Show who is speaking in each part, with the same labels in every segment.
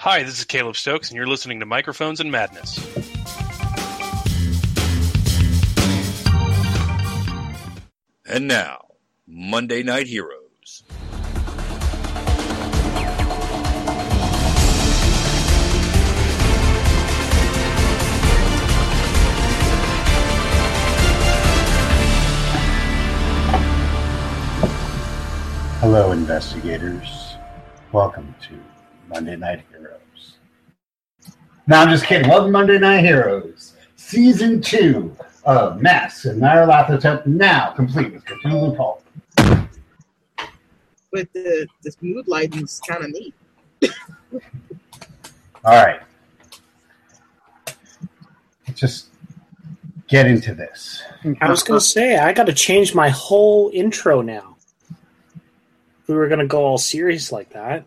Speaker 1: Hi, this is Caleb Stokes, and you're listening to Microphones and Madness.
Speaker 2: And now, Monday Night Heroes.
Speaker 3: Hello, investigators. Welcome to Monday Night Heroes. No, I'm just kidding. Welcome to Monday Night Heroes, Season 2 of Mass and Nyarlathotep, now complete with Cthulhu Pulp.
Speaker 4: but the this mood lighting's kind of neat.
Speaker 3: All right. Let's just get into this.
Speaker 5: I was gonna say I got to change my whole intro now. If we were gonna go all serious like that.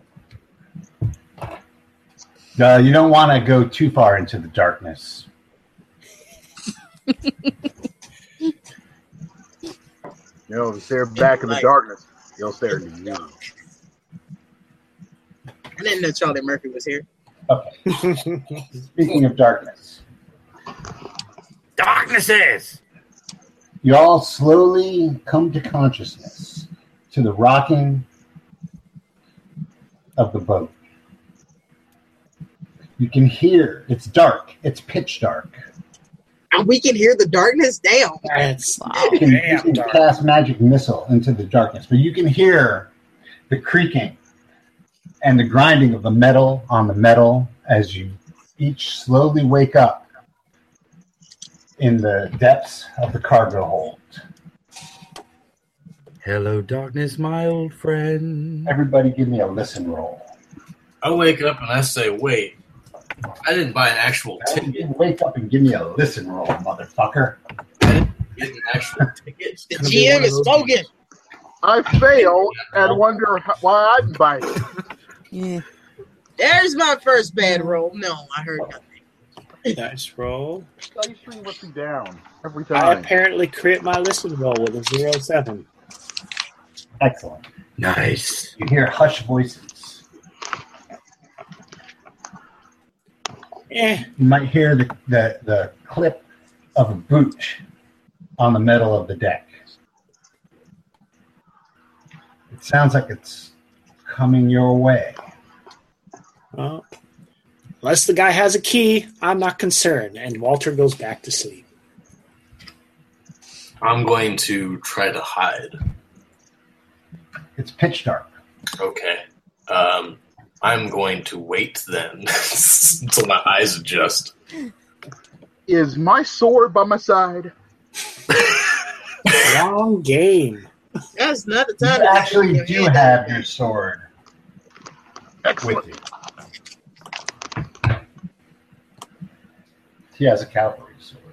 Speaker 3: Uh, you don't want to go too far into the darkness.
Speaker 6: You know, if you stare back in the
Speaker 4: Like-
Speaker 6: darkness, you'll stare into you.
Speaker 4: I didn't know Charlie Murphy was here.
Speaker 3: Speaking of darkness,
Speaker 7: Darknesses!
Speaker 3: you all slowly come to consciousness to the rocking of the boat. You can hear it's dark, it's pitch dark.
Speaker 4: And we can hear the darkness down.
Speaker 5: That's
Speaker 3: You can, you
Speaker 5: Damn
Speaker 3: can
Speaker 5: dark.
Speaker 3: cast magic missile into the darkness, but you can hear the creaking and the grinding of the metal on the metal as you each slowly wake up in the depths of the cargo hold.
Speaker 7: Hello, darkness, my old friend.
Speaker 3: Everybody, give me a listen roll.
Speaker 8: I wake up and I say, wait, I didn't buy an actual ticket.
Speaker 3: Wake up and give me a listen roll, motherfucker.
Speaker 8: Get an actual ticket.
Speaker 4: The
Speaker 5: gonna be
Speaker 4: GM
Speaker 5: one of
Speaker 4: is
Speaker 5: those
Speaker 4: spoken.
Speaker 6: I fail and wonder how, why I'm biting.
Speaker 9: Yeah.
Speaker 4: There's my first bad roll. No, I heard nothing.
Speaker 5: nice roll.
Speaker 6: Dice three lets me down every
Speaker 5: I
Speaker 6: time.
Speaker 5: apparently crit my listen roll with a zero seven.
Speaker 3: Excellent.
Speaker 7: Nice.
Speaker 3: You hear hushed voices.
Speaker 5: Eh,
Speaker 3: You might hear the, the, the clip of a boot on the metal of the deck. It sounds like it's coming your way.
Speaker 5: well, unless the guy has a key, I'm not concerned. And Walter goes back to sleep.
Speaker 8: I'm going to try to hide.
Speaker 3: It's pitch dark.
Speaker 8: Okay. Um, I'm going to wait then until my eyes adjust.
Speaker 6: Is my sword by my side?
Speaker 5: Long game.
Speaker 4: That's not the
Speaker 3: You
Speaker 4: time. to
Speaker 3: actually
Speaker 4: your
Speaker 3: do
Speaker 4: hand
Speaker 3: have
Speaker 4: out.
Speaker 3: your sword with
Speaker 6: Excellent.
Speaker 3: you. He has a cavalry sword.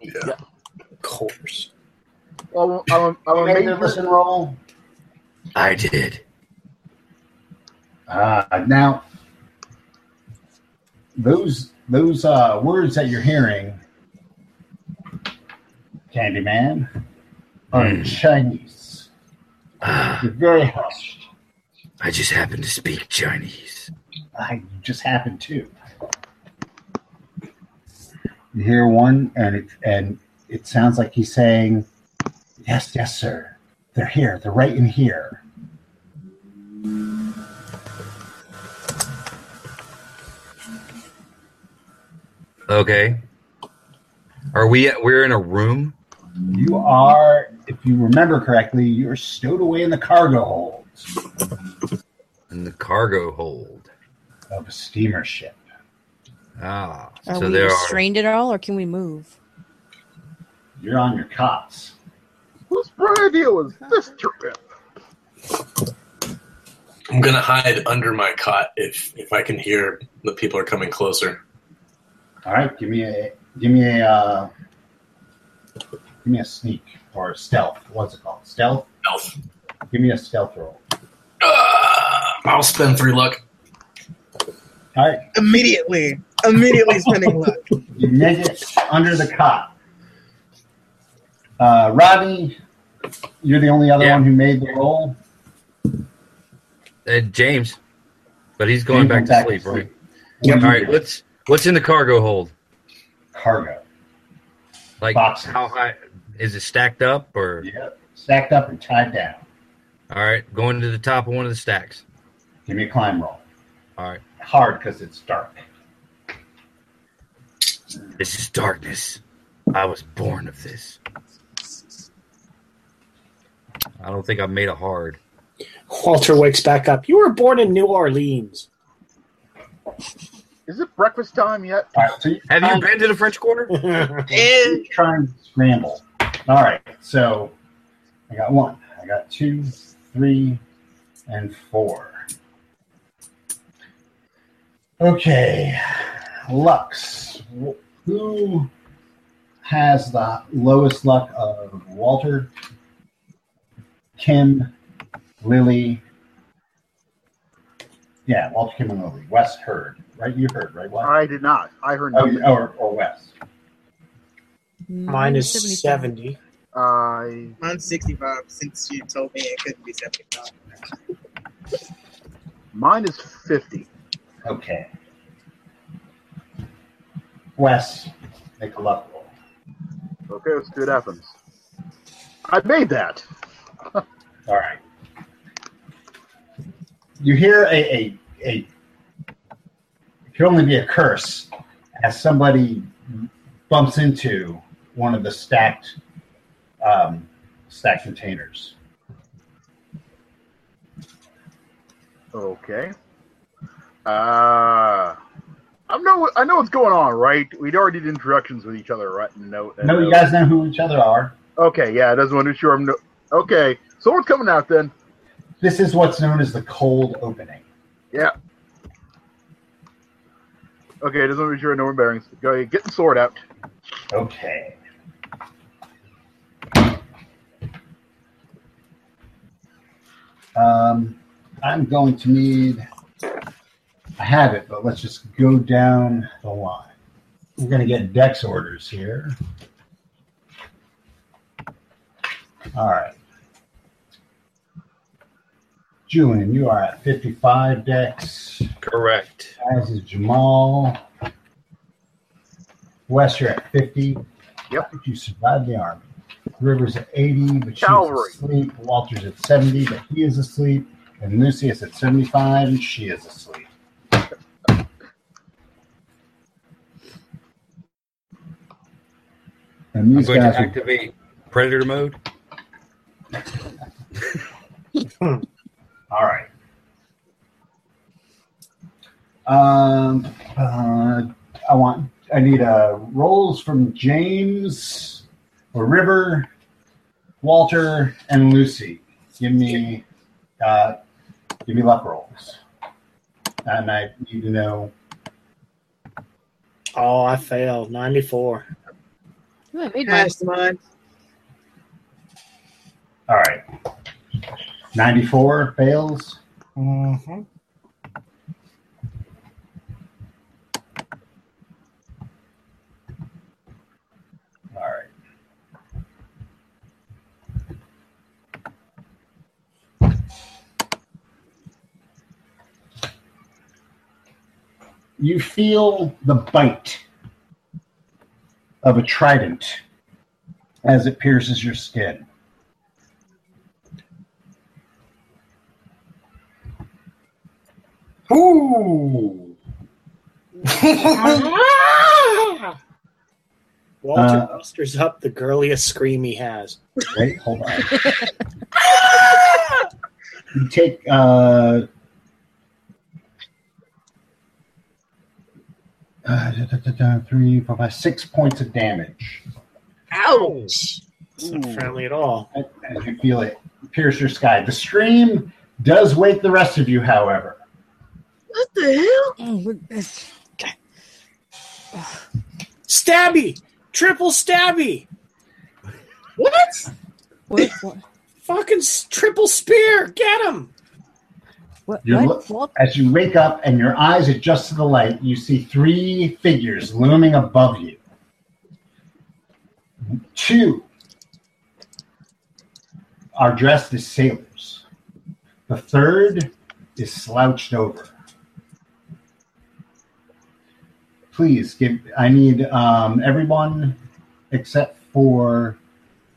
Speaker 8: Yeah.
Speaker 5: Of course.
Speaker 6: Well, I'm, I'm a
Speaker 3: Make the
Speaker 6: major,
Speaker 3: listen roll.
Speaker 7: I did.
Speaker 3: Uh, now, those those uh, words that you're hearing, Candyman, are in
Speaker 7: Hmm.
Speaker 3: Chinese.
Speaker 7: Ah,
Speaker 3: You're very hushed.
Speaker 7: I just happened to speak Chinese.
Speaker 3: I just happened to. You hear one, and it and it sounds like he's saying, "Yes, yes, sir. They're here. They're right in here."
Speaker 7: Okay. Are we? We're in a room.
Speaker 3: You are, if you remember correctly, you're stowed away in the cargo hold
Speaker 7: in the cargo hold.
Speaker 3: of a steamer ship.
Speaker 7: Ah,
Speaker 9: Are
Speaker 7: so
Speaker 9: we
Speaker 7: there are.
Speaker 9: restrained at all, or can we move?
Speaker 3: You're on your cots.
Speaker 6: whose bright idea was this trip?
Speaker 8: I'm going to hide under my cot if, if I can hear the people are coming closer.
Speaker 3: All right, give me a give me a uh, give me a sneak or stealth. What's it called? Stealth.
Speaker 8: Elf.
Speaker 3: Give me a stealth roll.
Speaker 8: Uh, I'll spend three luck.
Speaker 3: All right,
Speaker 4: Immediately. Immediately spending luck.
Speaker 3: you make it under the cot. Uh, Rodney, you're the only other
Speaker 7: Yeah.
Speaker 3: one who made the roll.
Speaker 7: Uh, James, but he's going
Speaker 3: James
Speaker 7: back
Speaker 3: went
Speaker 7: to sleep, right? All right, what's what's in the cargo hold?
Speaker 3: Cargo.
Speaker 7: Like
Speaker 3: Boxes.
Speaker 7: how high is it stacked up or?
Speaker 3: Yep. Stacked up and tied down.
Speaker 7: All right, going to the top of one of the stacks.
Speaker 3: Give me a climb roll.
Speaker 7: All right,
Speaker 3: Hard because it's dark.
Speaker 7: this is darkness. I was born of this. I don't think I made it hard.
Speaker 5: Walter wakes back up. You were born in New Orleans.
Speaker 6: Is it breakfast time yet?
Speaker 3: All right, so you
Speaker 7: Have you been to the French Quarter?
Speaker 4: And
Speaker 3: trying to scramble. All right, so I got one, I got two, three, and four. Okay, Lux. Wh- Who has the lowest luck of Walter, Kim, Lily? Yeah, Walter, Kim, and Lily. Wes heard, right? You heard, right? Wes?
Speaker 6: I did not. I heard
Speaker 3: Oh,
Speaker 6: nothing.
Speaker 3: or, or Wes.
Speaker 5: Mine is 70.
Speaker 6: I
Speaker 4: mine's 65 since you told me it couldn't be 75.
Speaker 6: mine is fifty.
Speaker 3: Okay. Wes, make a luck roll.
Speaker 6: Okay, let's do it happens. I made that.
Speaker 3: All right. You hear a, a, a it could only be a curse as somebody bumps into one of the stacked um, stacked containers.
Speaker 6: Okay. Uh I know I know what's going on, right? We'd already did introductions with each other, right? No,
Speaker 3: No, you guys know who each other are.
Speaker 6: Okay, yeah, I just want to sure I'm no Okay. Someone's coming out then.
Speaker 3: This is what's known as the cold opening.
Speaker 6: Okay, doesn't want to sure no one bearings. Go ahead, get the sword out.
Speaker 3: Okay. Um, I'm going to need. I have it, but let's just go down the line. We're going to get dex orders here. All right. Julian, you are at 55 dex,
Speaker 2: Correct.
Speaker 3: as is Jamal. Wes, you're at 50.
Speaker 6: Yep.
Speaker 3: You survived the army. Rivers at 80, but she's
Speaker 6: Cavalry.
Speaker 3: asleep. Walter's at 70, but he is asleep. And Lucy is at 75, and she is asleep. And
Speaker 7: I'm
Speaker 3: these
Speaker 7: going to
Speaker 3: guys are
Speaker 7: activate predator mode.
Speaker 3: All right. Um, uh, I want. I need uh, rolls from James, or River, Walter, and Lucy. Give me, uh, give me luck rolls, and I need to know.
Speaker 5: Oh, I failed. 94.
Speaker 9: Ooh, I made mine.
Speaker 4: Passed mine.
Speaker 3: All right. Ninety-four fails.
Speaker 5: Mm-hmm.
Speaker 3: All right. You feel the bite of a trident as it pierces your skin.
Speaker 8: Ooh.
Speaker 5: Walter
Speaker 3: Uh,
Speaker 5: musters up the girliest scream he has.
Speaker 3: Wait, hold on. you take uh, uh, da, da, da, da, three, four, five, six points of damage
Speaker 4: Ouch.
Speaker 5: It's not friendly at all.
Speaker 3: as as you feel it pierce your sky. The scream does wake the rest of you, however.
Speaker 4: What the hell?
Speaker 9: Mm, we're- it's- God. Ugh.
Speaker 5: Stabby! Triple stabby!
Speaker 4: What?
Speaker 9: What? What?
Speaker 5: Fucking s- triple spear! Get him!
Speaker 9: What?
Speaker 3: You
Speaker 9: what?
Speaker 3: look-
Speaker 9: Walt-
Speaker 3: As you wake up and your eyes adjust to the light, you see three figures looming above you. Two are dressed as sailors. The third is slouched over. please give. I need um, everyone except for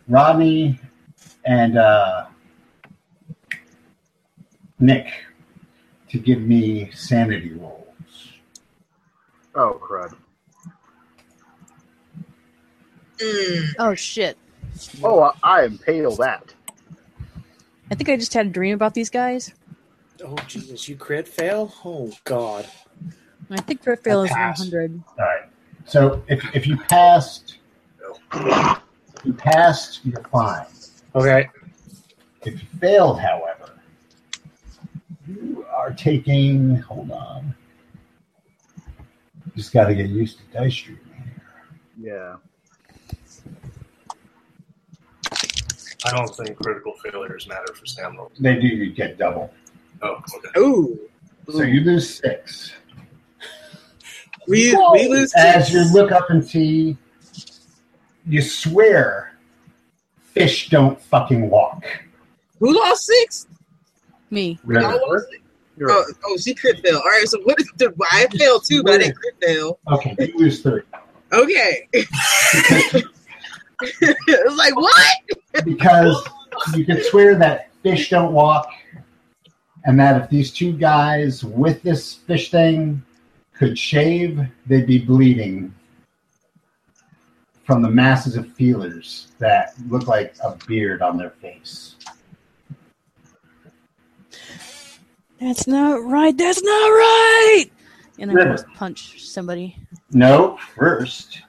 Speaker 3: Rodney and uh, Nick to give me sanity rolls.
Speaker 6: Oh crud!
Speaker 4: Mm.
Speaker 9: Oh shit.
Speaker 6: Oh, I, I impale that.
Speaker 9: I think I just had a dream about these guys.
Speaker 5: Oh Jesus, you crit fail? Oh god.
Speaker 9: I think crit fail is
Speaker 5: pass.
Speaker 9: 100.
Speaker 3: All right. So if, if you passed, if you passed, you're fine.
Speaker 5: Okay.
Speaker 3: If you failed, however, you are taking. Hold on. Just got to get used to dice streaming here.
Speaker 6: Yeah.
Speaker 8: I don't think critical failures matter for stamina.
Speaker 3: They do. You get double.
Speaker 8: Oh, okay.
Speaker 4: Ooh.
Speaker 3: So you lose six.
Speaker 4: We, we lose
Speaker 3: As
Speaker 4: six.
Speaker 3: you look up and see, you swear fish don't fucking walk.
Speaker 4: Who lost six?
Speaker 9: Me.
Speaker 4: I
Speaker 3: Really?
Speaker 4: lost six.
Speaker 6: You're
Speaker 4: Oh, oh, she crit fail. All right, so what is the? I failed too, but I didn't crit fail.
Speaker 3: Okay, you lose three.
Speaker 4: Okay. it's like what?
Speaker 3: because you could swear that fish don't walk, and that if these two guys with this fish thing could shave, they'd be bleeding from the masses of feelers that look like a beard on their face.
Speaker 9: That's not right. That's not right. And I
Speaker 3: River.
Speaker 9: almost punch somebody.
Speaker 3: No, first,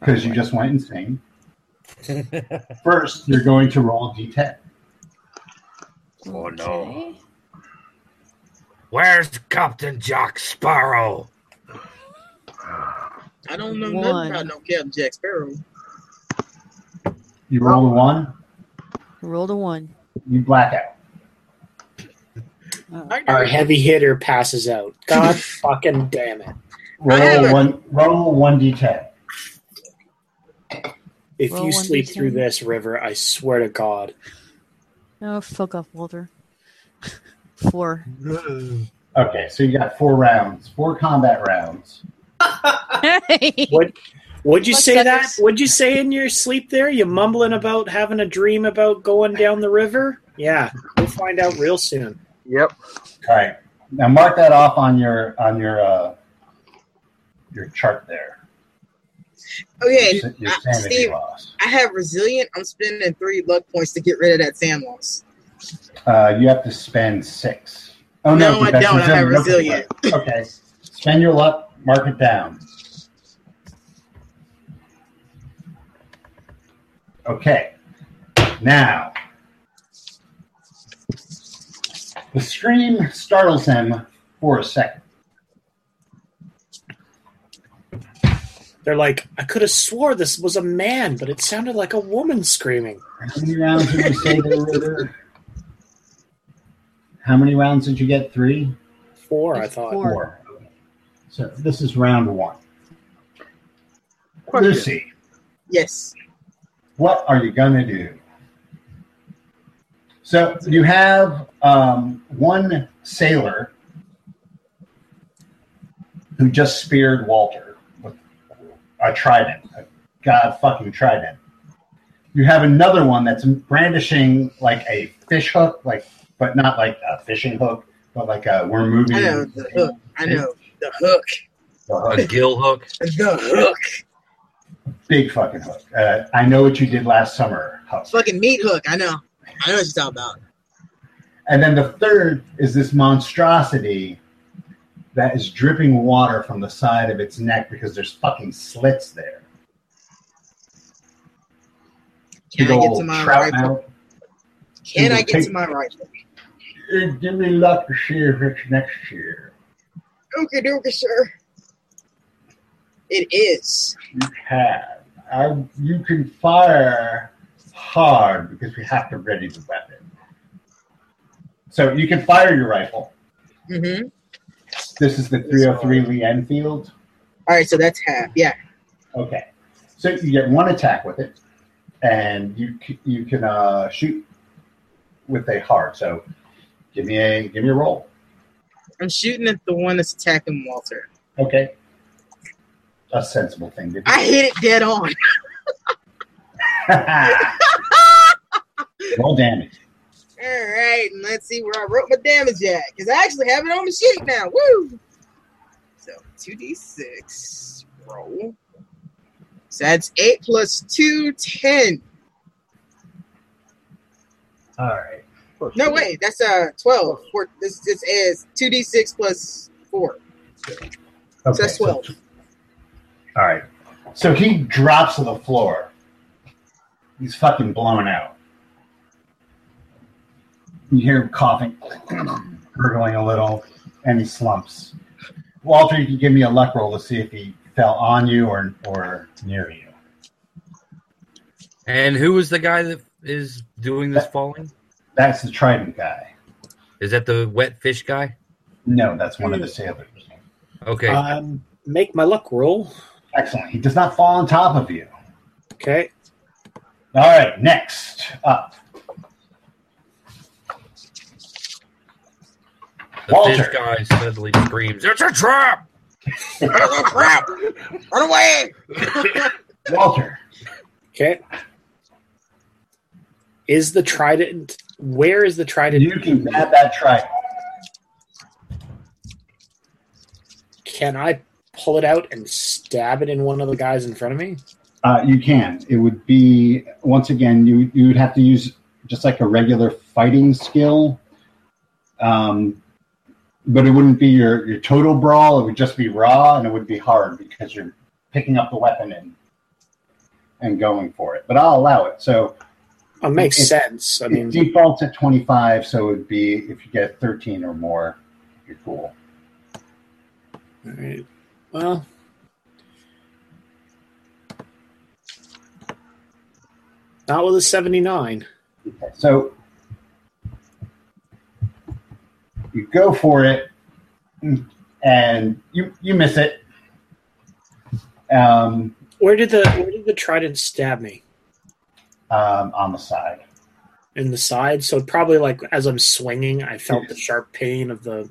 Speaker 3: because you
Speaker 9: Right.
Speaker 3: just went insane.
Speaker 7: Oh,
Speaker 3: First, you're going to roll d10.
Speaker 2: Oh, no.
Speaker 9: Okay.
Speaker 7: Where's Captain Jack Sparrow?
Speaker 4: I don't know
Speaker 9: One.
Speaker 4: nothing about no Captain Jack Sparrow.
Speaker 3: You roll a one,
Speaker 9: Rolled a one.
Speaker 3: you black out.
Speaker 4: I
Speaker 5: Our
Speaker 4: got
Speaker 5: heavy hitter passes out. God fucking damn it.
Speaker 4: I have
Speaker 3: Roll
Speaker 4: a-
Speaker 3: a one, roll a one d10.
Speaker 5: If
Speaker 9: Roll
Speaker 5: you
Speaker 9: one
Speaker 5: sleep
Speaker 9: d10.
Speaker 5: through this river, I swear to God.
Speaker 9: Oh, fuck off, Walter. Four.
Speaker 3: Okay, so you got four rounds, four combat rounds.
Speaker 5: What would you
Speaker 9: Fuck
Speaker 5: say that?
Speaker 9: suckers.
Speaker 5: Would you say in your sleep there? You mumbling about having a dream about going down the river? Yeah, we'll find out real soon.
Speaker 6: Yep.
Speaker 3: All right, now mark that off on your on your uh, your chart there.
Speaker 4: okay.
Speaker 3: Your, your
Speaker 4: I-
Speaker 3: sanity
Speaker 4: Uh, Steve-
Speaker 3: loss.
Speaker 4: I have resilient. I'm spending three luck points to get rid of that Sam loss.
Speaker 3: Uh, you have to spend six. Oh
Speaker 4: No, I
Speaker 3: that's
Speaker 4: don't. I have
Speaker 3: resilient. Okay, right. Okay, spend your luck. Mark it down. Okay, now the scream startles him for a second.
Speaker 5: They're like, I could have swore this was a man, but it sounded like a woman screaming.
Speaker 3: How many rounds did you say there were? How many rounds did you get? Three?
Speaker 5: Four, I
Speaker 9: It's
Speaker 5: thought.
Speaker 9: four.
Speaker 3: Okay. So this is round one.
Speaker 6: Question.
Speaker 3: Lucy,
Speaker 4: Yes.
Speaker 3: what are you going to do? So you have um, one sailor who just speared Walter with a trident, a god fucking trident. You have another one that's brandishing like a fish hook, like but not like a fishing hook, but like a we're moving.
Speaker 4: I know the hook. I know the hook.
Speaker 3: The hook.
Speaker 7: A gill hook?
Speaker 4: The hook.
Speaker 3: Big fucking hook. Uh, I know what you did last summer. Hook.
Speaker 4: Fucking meat hook. I know. I know what you're talking about.
Speaker 3: And then the third is this monstrosity that is dripping water from the side of its neck because there's fucking slits there.
Speaker 4: Can
Speaker 3: Big
Speaker 4: I get
Speaker 3: old
Speaker 4: to my
Speaker 3: trout
Speaker 4: rifle?
Speaker 3: mouth.
Speaker 4: Can I get
Speaker 3: Take-
Speaker 4: to my rifle?
Speaker 3: Uh, Give me luck to see if it's next year.
Speaker 4: Okay, dokie, sir. It is.
Speaker 3: You can. I, you can fire hard because we have to ready the weapon. So you can fire your rifle.
Speaker 4: Mm-hmm.
Speaker 3: This is the 303 Lee Enfield.
Speaker 4: All right, so that's half. Yeah.
Speaker 3: Okay, so you get one attack with it, and you c- you can uh, shoot with a heart. So give me a give me a roll.
Speaker 4: I'm shooting at the one that's attacking Walter.
Speaker 3: Okay, a sensible thing to do.
Speaker 4: I hit it dead on.
Speaker 3: Roll damage.
Speaker 4: All right, and let's see where I wrote my damage at because I actually have it on the sheet now. Woo! So two d six roll. So that's eight plus two, ten.
Speaker 3: All right.
Speaker 4: No, wait, that's uh twelve. Four, this this is two d six plus four.
Speaker 3: Okay,
Speaker 4: So that's twelve.
Speaker 3: all right. So he drops to the floor. He's fucking blown out. You hear him coughing, gurgling a little, and he slumps. Walter, you can give me a luck roll to see if he fell on you or or near you.
Speaker 7: And who was the guy that is doing this falling?
Speaker 3: That's the trident guy.
Speaker 7: Is that the wet fish guy?
Speaker 3: No, that's one of the sailors.
Speaker 7: Okay.
Speaker 5: Um, make my luck roll.
Speaker 3: Excellent. He does not fall on top of you.
Speaker 5: Okay.
Speaker 3: All right, next up.
Speaker 7: the
Speaker 3: Walter.
Speaker 7: fish guy suddenly screams, It's a trap!
Speaker 4: Oh, crap! Run away!
Speaker 3: Walter.
Speaker 5: Okay. Is the trident? Where is the trident?
Speaker 3: You can grab that trident.
Speaker 5: Can I pull it out and stab it in one of the guys in front of me?
Speaker 3: Uh, you can. It would be once again. You you would have to use just like a regular fighting skill. Um, but it wouldn't be your your total brawl. It would just be raw, and it would be hard because you're picking up the weapon and and going for it. But I'll allow it. So
Speaker 5: Oh, makes
Speaker 3: It-
Speaker 5: sense. I
Speaker 3: it
Speaker 5: mean,
Speaker 3: defaults at twenty five. So it would be if you get thirteen or more, you're cool.
Speaker 5: Alright. Well. Not with a 79.
Speaker 3: Okay, so you go for it, and you you miss it. Um,
Speaker 5: Where did the where did the trident stab me?
Speaker 3: um, on the side.
Speaker 5: In the side, so probably like as I'm swinging, I felt the sharp pain of the.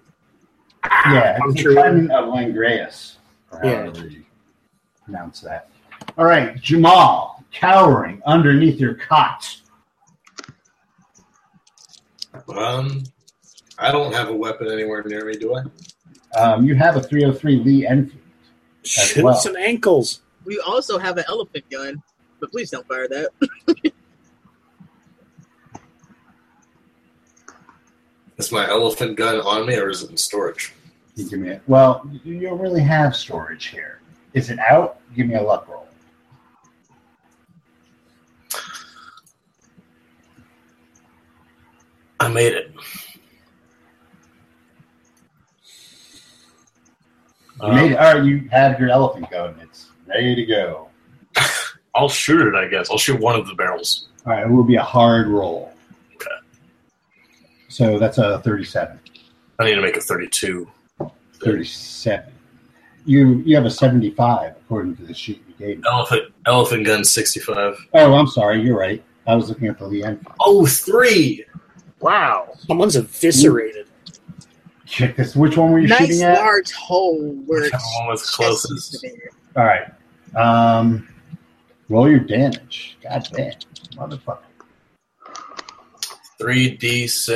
Speaker 3: Yeah, it's
Speaker 5: Puncture.
Speaker 3: the trident of Langreus. or
Speaker 5: Yeah.
Speaker 3: however you Pronounce that. All right, Jamal, cowering underneath your cot.
Speaker 8: Um, I don't have a weapon anywhere near me, do I?
Speaker 3: Um, you have a 303 Lee Enfield.
Speaker 5: Shoot
Speaker 3: well.
Speaker 5: some ankles.
Speaker 4: We also have an elephant gun, but please don't fire that.
Speaker 8: Is my elephant gun on me or is it in storage?
Speaker 3: You give me a, well, you don't really have storage here. Is it out? Give me a luck roll.
Speaker 8: I made it.
Speaker 3: You made
Speaker 8: Um,
Speaker 3: it. All right, you have your elephant gun. It's ready to go.
Speaker 8: I'll shoot it, I guess. I'll shoot one of the barrels.
Speaker 3: All right, it will be a hard roll. So that's a 37.
Speaker 8: I need to make a 32.
Speaker 3: 37. You you have a 75 according to the sheet you gave me.
Speaker 8: Elephant elephant gun 65.
Speaker 3: Oh, I'm sorry. You're right. I was looking at the Lee Enfield.
Speaker 8: Oh, three!
Speaker 6: Wow.
Speaker 5: Someone's eviscerated.
Speaker 3: Check this. Which one were you
Speaker 4: nice
Speaker 3: shooting at?
Speaker 4: large hole where
Speaker 8: Whichever
Speaker 4: it's
Speaker 8: one was closest.
Speaker 3: All right. Um, roll your damage. God damn. Motherfucker.
Speaker 8: 3d6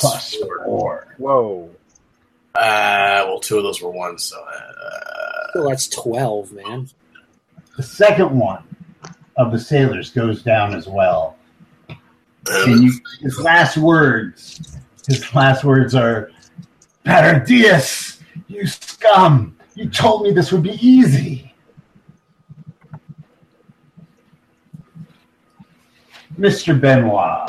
Speaker 3: Plus
Speaker 8: plus 4.
Speaker 3: four.
Speaker 6: Whoa.
Speaker 8: Uh, well, two of those were ones, so. Uh,
Speaker 5: Well, Oh, that's twelve, man.
Speaker 3: The second one of the sailors goes down as well. And you, his last words, his last words are, Paradias, you scum! You told me this would be easy. Mr. Benoit,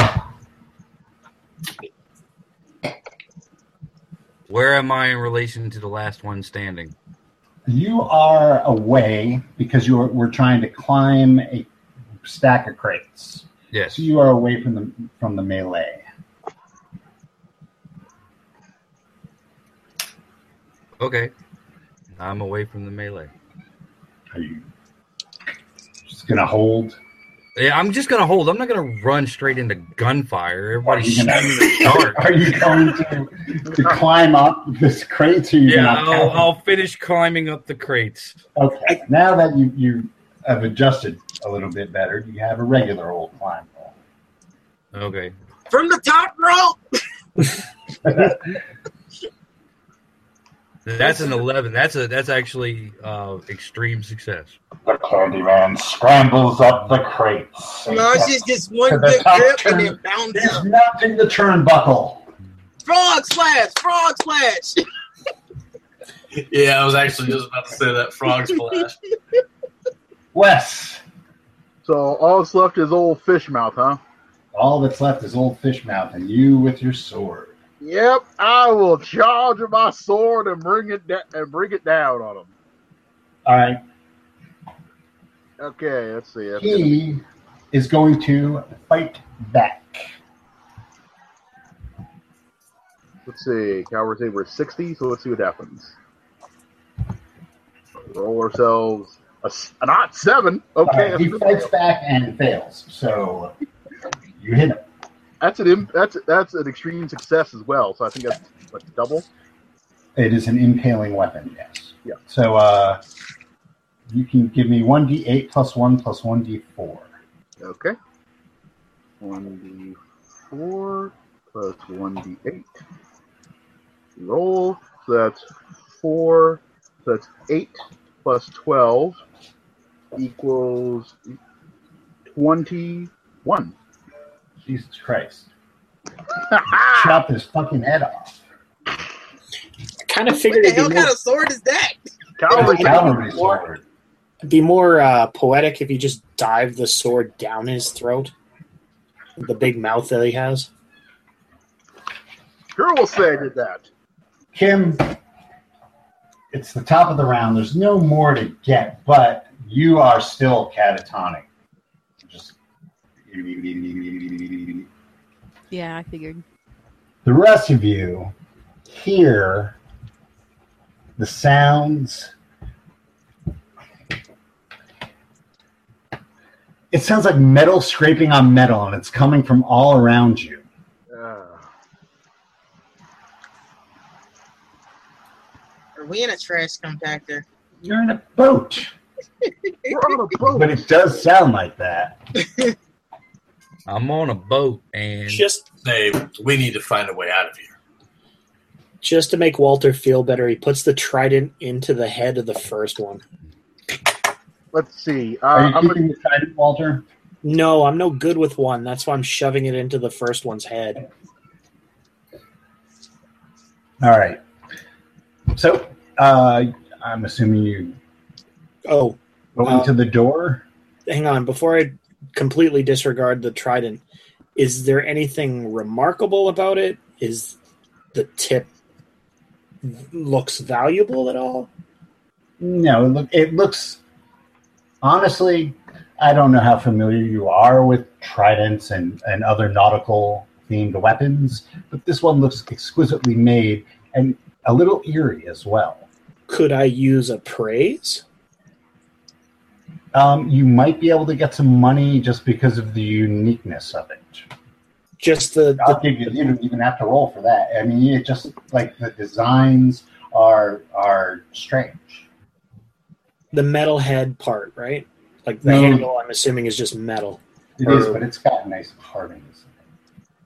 Speaker 7: Where am I in relation to the last one standing?
Speaker 3: you are away because you are, we're trying to climb a stack of crates.
Speaker 7: Yes.
Speaker 3: So you are away from the from the melee.
Speaker 7: Okay. I'm away from the melee.
Speaker 3: Are you just gonna hold?
Speaker 7: Yeah, I'm just gonna hold. I'm not gonna run straight into gunfire.
Speaker 3: Are
Speaker 7: Everybody's
Speaker 3: you,
Speaker 7: shooting in the
Speaker 3: gonna,
Speaker 7: dark.
Speaker 3: are you going to, to climb up this crate? So you're
Speaker 7: Yeah,
Speaker 3: not
Speaker 7: I'll, I'll finish climbing up the crates.
Speaker 3: Okay. Now that you you have adjusted a little bit better, you have a regular old climb roll.
Speaker 7: Okay.
Speaker 4: From the top rope.
Speaker 7: That's an eleven. That's a that's actually uh extreme success.
Speaker 3: The Candyman scrambles up the crates.
Speaker 4: No, it's just this one
Speaker 3: To the
Speaker 4: good
Speaker 3: top
Speaker 4: grip and
Speaker 3: turn.
Speaker 4: then bound
Speaker 3: He's
Speaker 4: up.
Speaker 3: mounting the turnbuckle.
Speaker 4: Frog splash, frog splash.
Speaker 8: Yeah, I was actually just about to say that frog splash.
Speaker 3: Wes,
Speaker 6: So all that's left is old fish mouth, huh?
Speaker 3: all that's left is old fish mouth, and you with your sword.
Speaker 6: Yep, I will charge with my sword and bring it da- and bring it down on him.
Speaker 3: All right.
Speaker 6: Okay, let's see. That's
Speaker 3: He is going to fight back.
Speaker 6: Let's see. Coward's over 60, so let's see what happens. Roll ourselves a, s- a not seven.
Speaker 3: All
Speaker 6: Okay,
Speaker 3: right, Uh, he
Speaker 6: that's,
Speaker 3: fights back and fails. So you hit him.
Speaker 6: that's an im- that's that's an extreme success as well. So I think that's what double.
Speaker 3: It is an impaling weapon, yes.
Speaker 6: Yeah.
Speaker 3: So uh, you can give me 1d8 plus 1 plus 1d4.
Speaker 6: Okay, one d four plus one d eight. Roll. So that's four. So that's eight plus twelve equals twenty one.
Speaker 3: Jesus Christ. Chop his fucking head off.
Speaker 5: I kind of
Speaker 4: What
Speaker 5: figured
Speaker 4: the
Speaker 5: it'd be
Speaker 4: hell kind
Speaker 5: more,
Speaker 4: of sword is that?
Speaker 6: Cavalry.
Speaker 3: Cavalry sword.
Speaker 5: be more uh, poetic if you just dive the sword down his throat. The big mouth that he has.
Speaker 6: Sure will say I did that.
Speaker 3: Kim, it's the top of the round. There's no more to get, but you are still catatonic. Just.
Speaker 9: Yeah, I figured.
Speaker 3: The rest of you hear the sounds. It sounds like metal scraping on metal, and it's coming from all around you.
Speaker 6: Uh,
Speaker 4: Are we in a trash compactor?
Speaker 3: You're in a boat,
Speaker 6: we're on a boat.
Speaker 3: but it does sound like that.
Speaker 7: I'm on a boat and
Speaker 5: Just
Speaker 8: Say, we need to find a way out of here.
Speaker 5: just to make Walter feel better, he puts the trident into the head of the first one.
Speaker 6: Let's see. Uh,
Speaker 3: Are you
Speaker 6: I'm
Speaker 3: keeping the trident, Walter?
Speaker 5: No, I'm no good with one. That's why I'm shoving it into the first one's head.
Speaker 3: All right. So, uh, I'm assuming you
Speaker 5: Oh,
Speaker 3: go
Speaker 5: Uh,
Speaker 3: into the door.
Speaker 5: hang on. Before I completely disregard the trident, is there anything remarkable about it? Is the tip looks valuable at all?
Speaker 3: No, it, look, it looks. Honestly, I don't know how familiar you are with tridents and, and other nautical themed weapons, but this one looks exquisitely made and a little eerie as well.
Speaker 5: Could I use a praise?
Speaker 3: Um, you might be able to get some money just because of the uniqueness of it.
Speaker 5: Just the,
Speaker 3: I'll
Speaker 5: the
Speaker 3: give you. You don't even have to roll for that. I mean, it just like the designs are are strange.
Speaker 5: the metal head part, right? Like the
Speaker 3: No.
Speaker 5: handle, I'm assuming is just metal.
Speaker 3: It is, but it's got nice carvings.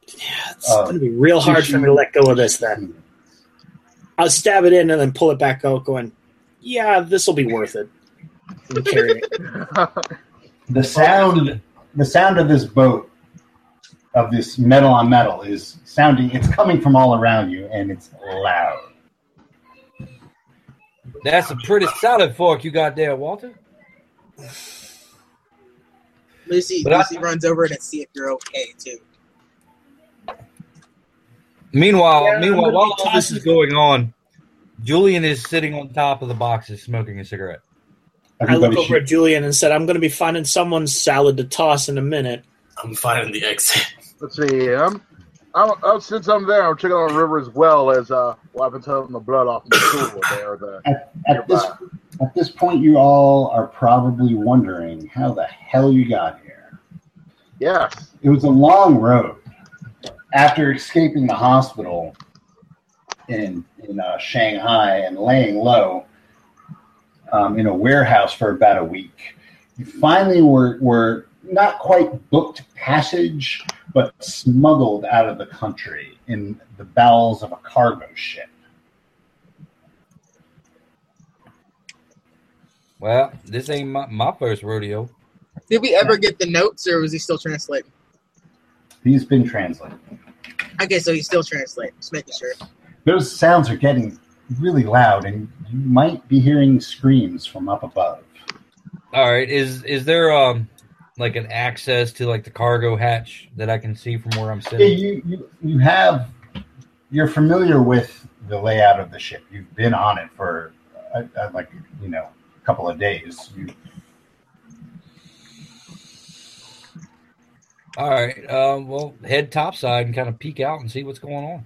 Speaker 5: Yeah, it's
Speaker 3: Uh,
Speaker 5: gonna be real hard for me to let go of this. Then I'll stab it in and then pull it back out, going, "Yeah, this will be worth it." And carry it.
Speaker 3: The sound, the sound of this boat, of this metal on metal, is sounding. It's coming from all around you, and it's loud.
Speaker 7: that's a pretty solid fork you got there, Walter.
Speaker 4: Lucy,
Speaker 7: But I-
Speaker 4: Lucy runs over to see if you're okay too.
Speaker 7: Meanwhile,
Speaker 5: Yeah, I'm
Speaker 7: meanwhile,
Speaker 5: gonna
Speaker 7: while
Speaker 5: be
Speaker 7: all this is
Speaker 5: tossing-
Speaker 7: going on, Julian is sitting on top of the boxes smoking a cigarette.
Speaker 5: I look
Speaker 3: Everybody
Speaker 5: over at
Speaker 3: shoot.
Speaker 5: Julian and said, "I'm going to be finding someone's salad to toss in a minute."
Speaker 8: I'm finding the exit.
Speaker 6: Let's see. I'm, I'm, i since I'm there, I'm checking out the river as well as uh, wiping some of the blood off the pool there. The,
Speaker 3: At this, at this point, you all are probably wondering how the hell you got here.
Speaker 6: Yes.
Speaker 3: It was a long road. After escaping the hospital in in uh, Shanghai and laying low um, in a warehouse for about a week, you finally were were not quite booked passage, but smuggled out of the country in the bowels of a cargo ship.
Speaker 7: Well, this ain't my, my first rodeo.
Speaker 4: Did we ever get the notes, or was he still translating?
Speaker 3: He's been translated.
Speaker 4: Okay, so he's still translating. Just making sure.
Speaker 3: Those sounds are getting really loud, and you might be hearing screams from up above.
Speaker 7: All right, is is there um like an access to like the cargo hatch that I can see from where I'm
Speaker 3: Yeah,
Speaker 7: sitting?
Speaker 3: you, you you have you're familiar with the layout of the ship. You've been on it for uh, uh, like you know a couple of days. You,
Speaker 7: All right, uh, well, head topside and kind of peek out and see what's going on.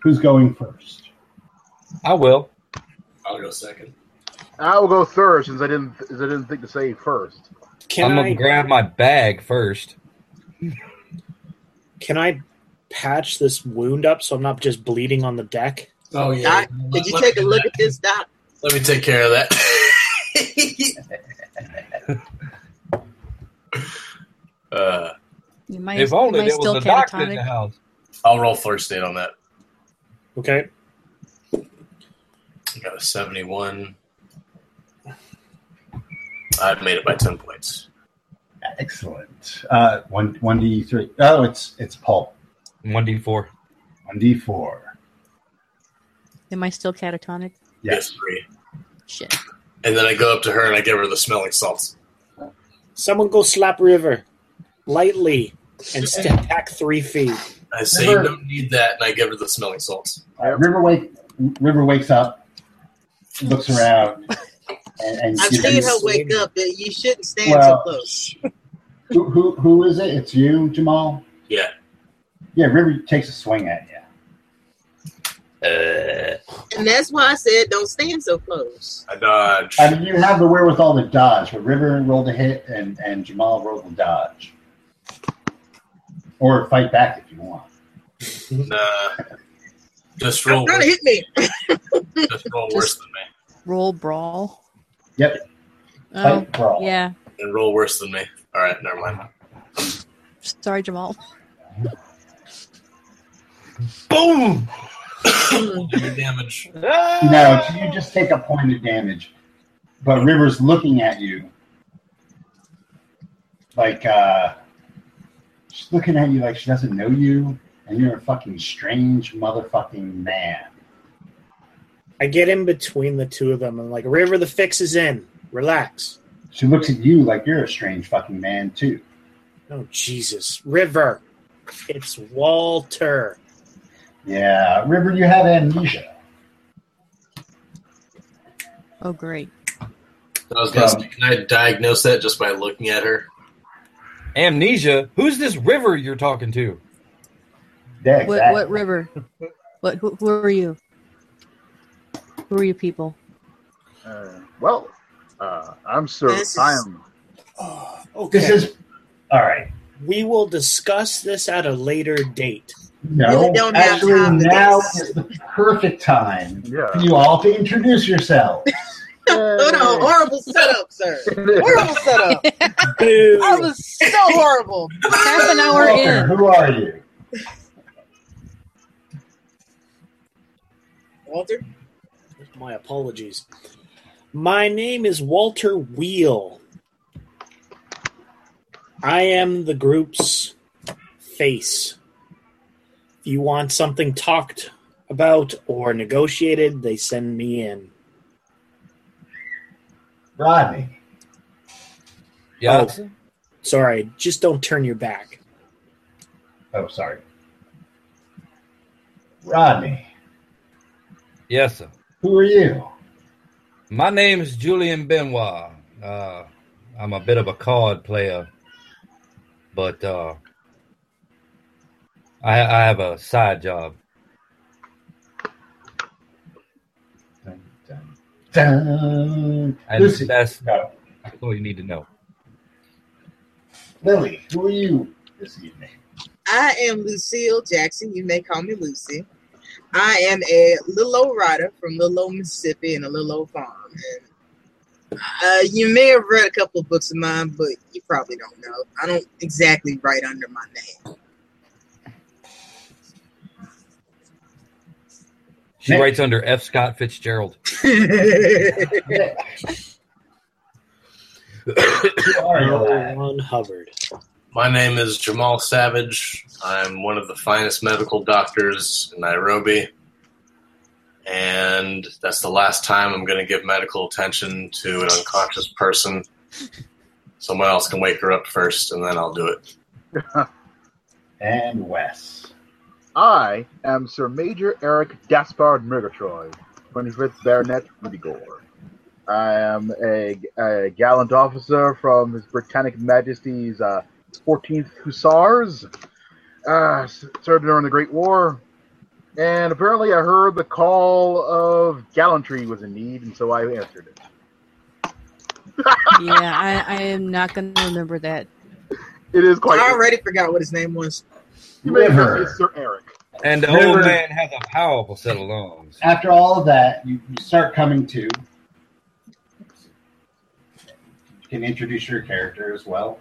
Speaker 3: who's going first?
Speaker 7: I will.
Speaker 8: I'll go second.
Speaker 6: I will go third since I didn't since I didn't think to say first.
Speaker 5: Can
Speaker 7: I'm
Speaker 5: I
Speaker 7: gonna grab my bag first.
Speaker 5: can I patch this wound up so I'm not just bleeding on the deck?
Speaker 8: Oh
Speaker 4: Doc, did you take a look at this, Doc?
Speaker 8: Let me take care of that. uh,
Speaker 9: You might,
Speaker 7: If
Speaker 9: you
Speaker 7: only
Speaker 9: might
Speaker 7: there
Speaker 9: still
Speaker 7: was a
Speaker 9: catatonic.
Speaker 7: doctor in the house.
Speaker 8: I'll roll first aid on that.
Speaker 5: Okay.
Speaker 8: I got a 71. I've made it by 10 points.
Speaker 3: Excellent. Uh, one one d three. Oh, it's it's pulp.
Speaker 7: One D four.
Speaker 3: One d four.
Speaker 9: Am I still catatonic?
Speaker 3: Yes.
Speaker 8: Three.
Speaker 9: Shit.
Speaker 8: And then I go up to her and I give her the smelling salts.
Speaker 5: Someone go slap River lightly and step back three feet.
Speaker 8: I say, you don't need that, and I give her the smelling salts.
Speaker 3: Uh, River wake. River wakes up, looks around, and, and
Speaker 4: I've
Speaker 3: sees-
Speaker 4: seen her wake up. and You shouldn't stand
Speaker 3: Well-
Speaker 4: so close.
Speaker 3: Who, who who is it? It's you, Jamal.
Speaker 8: Yeah.
Speaker 3: Yeah, River takes a swing at you.
Speaker 8: Uh,
Speaker 4: And that's why I said don't stand so close.
Speaker 8: I dodge.
Speaker 3: I mean, you have the wherewithal to dodge, but River rolled a hit and, and Jamal rolled a dodge. Or fight back if you want.
Speaker 8: Nah. Just roll,
Speaker 4: Trying to
Speaker 8: worse,
Speaker 4: hit me.
Speaker 8: just roll worse than me.
Speaker 9: Roll brawl.
Speaker 3: Yep,
Speaker 9: Oh,
Speaker 3: fight brawl.
Speaker 9: yeah.
Speaker 8: And roll worse than me. All right, never mind.
Speaker 9: Sorry, Jamal.
Speaker 7: Boom!
Speaker 8: Any damage.
Speaker 3: No, you just take a point of damage, but River's looking at you like uh, she's looking at you like she doesn't know you, and you're a fucking strange motherfucking man.
Speaker 5: I get in between the two of them. I'm like, River, the fix is in. Relax.
Speaker 3: She looks at you like you're a strange fucking man too.
Speaker 5: Oh Jesus, River! It's Walter.
Speaker 3: Yeah, River, you have amnesia.
Speaker 9: Oh, great.
Speaker 8: I was about to say, can I diagnose that just by looking at her?
Speaker 7: Amnesia. Who's this river you're talking to?
Speaker 3: Yeah,
Speaker 9: What,
Speaker 3: exactly.
Speaker 9: what river? What? Who, who are you? Who are you people?
Speaker 6: Uh, well, uh, I'm sir.
Speaker 4: This is-
Speaker 6: I am.
Speaker 5: Oh, okay.
Speaker 3: This is all right.
Speaker 5: we will discuss this at a later date.
Speaker 3: No,
Speaker 4: Really don't have
Speaker 3: actually,
Speaker 4: time to
Speaker 3: now
Speaker 4: do this.
Speaker 3: is the perfect time
Speaker 6: Yeah.
Speaker 3: for you all to introduce yourselves.
Speaker 4: Hold on, horrible setup, sir. Horrible setup. That
Speaker 5: Boo.
Speaker 4: was so horrible.
Speaker 9: Half an hour
Speaker 3: Walter,
Speaker 9: in.
Speaker 3: who are you?
Speaker 4: Walter,
Speaker 5: My apologies. My name is Walter Wheel. I am the group's face. If you want something talked about or negotiated, they send me in.
Speaker 3: Rodney.
Speaker 7: Yeah.
Speaker 5: Oh. Sorry, just don't turn your back.
Speaker 3: Oh, sorry. Rodney,
Speaker 7: Yes, sir.
Speaker 3: who are you?
Speaker 7: My name is Julian Benoit. Uh, I'm a bit of a card player, but uh, I, I have a side job.
Speaker 3: Dun, dun, dun.
Speaker 7: And
Speaker 3: Lucy.
Speaker 7: that's
Speaker 3: No.
Speaker 7: all you need to know.
Speaker 3: Lily, who are you this evening?
Speaker 4: I am Lucille Jackson. You may call me Lucy. I am a little old rider from little old Mississippi and a little old farm. And, uh, you may have read a couple of books of mine, but you probably don't know. I don't exactly write under my name.
Speaker 7: She
Speaker 3: Nick.
Speaker 7: writes under F. Scott Fitzgerald.
Speaker 5: Earl Ron Hubbard.
Speaker 8: My name is Jamal Savage. I'm one of the finest medical doctors in Nairobi. And that's the last time I'm going to give medical attention to an unconscious person. Someone else can wake her up first, and then I'll do it.
Speaker 3: And Wes.
Speaker 6: I am Sir Major Eric Gaspard Murgatroyd, 25th Baronet Rudigore. I am a, a gallant officer from His Britannic Majesty's uh, 14th Hussars. Uh, s- served during the Great War. And apparently, I heard the call of gallantry was in need, and so I answered it.
Speaker 9: yeah, I, I am not going to remember that.
Speaker 6: It is quite.
Speaker 4: I already forgot what his name was.
Speaker 6: you may have
Speaker 3: River.
Speaker 6: heard Sir Eric.
Speaker 7: And the
Speaker 3: River.
Speaker 7: old man has a powerful set of lungs.
Speaker 3: After all of that, you, you start coming to. You can introduce your character as well.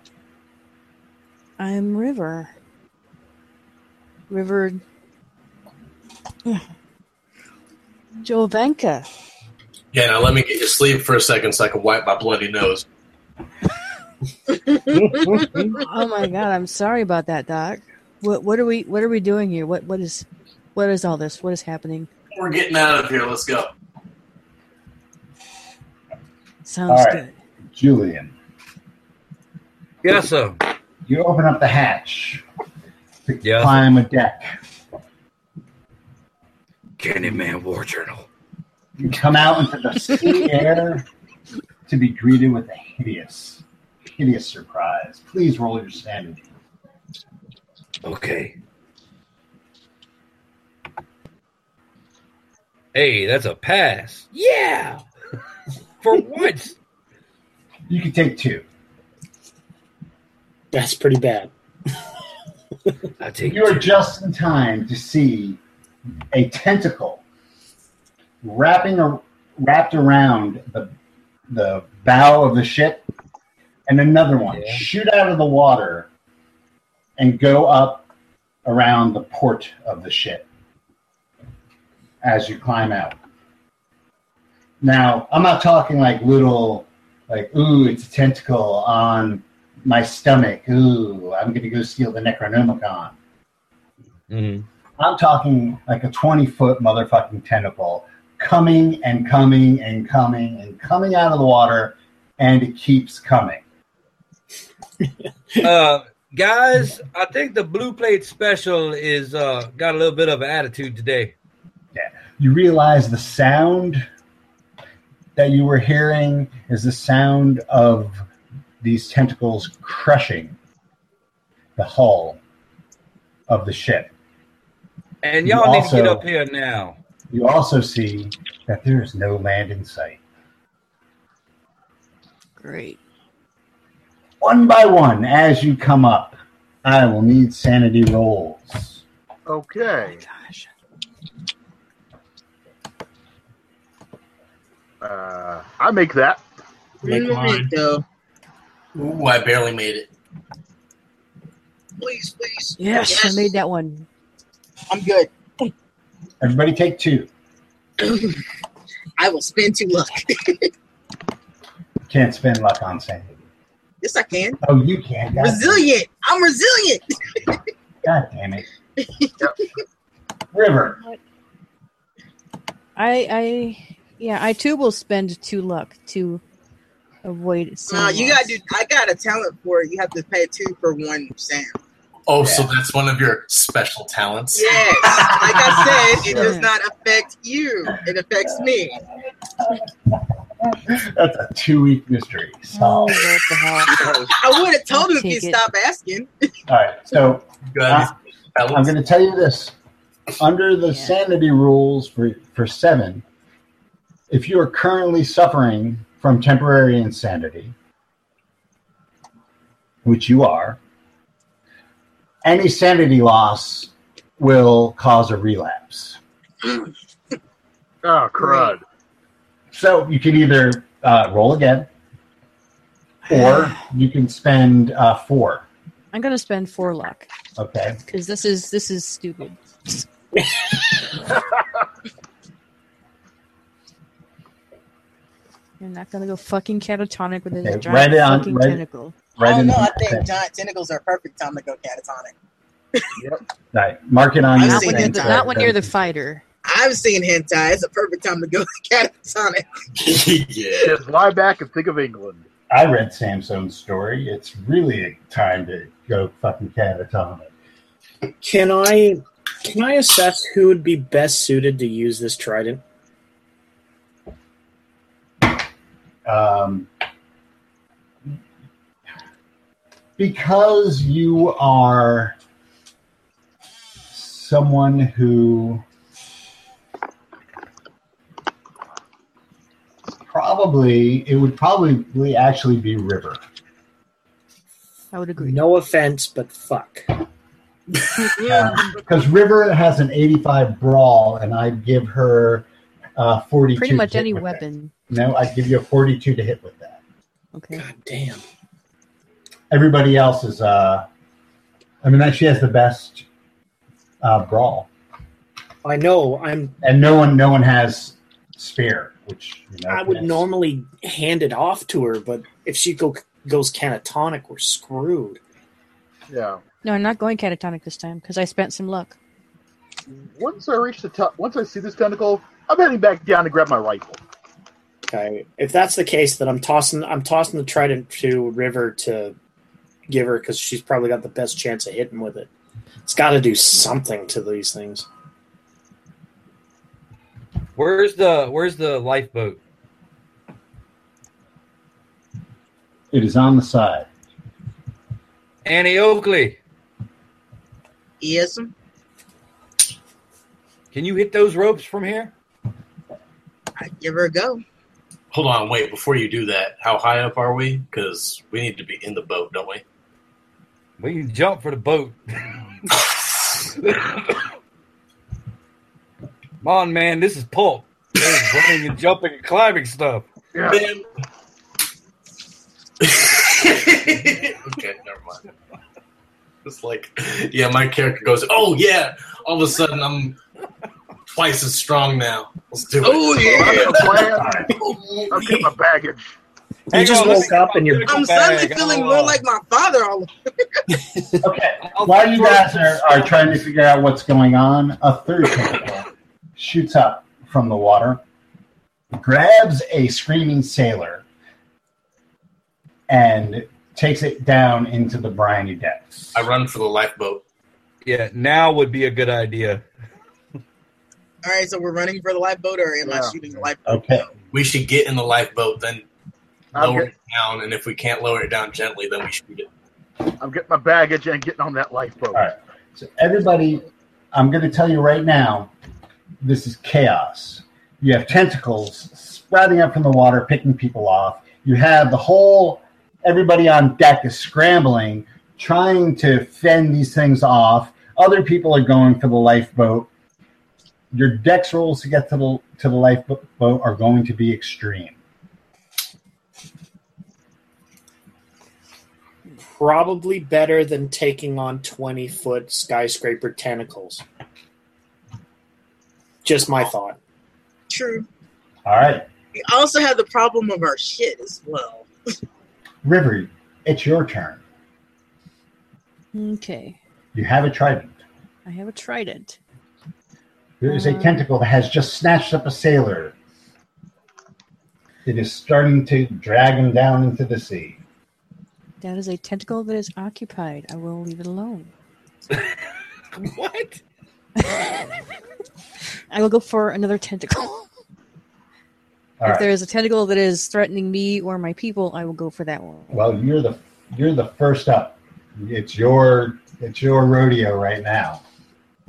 Speaker 9: I'm River. River. Jovanka.
Speaker 8: Yeah, now let me get your sleeve for a second so I can wipe my bloody nose.
Speaker 9: Oh my god, I'm sorry about that, Doc. What what are we what are we doing here? What what is what is all this? What is happening?
Speaker 8: We're getting out of here. Let's go.
Speaker 9: Sounds
Speaker 3: All right.
Speaker 9: good.
Speaker 3: Julian.
Speaker 7: Yes, sir.
Speaker 3: You open up the hatch to
Speaker 7: Yes.
Speaker 3: climb a deck.
Speaker 7: Candyman War Journal.
Speaker 3: You come out into the sea air to be greeted with a hideous, hideous surprise. Please roll your sanity.
Speaker 7: Okay. Hey, that's a pass. Yeah. For once.
Speaker 3: You can take two.
Speaker 5: That's pretty bad.
Speaker 7: I take
Speaker 3: You are
Speaker 7: two.
Speaker 3: just in time to see a tentacle wrapping a, wrapped around the the bow of the ship, and another one
Speaker 7: Yeah.
Speaker 3: shoot out of the water and go up around the port of the ship as you climb out. Now, I'm not talking like little, like ooh, it's a tentacle on my stomach. Ooh, I'm gonna go steal the Necronomicon.
Speaker 7: Mhm.
Speaker 3: I'm talking like a 20 foot motherfucking tentacle coming and coming and coming and coming out of the water, and it keeps coming.
Speaker 4: Um,
Speaker 7: Uh, guys, I think the blue plate special is uh, got a little bit of an attitude today.
Speaker 3: You realize the sound that you were hearing is the sound of these tentacles crushing the hull of the ship.
Speaker 7: And
Speaker 3: You
Speaker 7: y'all need to get
Speaker 3: also-
Speaker 7: up here now.
Speaker 3: You also see that there is no land in sight.
Speaker 9: Great.
Speaker 3: One by one, as you come up, I will need sanity rolls.
Speaker 6: Okay.
Speaker 9: Gosh.
Speaker 6: Uh, I make that.
Speaker 4: One moment, though.
Speaker 8: Ooh, I barely made it.
Speaker 4: Please, please.
Speaker 9: Yes, I made that one.
Speaker 4: I'm good.
Speaker 3: Everybody take two.
Speaker 4: I will spend two luck.
Speaker 3: Can't spend luck on sanity.
Speaker 4: yes, I can.
Speaker 3: Oh, you can. God,
Speaker 4: Resilient. I'm resilient.
Speaker 3: God damn it. River.
Speaker 9: I I yeah, I too will spend two luck to avoid
Speaker 4: Uh,
Speaker 9: seeing
Speaker 4: you
Speaker 9: loss.
Speaker 4: gotta do. I got a talent for it. You have to pay two for one sound.
Speaker 8: Oh,
Speaker 3: Yeah.
Speaker 8: so that's one of your special talents?
Speaker 4: Yes, like I said, it does
Speaker 9: Yeah.
Speaker 4: not affect you. It affects me.
Speaker 3: That's a two week mystery.
Speaker 9: Oh,
Speaker 3: Solved.
Speaker 9: what the hell.
Speaker 4: I would have told him if
Speaker 9: Take
Speaker 4: you
Speaker 9: it.
Speaker 4: stop asking.
Speaker 3: All right. So
Speaker 8: Good.
Speaker 3: Ah, I'm
Speaker 8: talents.
Speaker 3: going to tell you this. Under the
Speaker 9: Yeah.
Speaker 3: sanity rules for, for seven, if you are currently suffering from temporary insanity, which you are, any sanity loss will cause a relapse.
Speaker 6: Oh, crud.
Speaker 3: So you can either uh, roll again, or you can spend uh, four.
Speaker 9: I'm gonna spend four luck
Speaker 3: Okay.
Speaker 9: because this is this is stupid. You're not gonna go fucking catatonic with a
Speaker 3: Okay,
Speaker 9: giant
Speaker 3: write it on-
Speaker 9: fucking
Speaker 3: write-
Speaker 9: tentacle.
Speaker 4: oh
Speaker 3: in
Speaker 4: no,
Speaker 3: the-
Speaker 4: I think giant tentacles are a perfect time to go catatonic.
Speaker 3: Right. Mark it on
Speaker 4: I've
Speaker 3: your
Speaker 9: Not
Speaker 4: seen
Speaker 9: when,
Speaker 3: thing.
Speaker 9: you're
Speaker 4: it.
Speaker 9: the, not when you're the fighter.
Speaker 4: I've seen hentai. It's a perfect time to go catatonic.
Speaker 8: yeah.
Speaker 6: Just lie back and think of England.
Speaker 3: I read Samson's story. It's really a time to go fucking catatonic.
Speaker 5: Can I can I assess who would be best suited to use this trident?
Speaker 3: Um, because you are someone who probably it would probably actually be River.
Speaker 9: I would agree.
Speaker 5: No offense, but fuck.
Speaker 3: Because Um, River has an 85 brawl, and I'd give her uh, 42.
Speaker 9: Pretty
Speaker 3: to
Speaker 9: much
Speaker 3: hit
Speaker 9: any
Speaker 3: with that.
Speaker 9: weapon.
Speaker 3: No, I'd give you a 42 to hit with that.
Speaker 9: Okay.
Speaker 5: God damn.
Speaker 3: Everybody else is, uh, I mean, she has the best uh, brawl,
Speaker 5: I know I'm
Speaker 3: and no one, no one has spear, which you know,
Speaker 5: I would
Speaker 3: that's-
Speaker 5: normally hand it off to her, but if she go, goes catatonic, we're screwed.
Speaker 6: Yeah.
Speaker 9: No, I'm not going catatonic this time because I spent some luck.
Speaker 6: Once I reach the top, once I see this tentacle, I'm heading back down to grab my rifle.
Speaker 5: Okay. If that's the case, then I'm tossing I'm tossing the trident to River to give her because she's probably got the best chance of hitting with it. It's got to do something to these things.
Speaker 7: Where's the Where's the lifeboat?
Speaker 3: It is on the side.
Speaker 7: Annie Oakley,
Speaker 4: Yes.
Speaker 7: can you hit those ropes from here?
Speaker 4: I give her a go.
Speaker 8: Hold on, wait. Before you do that, how high up are we? Because we need to be in the boat, don't we?
Speaker 7: We can jump for the boat. Come on, man, this is pulp. There's running and jumping and climbing stuff.
Speaker 6: Yeah.
Speaker 8: Man. okay, never mind. It's like, yeah, my character goes, oh yeah, all of a sudden I'm twice as strong now. Let's do it.
Speaker 4: Oh, yeah.
Speaker 6: That's the plan.
Speaker 8: Oh,
Speaker 6: I'll get my baggage.
Speaker 5: You just woke up and you're
Speaker 4: I'm suddenly feeling more like my father. All
Speaker 3: Okay, while you guys are, are trying to figure out what's going on, a third tentacle shoots up from the water, grabs a screaming sailor, and takes it down into the briny depths.
Speaker 8: I run for the lifeboat.
Speaker 7: Yeah, now would be a good idea.
Speaker 4: All right, so we're running for the lifeboat, or am I
Speaker 6: Yeah.
Speaker 4: shooting the lifeboat?
Speaker 3: Okay,
Speaker 8: We should get in the lifeboat, then
Speaker 6: I'm,
Speaker 8: lower
Speaker 6: get,
Speaker 8: it down, and if we can't lower it down gently, then we shoot it.
Speaker 6: I'm getting my baggage and getting on that lifeboat.
Speaker 3: All right. so everybody, I'm going to tell you right now, this is chaos. You have tentacles sprouting up from the water, picking people off. You have the whole everybody on deck is scrambling, trying to fend these things off. Other people are going for the lifeboat. Your dex rolls to get to the to the lifeboat are going to be extreme.
Speaker 5: probably better than taking on 20 foot skyscraper tentacles. Just
Speaker 7: Oh.
Speaker 5: my thought.
Speaker 4: True.
Speaker 3: All right,
Speaker 4: We also have the problem of our shit as well.
Speaker 3: River, it's your turn.
Speaker 9: Okay.
Speaker 3: You have a trident.
Speaker 9: I have a trident.
Speaker 3: There is a
Speaker 9: Uh.
Speaker 3: tentacle that has just snatched up a sailor. It is starting to drag him down into the sea.
Speaker 9: That is a tentacle that is occupied. I will leave it alone.
Speaker 7: What?
Speaker 9: I will go for another tentacle.
Speaker 3: All
Speaker 9: if
Speaker 3: right.
Speaker 9: there is a tentacle that is threatening me or my people, I will go for that one.
Speaker 3: Well, you're the you're the first up. It's your it's your rodeo right now.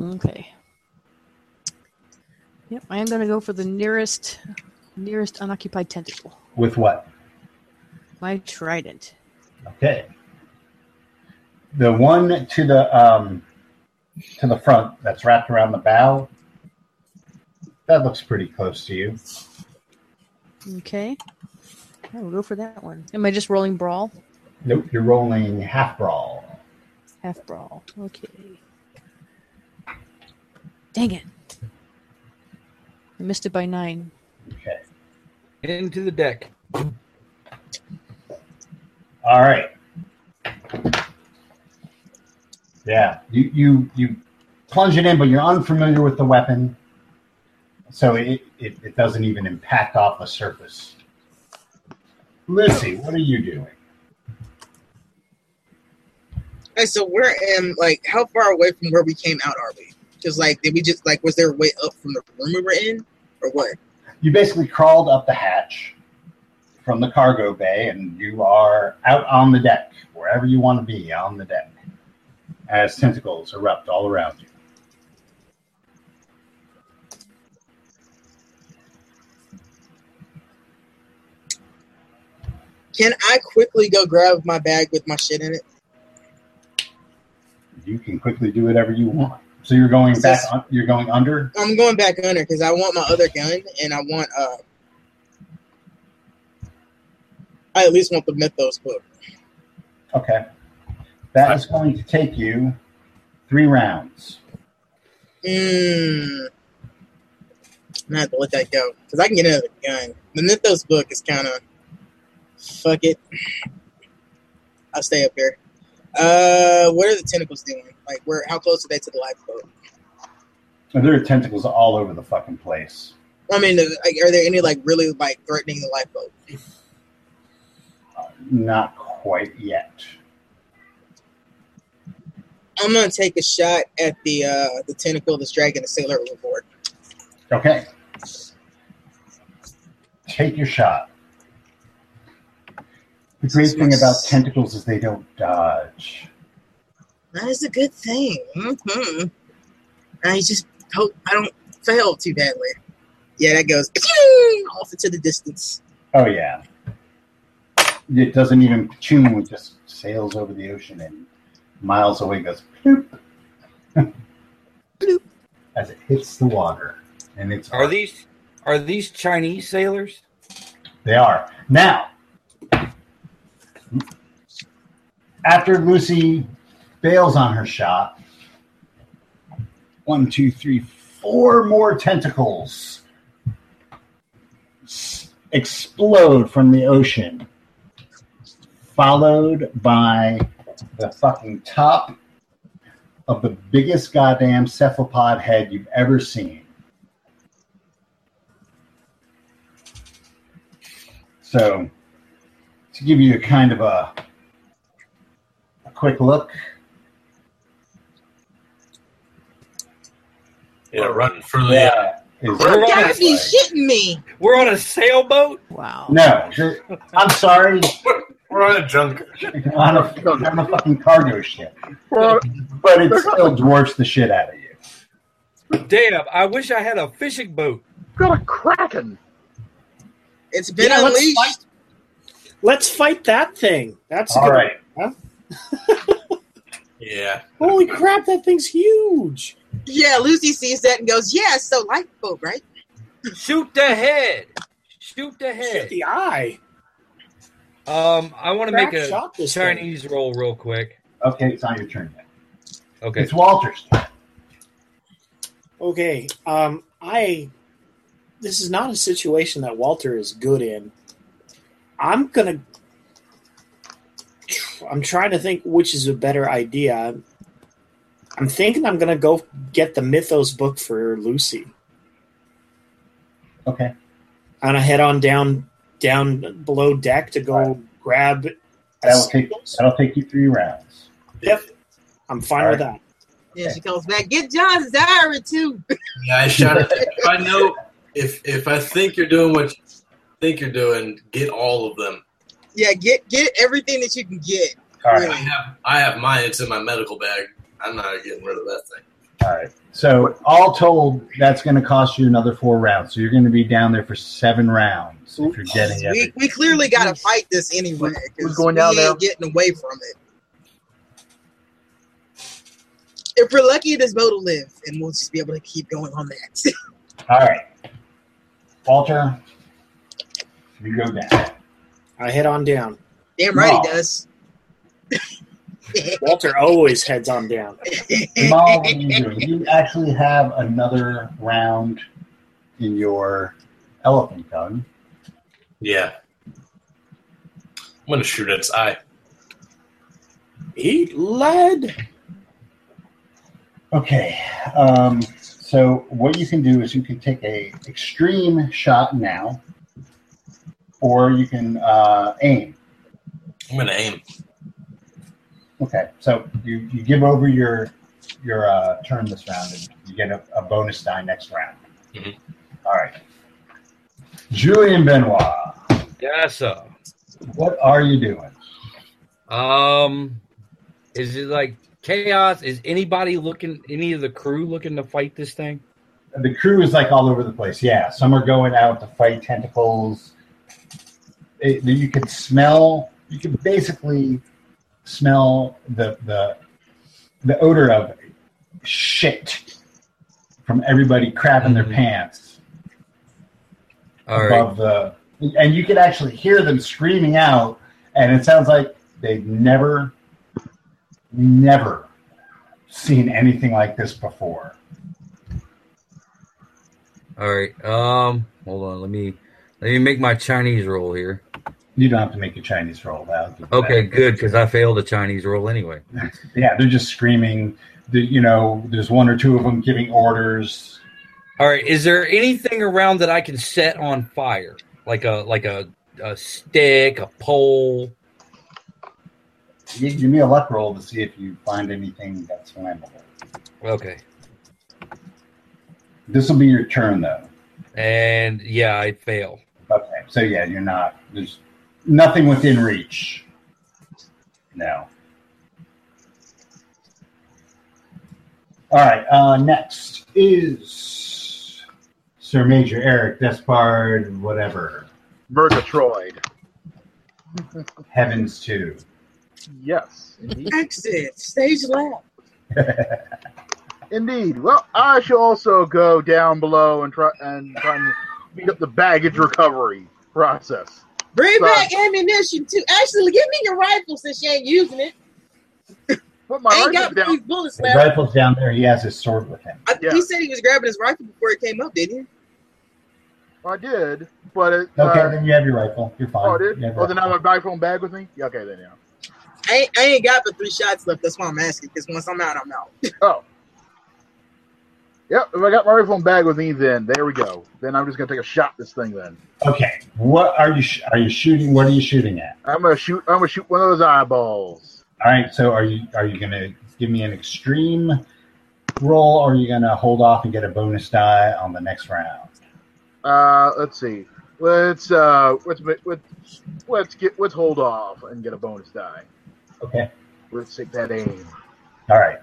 Speaker 9: Okay. Yep, I am going to go for the nearest, nearest unoccupied tentacle.
Speaker 3: With what?
Speaker 9: My trident.
Speaker 3: Okay. the one to the um, to the front that's wrapped around the bow. That looks pretty close to you.
Speaker 9: Okay. I will go for that one. Am I just rolling brawl?
Speaker 3: Nope, you're rolling half brawl.
Speaker 9: Half brawl. Okay. Dang it. I missed it by nine.
Speaker 3: Okay.
Speaker 7: Into the deck.
Speaker 3: All right. Yeah, you you you plunge it in, but you're unfamiliar with the weapon, so it it, it doesn't even impact off the surface. Lissy, what are you doing?
Speaker 4: Alright, so where am like how far away from where we came out are we? Because like did we just like was there a way up from the room we were in or what?
Speaker 3: You basically crawled up the hatch from the cargo bay, and you are out on the deck, wherever you want to be on the deck, as tentacles erupt all around you.
Speaker 4: Can I quickly go grab my bag with my shit in it?
Speaker 3: You can quickly do whatever you want. So you're going
Speaker 4: Is
Speaker 3: back.
Speaker 4: this-
Speaker 3: Un- you're going under.
Speaker 4: I'm going back under because I want my other gun and I want uh I at least want the Mythos book.
Speaker 3: Okay. That is going to take you three rounds.
Speaker 4: Mm. I'm gonna have to let that go because I can get another gun. The Mythos book is kind of fuck it. I'll stay up here. Uh, what are the tentacles doing? Like, where? How close are they to the lifeboat?
Speaker 3: And there are tentacles all over the fucking place.
Speaker 4: I mean, uh, like, are there any like really like threatening the lifeboat?
Speaker 3: Not quite yet.
Speaker 4: I'm gonna take a shot at the uh the tentacle that's dragging the sailor overboard.
Speaker 3: Okay. Take your shot. The great thing about tentacles is they don't dodge.
Speaker 4: That is a good thing. hmm I just hope I don't fail too badly. Yeah, that goes off into the distance.
Speaker 3: Oh yeah. It doesn't even tune, it just sails over the ocean and miles away goes bloop.
Speaker 9: Bloop.
Speaker 3: As it hits the water. And it's
Speaker 7: Are these are these Chinese sailors?
Speaker 3: They are. Now, after Lucy bails on her shot, one, two, three, four more tentacles s- explode from the ocean, followed by the fucking top of the biggest goddamn cephalopod head you've ever seen. So, to give you a kind of a, a quick look,
Speaker 8: Yeah, run for the.
Speaker 3: yeah, is
Speaker 7: We're
Speaker 4: You
Speaker 7: on
Speaker 4: gotta
Speaker 7: a,
Speaker 4: be shitting me.
Speaker 7: we're on a sailboat.
Speaker 9: Wow.
Speaker 3: no. th- I'm sorry,
Speaker 8: We're on a junk.
Speaker 3: on a, on a fucking cargo ship,
Speaker 6: Uh,
Speaker 3: but it still dwarfs the shit out of you.
Speaker 7: Damn, I wish I had a fishing boat.
Speaker 6: got a kraken.
Speaker 4: It's been
Speaker 5: Yeah, let's
Speaker 4: unleashed.
Speaker 5: fight- Let's fight that thing. That's a
Speaker 3: All
Speaker 5: good
Speaker 3: right,
Speaker 8: Yeah.
Speaker 5: Holy crap, that thing's huge.
Speaker 4: Yeah, Lucy sees that and goes, "Yeah, so lifeboat, right?"
Speaker 7: Shoot the head. Shoot the
Speaker 5: Shoot
Speaker 7: head.
Speaker 5: the eye.
Speaker 7: Um, I want to make
Speaker 5: Crack
Speaker 7: a
Speaker 5: shot this thing.
Speaker 7: Chinese roll real quick.
Speaker 3: okay, it's not your turn yet.
Speaker 7: Okay.
Speaker 3: It's Walter's turn.
Speaker 5: Okay. Um I this is not a situation that Walter is good in. I'm gonna I'm trying to think which is a better idea. I'm thinking I'm gonna go get the Mythos book for Lucy.
Speaker 3: Okay,
Speaker 5: And I head on down down below deck to go grab a
Speaker 3: that'll take
Speaker 5: Snickers.
Speaker 3: that'll take you three rounds.
Speaker 5: Yep. I'm fine with that.
Speaker 4: Yeah, she comes back. Get John's diary too.
Speaker 8: Yeah, I shot it. If I know, if if I think you're doing what you think you're doing, get all of them.
Speaker 4: yeah, get get everything that you can get.
Speaker 3: All
Speaker 8: I
Speaker 3: right,
Speaker 8: have I have mine. It's in my medical bag. I'm not getting rid of that thing.
Speaker 3: all right. So all told, that's going to cost you another four rounds. So you're going to be down there for seven rounds if you're getting
Speaker 4: We,
Speaker 3: it.
Speaker 4: we clearly got to fight this anyway.
Speaker 6: We're
Speaker 4: Cause
Speaker 6: going
Speaker 4: we
Speaker 6: down
Speaker 4: ain't getting away from it. if we're lucky, this boat will live, and we'll just be able to keep going on that.
Speaker 3: All right. Walter, you go down.
Speaker 5: I head on down.
Speaker 4: Damn right
Speaker 3: Wow.
Speaker 4: he does.
Speaker 5: Walter always heads on down.
Speaker 3: Jamal, what do you do? You actually have another round in your elephant gun.
Speaker 8: Yeah. I'm gonna shoot at its eye.
Speaker 5: Eat lead.
Speaker 3: Okay. Um, so what you can do is you can take a extreme shot now, or you can uh, aim.
Speaker 8: I'm gonna aim.
Speaker 3: Okay. So you, you give over your your uh, turn this round, and you get a, a bonus die next round.
Speaker 7: Mm-hmm.
Speaker 8: Mhm.
Speaker 3: All right. Julian Benoit,
Speaker 7: Yes, sir.
Speaker 3: what are you doing?
Speaker 7: Um, is it like chaos? Is anybody looking? Any of the crew looking to fight this thing?
Speaker 3: The crew is like all over the place. Yeah, some are going out to fight tentacles. It, you could smell. You could basically smell the the the odor of shit from everybody crapping their
Speaker 7: Mhm.
Speaker 3: pants
Speaker 7: All right.
Speaker 3: above the, and you could actually hear them screaming out. And it sounds like they've never, never seen anything like this before.
Speaker 7: All right. Um, hold on. Let me let me make my Chinese roll here.
Speaker 3: You don't have to make a Chinese roll. Val.
Speaker 7: Okay, good because I failed a Chinese roll anyway.
Speaker 3: Yeah, they're just screaming. The, you know, there's one or two of them giving orders.
Speaker 7: All right. Is there anything around that I can set on fire? Like a like a, a stick, a pole.
Speaker 3: You give me a luck roll to see if you find anything that's flammable.
Speaker 7: Okay.
Speaker 3: This will be your turn, though.
Speaker 7: And yeah, I fail.
Speaker 3: Okay, so yeah, you're not. There's nothing within reach. No. All right. Uh, next is Sir Major Eric Despard, whatever.
Speaker 6: Murgatroyd.
Speaker 3: Heavens two.
Speaker 6: Yes, indeed.
Speaker 4: Exit stage left.
Speaker 6: Indeed. Well, I shall also go down below and try and try and speed up the baggage recovery process.
Speaker 4: Bring
Speaker 6: Sorry.
Speaker 4: back ammunition too. Actually, give me your rifle since you ain't using it.
Speaker 6: Put my
Speaker 4: I ain't
Speaker 6: rifle
Speaker 4: got
Speaker 6: down.
Speaker 4: these bullets
Speaker 3: The
Speaker 4: left.
Speaker 3: rifle's down there. He has his sword with him.
Speaker 4: I,
Speaker 6: Yeah.
Speaker 4: He said he was grabbing his rifle before it came up, didn't he?
Speaker 6: I did, but it,
Speaker 3: Okay,
Speaker 6: uh,
Speaker 3: then you have your rifle. You're fine.
Speaker 6: oh, I did.
Speaker 3: You have your
Speaker 6: Oh, then I
Speaker 3: rifle.
Speaker 6: have my iPhone bag with me. Yeah, okay, then yeah.
Speaker 4: I ain't, I ain't got but three shots left. That's why I'm asking. Because once I'm out, I'm out.
Speaker 6: Oh. Yep, if I got my iPhone bag with me, then there we go. Then I'm just gonna take a shot at this thing. Then
Speaker 3: Okay. What are you sh- are you shooting? What are you shooting at?
Speaker 6: I'm gonna shoot. I'm gonna shoot one of those eyeballs.
Speaker 3: All right. So are you are you gonna give me an extreme roll, or are you gonna hold off and get a bonus die on the next round?
Speaker 6: Uh, let's see. Let's uh, let's let's let's get let's hold off and get a bonus die.
Speaker 3: Okay.
Speaker 6: Let's take that aim.
Speaker 3: All right.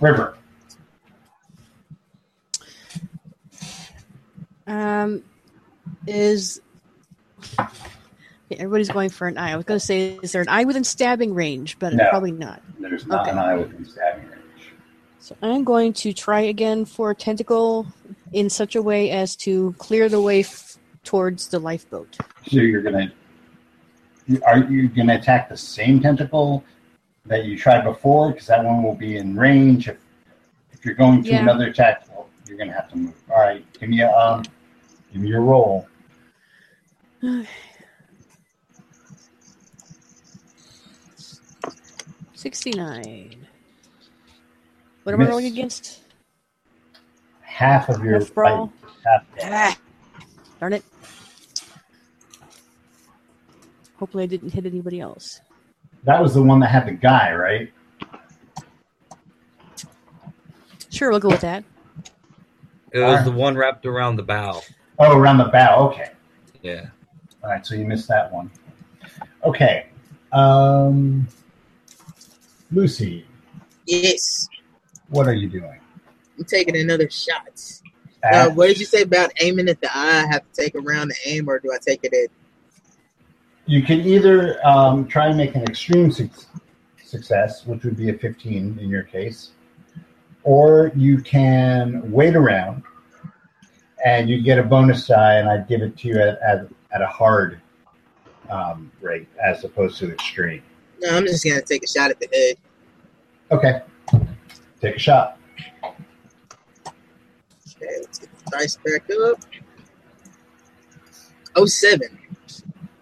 Speaker 3: River.
Speaker 9: Um, is everybody's going for an eye? I was going to say, is there an eye within stabbing range? But
Speaker 3: No.
Speaker 9: probably not.
Speaker 3: There's not
Speaker 9: Okay.
Speaker 3: an eye within stabbing range.
Speaker 9: So I'm going to try again for tentacle in such a way as to clear the way f- towards the lifeboat.
Speaker 3: So you're gonna are you gonna attack the same tentacle that you tried before? Because that one will be in range. If if you're going to
Speaker 9: Yeah.
Speaker 3: another attack, well, you're gonna have to move. All right, give me a um, give me your roll.
Speaker 9: Sixty-nine. What am I
Speaker 3: Miss.
Speaker 9: rolling against?
Speaker 3: Half of your
Speaker 9: Half roll?
Speaker 3: fight. Half,
Speaker 9: Ah, darn it. Hopefully, I didn't hit anybody else.
Speaker 3: that was the one that had the guy, right?
Speaker 9: Sure, we'll go with that.
Speaker 7: It was the one wrapped around the bow.
Speaker 3: Oh, around the bow. Okay.
Speaker 7: Yeah.
Speaker 3: All right, so you missed that one. Okay. Um, Lucy,
Speaker 4: Yes,
Speaker 3: what are you doing?
Speaker 4: I'm taking another shot. Uh,
Speaker 3: At-
Speaker 4: what did you say about aiming at the eye? I have to take a round to aim, or do I take it at
Speaker 3: You can either um, try and make an extreme suc success, which would be a 15 in your case, or you can wait around and you get a bonus die, and I'd give it to you at, at, at a hard um, rate as opposed to extreme.
Speaker 4: No, I'm just gonna take a shot at the head.
Speaker 3: Okay. Take a shot.
Speaker 4: Okay, let's get the dice back up. Oh seven.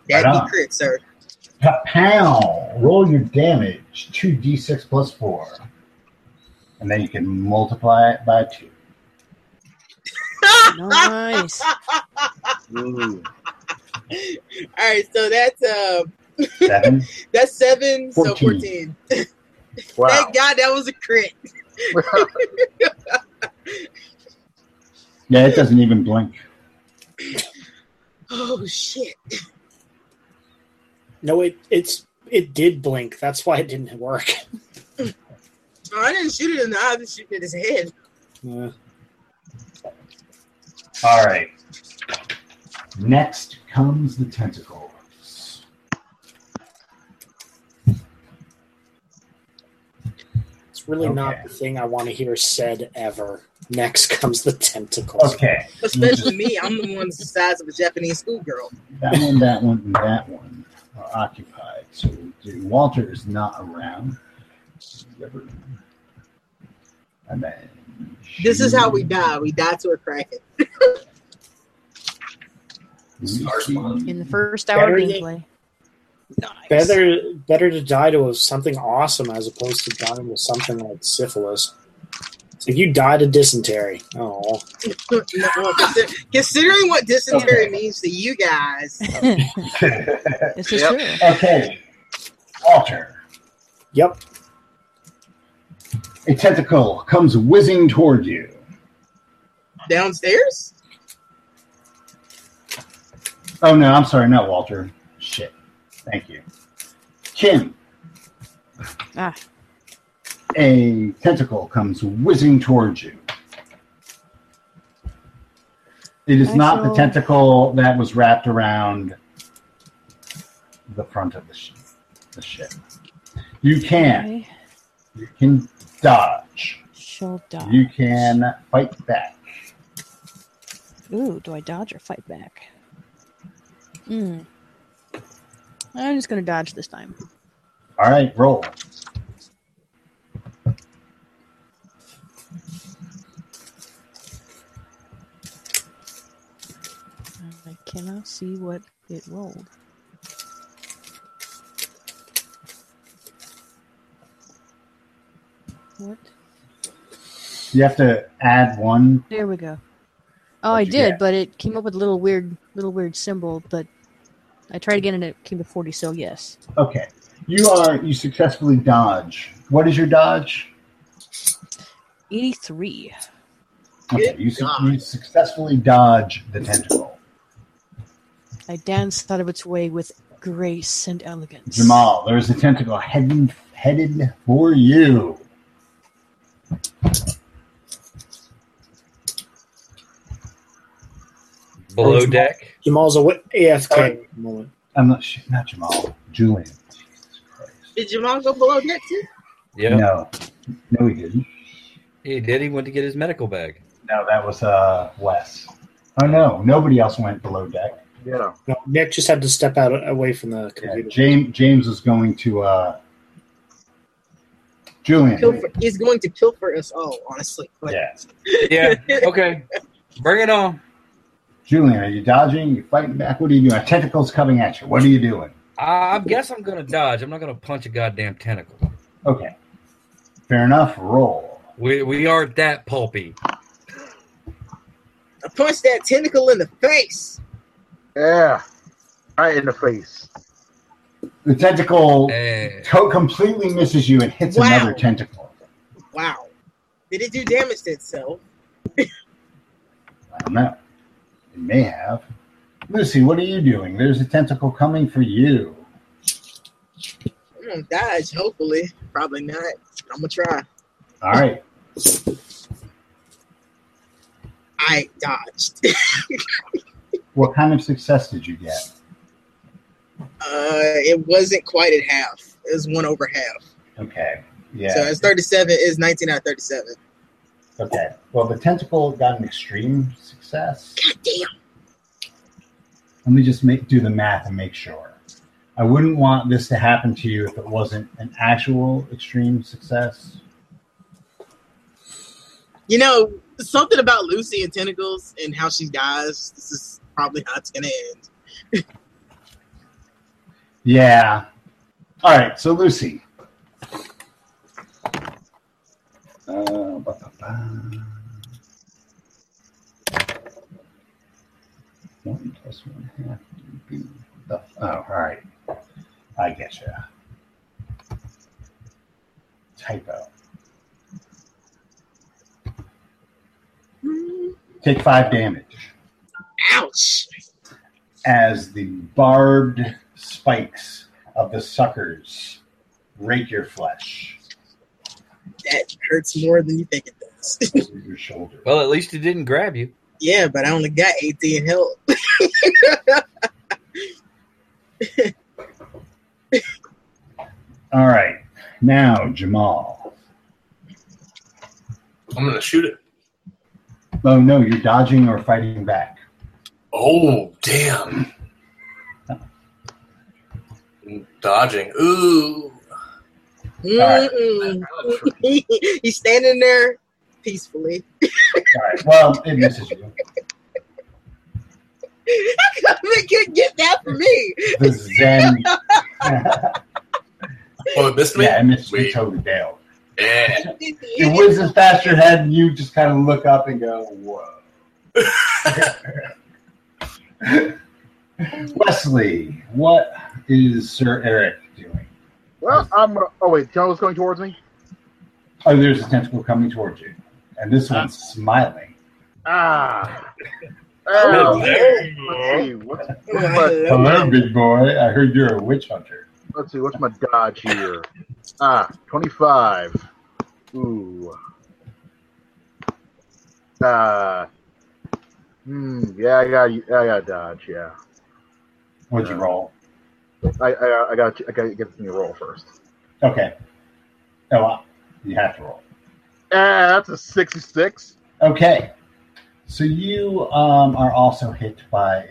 Speaker 4: That
Speaker 3: Right
Speaker 4: be
Speaker 3: on.
Speaker 4: crit, sir.
Speaker 3: Pow! Roll your damage, 2d6 plus 4. And then you can multiply it by 2.
Speaker 9: Nice.
Speaker 4: All right, so that's uh
Speaker 3: 7.
Speaker 4: that's seven, so
Speaker 3: Fourteen.
Speaker 4: fourteen.
Speaker 6: Wow.
Speaker 4: Thank God that was a crit.
Speaker 3: yeah, it doesn't even blink.
Speaker 4: Oh shit.
Speaker 5: No, it it's it did blink. That's why it didn't work.
Speaker 4: Oh, I didn't shoot it in the eye, I was shooting at his head.
Speaker 5: Uh,
Speaker 3: All right. Next comes the tentacles.
Speaker 5: it's really
Speaker 3: Okay.
Speaker 5: not the thing I want to hear said ever. Next comes the tentacles.
Speaker 3: Okay. Mm-hmm.
Speaker 4: Especially me, I'm the one that's the size of a Japanese schoolgirl.
Speaker 3: That one, that one, and that one are occupied. So we do. Walter is not around. And then
Speaker 4: This is how we
Speaker 3: she-
Speaker 4: die. We die to a kraken.
Speaker 9: In the first hour
Speaker 5: Better than-
Speaker 9: of gameplay. Nice.
Speaker 5: Better better to die to something awesome as opposed to dying to something like syphilis. It's like you died of dysentery. Oh,
Speaker 4: No, well, consider- Considering what dysentery
Speaker 3: Okay.
Speaker 4: means to you guys,
Speaker 9: this is
Speaker 6: Yep.
Speaker 9: true.
Speaker 3: okay. Walter.
Speaker 5: yep.
Speaker 3: A tentacle comes whizzing toward you.
Speaker 4: downstairs?
Speaker 3: Oh no, I'm sorry, not Walter. Shit. Thank you. Kim.
Speaker 9: Ah.
Speaker 3: A tentacle comes whizzing towards you. It is not the
Speaker 9: Axel.
Speaker 3: tentacle that was wrapped around the front of the, sh- the ship. You can.
Speaker 9: Okay.
Speaker 3: You can dodge.
Speaker 9: She'll dodge.
Speaker 3: You can fight back.
Speaker 9: Ooh, do I dodge or fight back? Hmm. I'm just gonna dodge this time.
Speaker 3: All right, roll.
Speaker 9: I cannot see what it rolled. What?
Speaker 3: You have to add one
Speaker 9: There we go. Oh,
Speaker 3: What'd
Speaker 9: I
Speaker 3: you
Speaker 9: did,
Speaker 3: get?
Speaker 9: but it came up with a little weird, little weird symbol. But I tried again, and it came to forty. So yes,
Speaker 3: Okay. You are you successfully dodge. What is your dodge?
Speaker 9: eighty-three.
Speaker 3: Okay,
Speaker 4: Good
Speaker 3: you, su-
Speaker 4: God.
Speaker 3: you successfully dodge the tentacle.
Speaker 9: I danced out of its way with grace and elegance.
Speaker 3: Jamal, there's a tentacle heading headed for you.
Speaker 7: Below deck.
Speaker 5: Jamal's a wit- AFK moment.
Speaker 3: I'm not sh- not Jamal, Julian. Jesus Christ.
Speaker 4: Did Jamal go below deck too?
Speaker 7: Yeah.
Speaker 3: No, no, he didn't.
Speaker 7: He did. He went to get his medical bag.
Speaker 3: No, that was uh Wes. Oh no, nobody else went below deck.
Speaker 6: yeah.
Speaker 5: No, Nick just had to step out away from the
Speaker 3: Yeah,
Speaker 5: computer.
Speaker 3: James Uh, James is going to uh Julian.
Speaker 4: Pilfer, he's going to pilfer us all, honestly. Like,
Speaker 3: Yeah,
Speaker 7: Yeah. Okay. Bring it on.
Speaker 3: Julian, are you dodging? You fighting back? What are you doing? A tentacle's coming at you. What are you doing?
Speaker 7: I I guess I'm gonna dodge. I'm not gonna punch a goddamn tentacle.
Speaker 3: Okay. Fair enough. Roll.
Speaker 7: We we aren't that pulpy.
Speaker 4: I punched that tentacle in the face.
Speaker 6: Yeah. Right in the face.
Speaker 3: The tentacle
Speaker 7: Eh.
Speaker 3: co- completely misses you and hits
Speaker 4: Wow.
Speaker 3: another tentacle.
Speaker 4: Wow. Did it do damage to itself?
Speaker 3: I don't know. It may have. Lucy, what are you doing? There's a tentacle coming for you.
Speaker 4: I'm gonna dodge, hopefully. Probably not. but I'm gonna try.
Speaker 3: All right.
Speaker 4: I dodged.
Speaker 3: What kind of success did you get?
Speaker 4: Uh, it wasn't quite at half. It was one over half.
Speaker 3: Okay. Yeah.
Speaker 4: So it's 37 is 19 out of 37.
Speaker 3: okay. Well, the tentacle got an extreme success.
Speaker 4: God damn.
Speaker 3: Let me just make do the math and make sure. I wouldn't want this to happen to you if it wasn't an actual extreme success.
Speaker 4: You know, something about Lucy and Tentacles and how she dies, this is probably how it's going to end.
Speaker 3: Yeah. All right. So Lucy. Uh, ba-ba-ba. One plus one half. would be the- Oh, all right. I get you. Typo. Take five damage
Speaker 4: Ouch.
Speaker 3: as the barbed spikes of the suckers rake your flesh,
Speaker 4: That hurts more than you think it does.
Speaker 3: over your shoulder.
Speaker 7: Well, at least it didn't grab you.
Speaker 4: yeah, but I only got 18 health.
Speaker 3: All right, now Jamal.
Speaker 8: I'm gonna shoot it.
Speaker 3: Oh no, you're dodging or fighting back.
Speaker 8: Oh damn! Dodging. Ooh. Oh,
Speaker 3: right.
Speaker 4: Mm-mm. He's standing there peacefully.
Speaker 3: All right, well, it misses you.
Speaker 4: they could get that from me.
Speaker 3: The Zen.
Speaker 8: Oh, it missed me.
Speaker 3: yeah, it missed you
Speaker 8: Wait.
Speaker 3: totally down.
Speaker 8: Yeah.
Speaker 3: It whizzes past your head, and you just kind of look up and go, "Whoa." Wesley, what is Sir Eric doing?
Speaker 6: Well, I'm. Uh, oh wait, Tell was going towards me.
Speaker 3: Oh, there's a tentacle coming towards you, and this one's smiling.
Speaker 6: Ah.
Speaker 4: Oh,
Speaker 6: Oh,
Speaker 8: there.
Speaker 6: let's see. What's,
Speaker 3: Hello, big boy. I heard you're a witch hunter.
Speaker 6: let's see. What's my dodge here? Ah, 25. Ooh. Uh. Hmm. Yeah, I got. I got to dodge. Yeah.
Speaker 3: What'd you roll?
Speaker 6: I. I. I got. I got to get me a roll first.
Speaker 3: Okay. Oh, wow. you have to roll.
Speaker 6: Ah, that's a 66.
Speaker 3: Okay. So you um, are also hit by a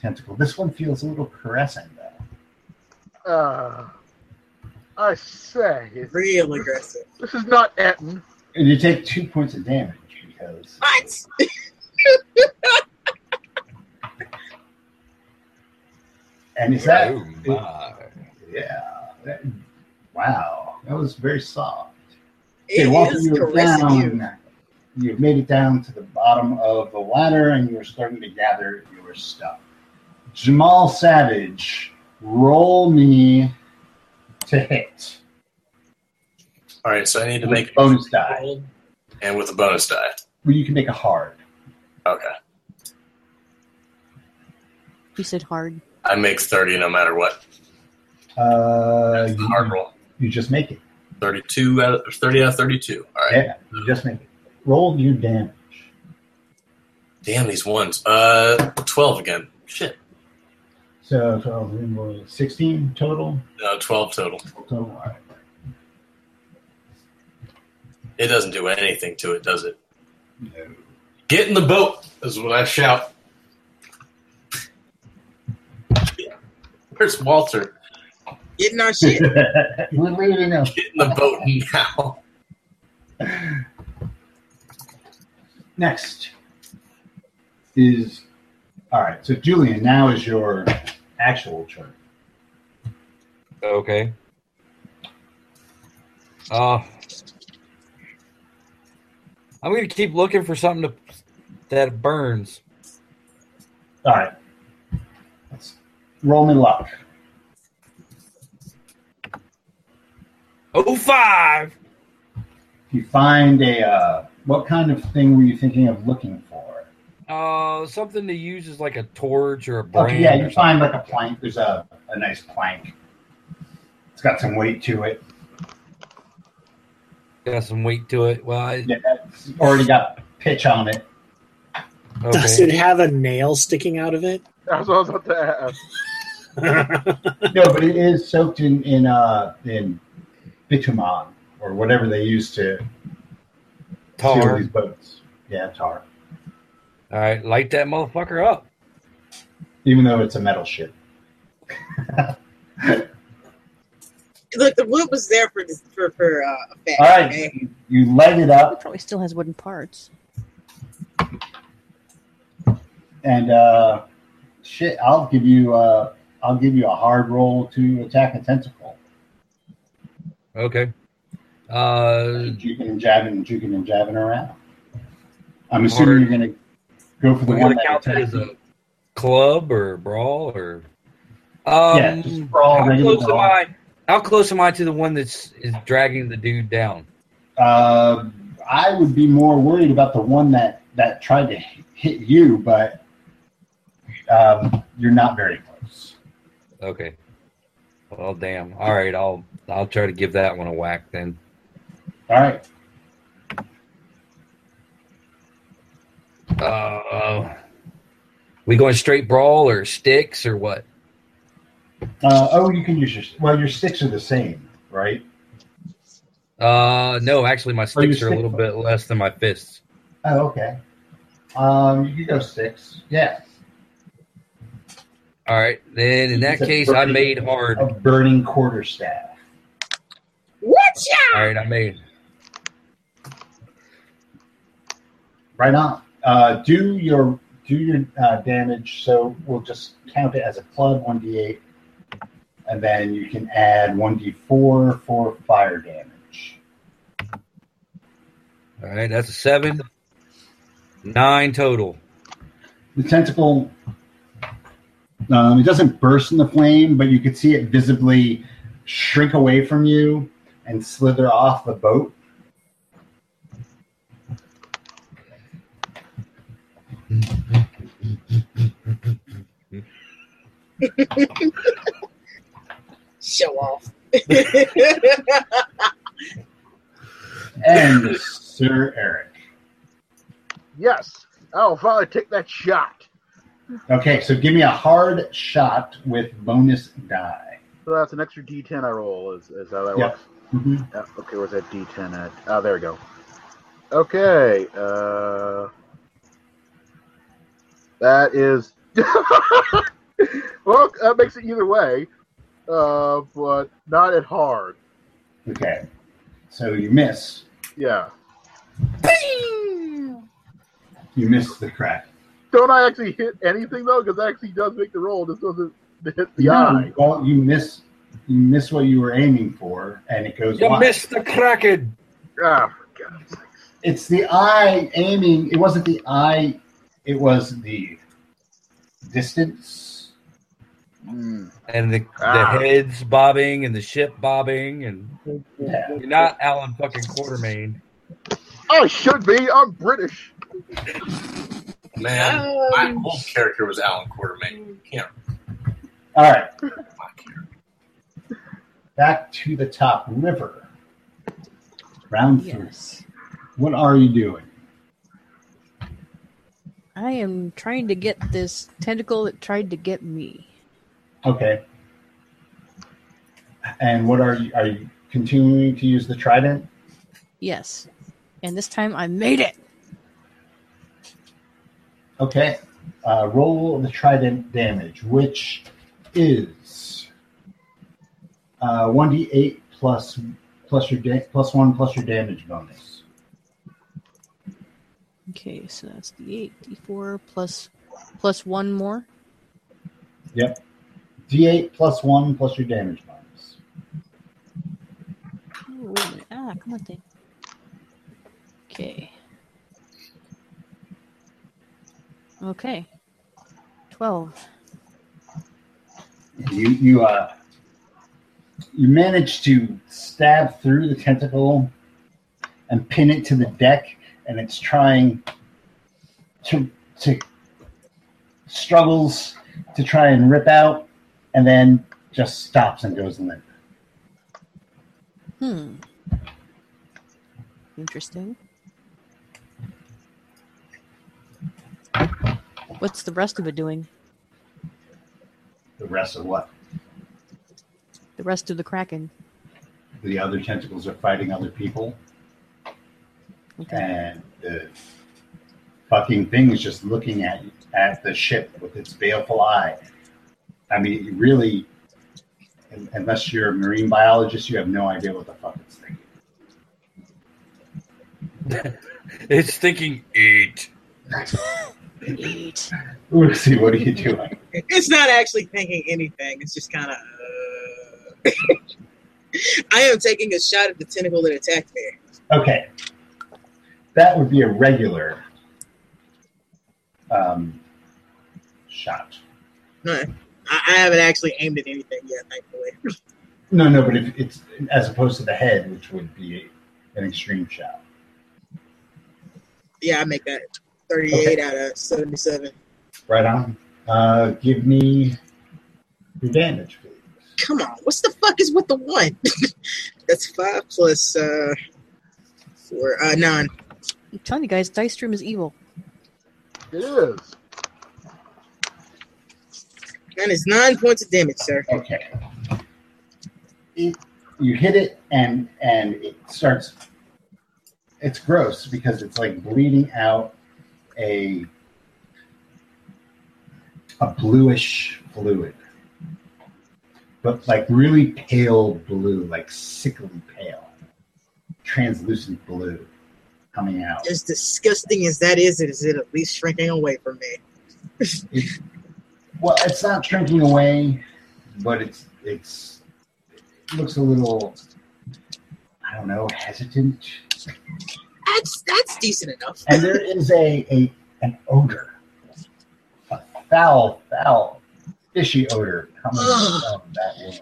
Speaker 3: tentacle. This one feels a little caressing, though.
Speaker 6: Uh, I say,
Speaker 4: Real aggressive.
Speaker 6: this is not Eton.
Speaker 3: And you take two points of damage because
Speaker 4: What?
Speaker 3: and is that
Speaker 7: Oh my.
Speaker 3: yeah. that- wow. That was very soft.
Speaker 4: It
Speaker 3: Walter,
Speaker 4: is
Speaker 3: you were
Speaker 4: caressing you.
Speaker 3: down. You've made it down to the bottom of the ladder and you're starting to gather your stuff. Jamal Savage, roll me to hit.
Speaker 8: All right, so I need to make a
Speaker 3: bonus die.
Speaker 8: roll, and with a bonus die.
Speaker 3: Well, you can make a hard.
Speaker 8: Okay,
Speaker 9: You said hard.
Speaker 8: I make thirty no matter what.
Speaker 3: Uh,
Speaker 8: That's the
Speaker 3: you,
Speaker 8: hard roll.
Speaker 3: you just make it.
Speaker 8: Thirty-two out of thirty out of thirty-two. All right.
Speaker 3: Yeah, you just make it. Roll your damage.
Speaker 8: Damn these ones. Uh, twelve again. Shit.
Speaker 3: So, 12, and what was it, 16 total?
Speaker 8: No, Uh, twelve total.
Speaker 3: Total, all right.
Speaker 8: It doesn't do anything to it, does it?
Speaker 3: No.
Speaker 8: Get in the boat is what I shout. Where's Walter?
Speaker 4: Getting our shit.
Speaker 3: We're leaving now.
Speaker 8: Get in the boat now.
Speaker 3: Next is all right. So Julian, now is your actual turn.
Speaker 7: Okay. Uh, I'm gonna keep looking for something to, that burns.
Speaker 3: All right, let's roll me luck.
Speaker 7: Oh five.
Speaker 3: You find a uh, what kind of thing were you thinking of looking for?
Speaker 7: Uh, something to use as like a torch or a brand.
Speaker 3: Okay, yeah,
Speaker 7: or
Speaker 3: you
Speaker 7: something.
Speaker 3: find like a plank. There's a, a nice plank. It's got some weight to it.
Speaker 7: got some weight to it. Well, I,
Speaker 3: Yeah, it's already got pitch on it.
Speaker 5: Does
Speaker 7: okay.
Speaker 5: it have a nail sticking out of it?
Speaker 6: That's what I was about to ask.
Speaker 3: No, but it is soaked in in uh in bitumen or whatever they use to seal
Speaker 7: Tar.
Speaker 3: these boats. Yeah, tar.
Speaker 7: All right, light that motherfucker up.
Speaker 3: Even though it's a metal ship.
Speaker 4: Look, the wood was there for this, for for uh, effect.
Speaker 3: All right,
Speaker 4: okay?
Speaker 3: you- you light it up
Speaker 9: It probably still has wooden parts.
Speaker 3: and uh shit. I'll give you uh I'll give you a hard roll to attack a tentacle.
Speaker 7: Okay. Uh,
Speaker 3: Juking and jabbing and juking and jabbing around. I'm assuming you're gonna go for the
Speaker 7: we're gonna
Speaker 3: one that
Speaker 7: count that as
Speaker 3: attacks you.
Speaker 7: a club or brawl or. Um,
Speaker 3: Yeah, just brawl,
Speaker 7: how
Speaker 3: regular
Speaker 7: close am
Speaker 3: brawl.
Speaker 7: I? How close am I to the one that's is dragging the dude down?
Speaker 3: Uh, I would be more worried about the one that that tried to h- hit you, but um, you're not very close.
Speaker 7: Okay. Well, damn. All right, I'll I'll try to give that one a whack then.
Speaker 3: All right,
Speaker 7: Uh, we going straight brawl or sticks or what?
Speaker 3: uh, oh, you can use your well, your sticks are the same, right?
Speaker 7: Uh, no, actually, my
Speaker 3: you
Speaker 7: sticks are a
Speaker 3: stick-
Speaker 7: little bit less than my fists.
Speaker 3: Oh, okay. Um, you can go sticks. Yeah,
Speaker 7: All right, then in that
Speaker 3: It's a
Speaker 7: case, I
Speaker 3: burning-
Speaker 7: made hard.
Speaker 3: a burning quarter staff.
Speaker 4: Watch out!
Speaker 7: All right, I made.
Speaker 3: Right on. Uh, do your do your uh, damage. So we'll just count it as a club, one d eight, and then you can add one d four for fire damage.
Speaker 7: All right, that's a seven, nine total.
Speaker 3: the tentacle um, it doesn't burst in the flame but you could see it visibly shrink away from you and slither off the boat
Speaker 4: Show off. All
Speaker 3: and sir eric
Speaker 6: Yes, I'll finally take that shot.
Speaker 3: okay so give me a hard shot with bonus die
Speaker 6: So that's an extra D10 I roll. Is, is how that
Speaker 3: Yeah.
Speaker 6: works? Yeah, okay, where's that D10 at? Oh, there we go. Okay, uh, that is. well, that makes it either way, uh, but not at hard.
Speaker 3: okay so you miss
Speaker 6: Yeah.
Speaker 3: you miss the crack
Speaker 6: Don't I actually hit anything though? Because that actually does make the roll. This doesn't hit the
Speaker 3: No,
Speaker 6: eye.
Speaker 3: well, you miss you miss what you were aiming for and it goes
Speaker 7: You
Speaker 3: wide.
Speaker 7: missed the kraken.
Speaker 6: Ah, for God's sake.
Speaker 3: it's the eye aiming. It wasn't the eye. It was the distance.
Speaker 6: Mm.
Speaker 7: And the,
Speaker 6: Ah.
Speaker 7: the heads bobbing and the ship bobbing and
Speaker 3: Yeah.
Speaker 7: you're not Alan fucking Quartermain.
Speaker 6: I Oh, should be. I'm British.
Speaker 8: Man, my whole character was Alan Quartermain. You can't
Speaker 3: All right,
Speaker 8: remember my character.
Speaker 3: back to the top river. Round three.
Speaker 9: Yes.
Speaker 3: What are you doing?
Speaker 9: I am trying to get this tentacle that tried to get me.
Speaker 3: Okay. And what are you? Are you continuing to use the trident?
Speaker 9: Yes. And this time I made it.
Speaker 3: Okay. Uh, roll the trident damage, which is uh, 1d8 plus plus your da- plus one plus your damage bonus.
Speaker 9: Okay, so that's the eight, D four plus plus one more.
Speaker 3: D8 plus one plus your damage bonus.
Speaker 9: Oh, wait a minute. Ah, come on, thing. Okay. Okay. Twelve.
Speaker 3: You you uh you manage to stab through the tentacle and pin it to the deck, and it's trying to to struggles to try and rip out, and then just stops and goes limp.
Speaker 9: Hmm. Interesting. What's the rest of it doing?
Speaker 3: The rest of what?
Speaker 9: The rest of the Kraken.
Speaker 3: The other tentacles are fighting other people,
Speaker 9: Okay.
Speaker 3: and the fucking thing is just looking at at the ship with its baleful eye. I mean, you really, un- unless you're a marine biologist, you have no idea what the fuck it's thinking.
Speaker 7: It's thinking eat.
Speaker 9: Eat.
Speaker 3: Lucy, what are you doing?
Speaker 4: It's not actually thinking anything. It's just kind of. Uh... I am taking a shot at the tentacle that attacked me.
Speaker 3: Okay, that would be a regular um, shot.
Speaker 4: I, I haven't actually aimed at anything yet, thankfully.
Speaker 3: No, no, but if it's as opposed to the head, which would be an extreme shot.
Speaker 4: Yeah, I make that 38 out of 77.
Speaker 3: Right on. Uh, give me your damage, please.
Speaker 4: Come on, what's the fuck is with the one? That's five plus uh, four, uh, nine.
Speaker 9: I'm telling you guys, Dice Stream is evil.
Speaker 6: It is.
Speaker 4: That is nine points of damage, sir.
Speaker 3: Okay. It, you hit it, and and it starts. It's gross because it's like bleeding out a a bluish fluid, but like really pale blue, like sickly pale, translucent blue coming out.
Speaker 4: As disgusting as that is, it is it at least shrinking away from me.
Speaker 3: Well, it's not shrinking away, but it's it's it looks a little I don't know, hesitant.
Speaker 4: That's that's decent enough.
Speaker 3: And there is a, a an odor. A foul, foul, fishy odor coming
Speaker 4: Ugh.
Speaker 3: from that woman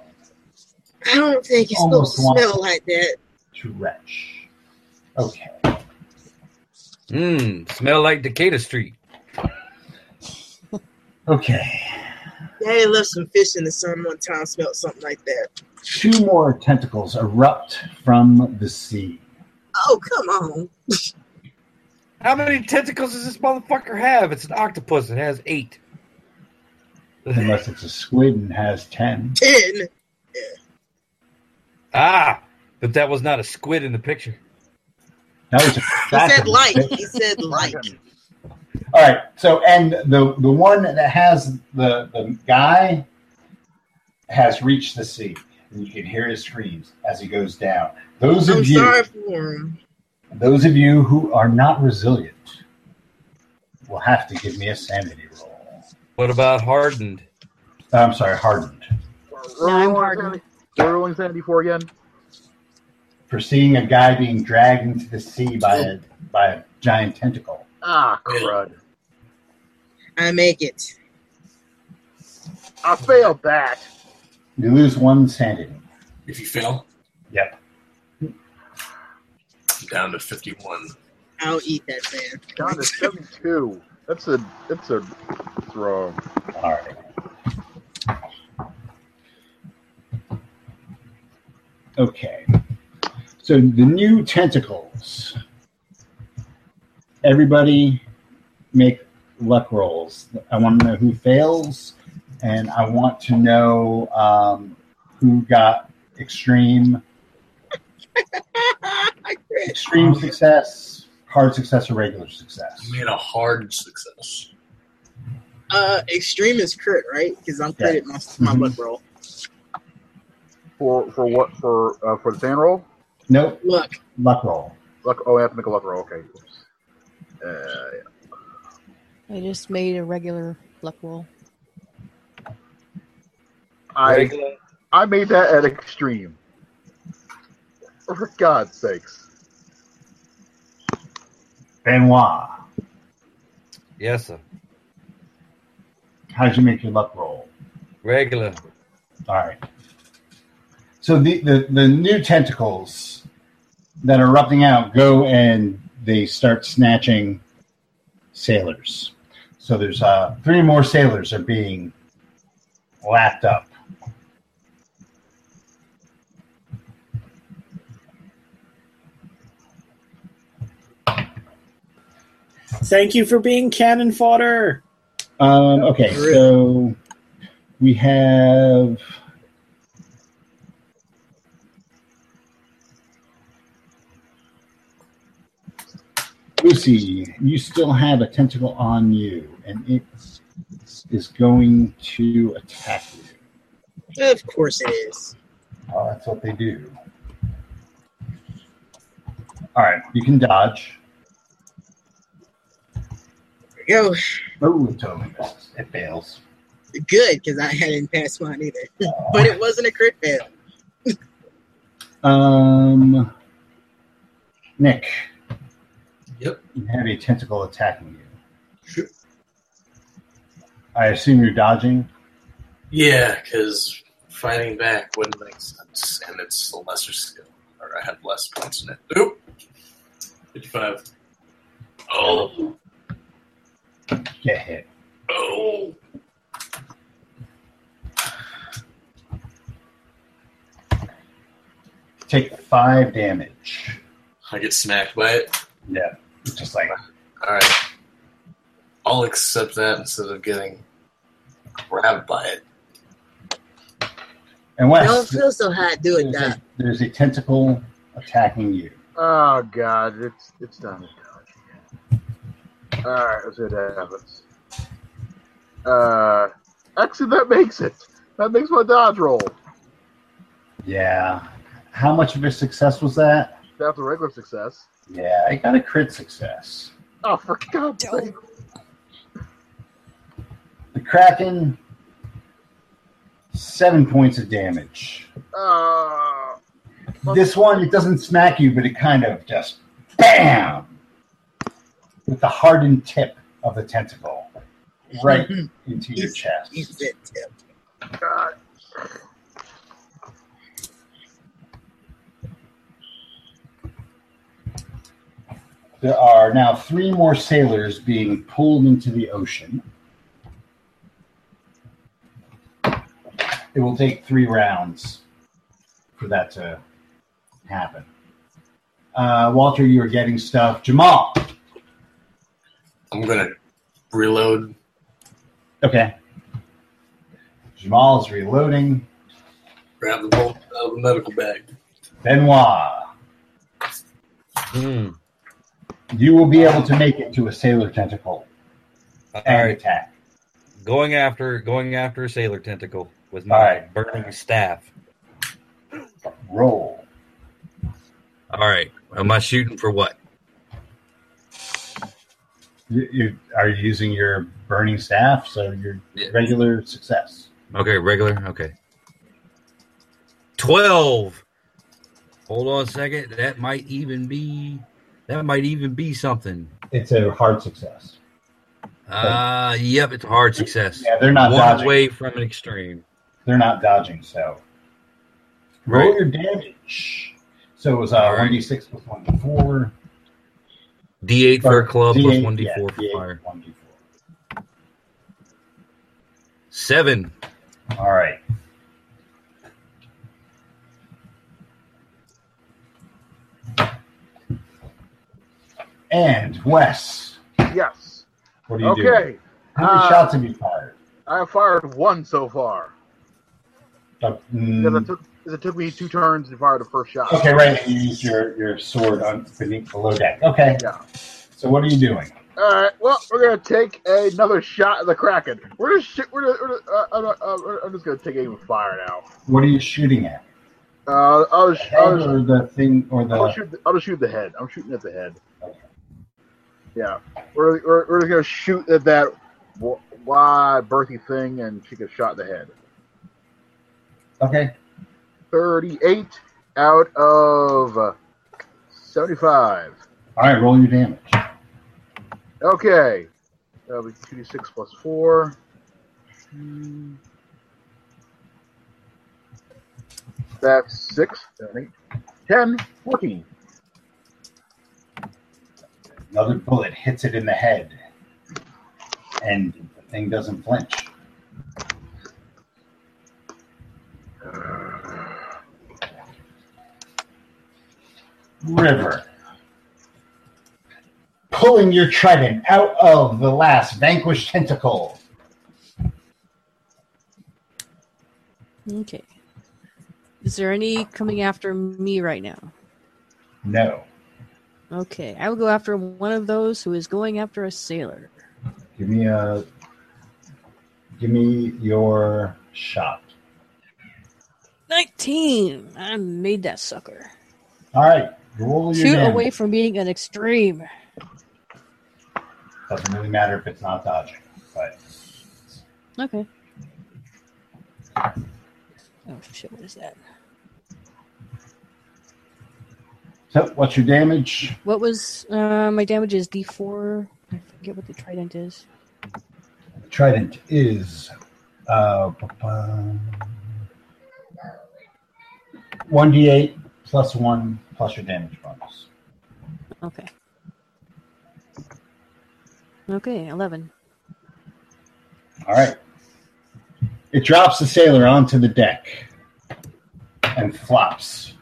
Speaker 4: I don't think you're
Speaker 3: Almost
Speaker 4: supposed to
Speaker 3: want-
Speaker 4: smell like that.
Speaker 3: to wretch. Okay.
Speaker 7: Mmm. Smell like Decatur Street.
Speaker 3: Okay.
Speaker 4: Daddy left some fish in the sun one time, smelled something like that.
Speaker 3: Two more tentacles erupt from the sea.
Speaker 4: Oh, come on.
Speaker 7: How many tentacles does this motherfucker have? It's an octopus. It has eight.
Speaker 3: Unless it's a squid and has ten.
Speaker 4: Ten.
Speaker 7: ah, but that was not a squid in the picture.
Speaker 3: That was a
Speaker 4: He said
Speaker 3: that's a-
Speaker 4: like. He said like.
Speaker 3: All right. So, and the the one that has the the guy has reached the sea, and you can hear his screams as he goes down. Those of
Speaker 4: I'm
Speaker 3: you,
Speaker 4: sorry for him.
Speaker 3: those of you who are not resilient, will have to give me a sanity roll. Uh,
Speaker 7: What about hardened?
Speaker 3: I'm sorry, hardened
Speaker 9: No, I'm hardened.
Speaker 6: We're rolling sanity four again.
Speaker 3: for seeing a guy being dragged into the sea by a by a giant tentacle.
Speaker 6: Ah, crud.
Speaker 4: I make it.
Speaker 6: I failed that.
Speaker 3: You lose one sanity.
Speaker 8: If you fail,
Speaker 3: Yep.
Speaker 8: down to 51.
Speaker 4: I'll eat that man.
Speaker 6: Down to seventy-two. That's a that's a throw.
Speaker 3: All right. Okay. So the new tentacles. Everybody make luck rolls. I want to know who fails, and I want to know um, who got extreme
Speaker 4: I crit.
Speaker 3: extreme success, hard success, or regular success.
Speaker 8: You made a hard success.
Speaker 4: Uh, extreme is crit, right? Because I'm
Speaker 3: Yeah.
Speaker 4: crit my my
Speaker 3: Mhm.
Speaker 4: luck roll.
Speaker 6: For for what for uh, for the sand roll?
Speaker 3: Nope,
Speaker 4: Look,
Speaker 3: luck roll.
Speaker 6: Luck. Oh, I have to make a luck roll. Okay. Oops. Uh,
Speaker 9: I just made a regular luck roll.
Speaker 6: I I made that at extreme. For God's sakes.
Speaker 3: Benoit,
Speaker 7: Yes, sir.
Speaker 3: how'd you make your luck roll?
Speaker 7: Regular.
Speaker 3: All right. So the, the, the new tentacles that are erupting out go and they start snatching sailors. So there's uh, three more sailors are being lapped up.
Speaker 5: Thank you for being cannon fodder.
Speaker 3: Um, okay, so We have. Lucy, you still have a tentacle on you, and it is going to attack you.
Speaker 4: Of course it is.
Speaker 3: Oh, that's what they do. All right, you can dodge.
Speaker 4: There we go.
Speaker 3: Oh, it totally misses. It fails.
Speaker 4: Good, because I hadn't passed mine either. but it wasn't a crit fail.
Speaker 3: Um, Nick,
Speaker 8: Yep.
Speaker 3: you have a tentacle attacking you.
Speaker 8: Sure.
Speaker 3: I assume you're dodging.
Speaker 8: Yeah, because fighting back wouldn't make sense, and it's a lesser skill, or I have less points in it. Oop. 55. Oh,
Speaker 3: Get hit.
Speaker 8: oh.
Speaker 3: Take five damage.
Speaker 8: I get smacked by it.
Speaker 3: Yeah, just like
Speaker 8: All right. I'll accept that instead of getting grabbed by it.
Speaker 3: and
Speaker 4: Don't
Speaker 3: Wes.
Speaker 4: feel so hot doing
Speaker 3: there's
Speaker 4: that.
Speaker 3: a- there's a tentacle attacking you.
Speaker 6: Oh god, it's it's time to dodge. All right, let's see what happens. Uh, actually, that makes it. That makes my dodge roll.
Speaker 3: Yeah. How much of a success was that?
Speaker 6: That's a regular success.
Speaker 3: Yeah, I got a crit success.
Speaker 6: Oh, for God's sake!
Speaker 3: The Kraken, seven points of damage.
Speaker 6: Uh,
Speaker 3: This one, it doesn't smack you, but it kind of just BAM! With the hardened tip of the tentacle right into your
Speaker 4: He's
Speaker 3: chest.
Speaker 4: dead, too.
Speaker 6: God.
Speaker 3: There are now three more sailors being pulled into the ocean. It will take three rounds for that to happen. Uh, Walter, you are getting stuff. Jamal.
Speaker 8: I'm going to reload.
Speaker 3: Okay. Jamal is reloading.
Speaker 8: Grab the bolt out of the medical bag.
Speaker 3: Benoit,
Speaker 7: Hmm.
Speaker 3: you will be able to make it to a sailor tentacle
Speaker 7: All
Speaker 3: and
Speaker 7: right,
Speaker 3: attack.
Speaker 7: going after going after a sailor tentacle with my
Speaker 3: All right.
Speaker 7: burning staff.
Speaker 3: Roll.
Speaker 7: All right, am I shooting for what?
Speaker 3: You, you are you using your burning staff, so your
Speaker 7: Yeah.
Speaker 3: regular success.
Speaker 7: Okay, regular. Okay. 12. Hold on a second. That might even be that might even be something.
Speaker 3: It's a hard success.
Speaker 7: Uh yep, it's a hard success.
Speaker 3: Yeah, they're not
Speaker 7: One
Speaker 3: dodging.
Speaker 7: away from an extreme.
Speaker 3: They're not dodging, so roll
Speaker 7: Right.
Speaker 3: your damage. So it was uh,
Speaker 7: All right.
Speaker 3: one d six plus one d four.
Speaker 7: D eight for a club plus
Speaker 3: D8,
Speaker 7: one D
Speaker 3: yeah,
Speaker 7: four for
Speaker 3: D8,
Speaker 7: fire.
Speaker 3: 1d4.
Speaker 7: Seven.
Speaker 3: All right. And Wes,
Speaker 6: yes.
Speaker 3: what do you do?
Speaker 6: Okay,
Speaker 3: How many
Speaker 6: uh,
Speaker 3: shots have you fired?
Speaker 6: I have fired one so far.
Speaker 3: Uh,
Speaker 6: Because
Speaker 3: mm,
Speaker 6: it took because it took me two turns to fire the first shot.
Speaker 3: okay, right. You use your, your sword on beneath below deck. Okay.
Speaker 6: Yeah.
Speaker 3: So what are you doing?
Speaker 6: All right. Well, we're gonna take another shot at the Kraken. We're just shit. We're, just, we're just, uh, I'm, uh, I'm just gonna take aim with fire now.
Speaker 3: What are you shooting at?
Speaker 6: Uh, I'll,
Speaker 3: The
Speaker 6: sh-
Speaker 3: head
Speaker 6: I'll, sh-
Speaker 3: or the thing or the?
Speaker 6: I'll shoot. The, I'll shoot the head. I'm shooting at the head. Yeah, we're we're, we're gonna shoot at that w- wide birthy thing, and she gets shot in the head.
Speaker 3: Okay.
Speaker 6: Thirty-eight out of uh, seventy-five.
Speaker 3: All right. Roll your damage.
Speaker 6: Okay, Uh, that'll be two d six plus four. That's six, seven, eight, ten, fourteen.
Speaker 3: Another bullet hits it in the head, and the thing doesn't flinch. River. Pulling your trident out of the last vanquished tentacle.
Speaker 9: Okay. Is there any coming after me right now?
Speaker 3: No.
Speaker 9: Okay, I will go after one of those who is going after a sailor.
Speaker 3: Give me a. Give me your shot.
Speaker 9: 19! I made that sucker.
Speaker 3: All right. Roll your
Speaker 9: Two
Speaker 3: damage.
Speaker 9: away from being an extreme.
Speaker 3: Doesn't really matter if it's not dodging, but
Speaker 9: Okay. Oh shit, what is that?
Speaker 3: so what's your damage?
Speaker 9: What was uh, my damage is d4. I forget what the trident is.
Speaker 3: Trident is uh, ba-bum. 1d8 plus 1 plus your damage bonus.
Speaker 9: Okay. Okay, 11.
Speaker 3: All right. It drops the sailor onto the deck and flops,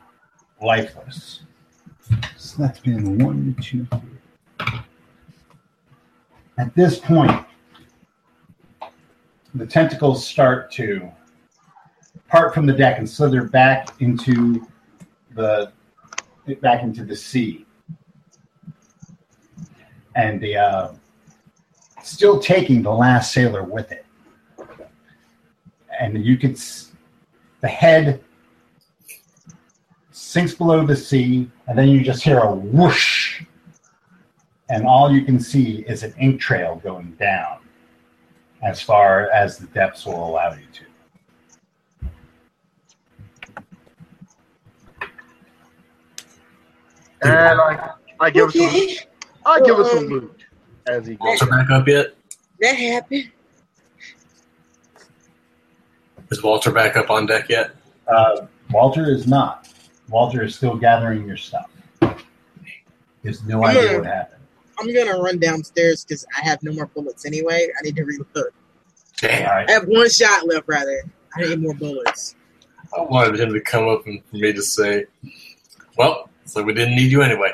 Speaker 3: lifeless. So that's been one, two, three. At this point, the tentacles start to part from the deck and slither back into the back into the sea. And the uh, still taking the last sailor with it. And you can, s- the head sinks below the sea, and then you just hear a whoosh. And all you can see is an ink trail going down as far as the depths will allow you to.
Speaker 6: And I, I give it some,
Speaker 4: Okay.
Speaker 6: I give it some loot as he goes.
Speaker 8: Walter back up yet?
Speaker 4: That happened.
Speaker 8: Is Walter back up on deck yet?
Speaker 3: Uh, Walter is not. Walter is still gathering your stuff. He has no idea what happened.
Speaker 4: I'm gonna run downstairs because I have no more bullets anyway. I need to reload.
Speaker 3: All
Speaker 8: Damn.
Speaker 3: right.
Speaker 4: I have one shot left, rather. I need more bullets.
Speaker 8: I wanted him to come up and for me to say, well, so we didn't need you anyway.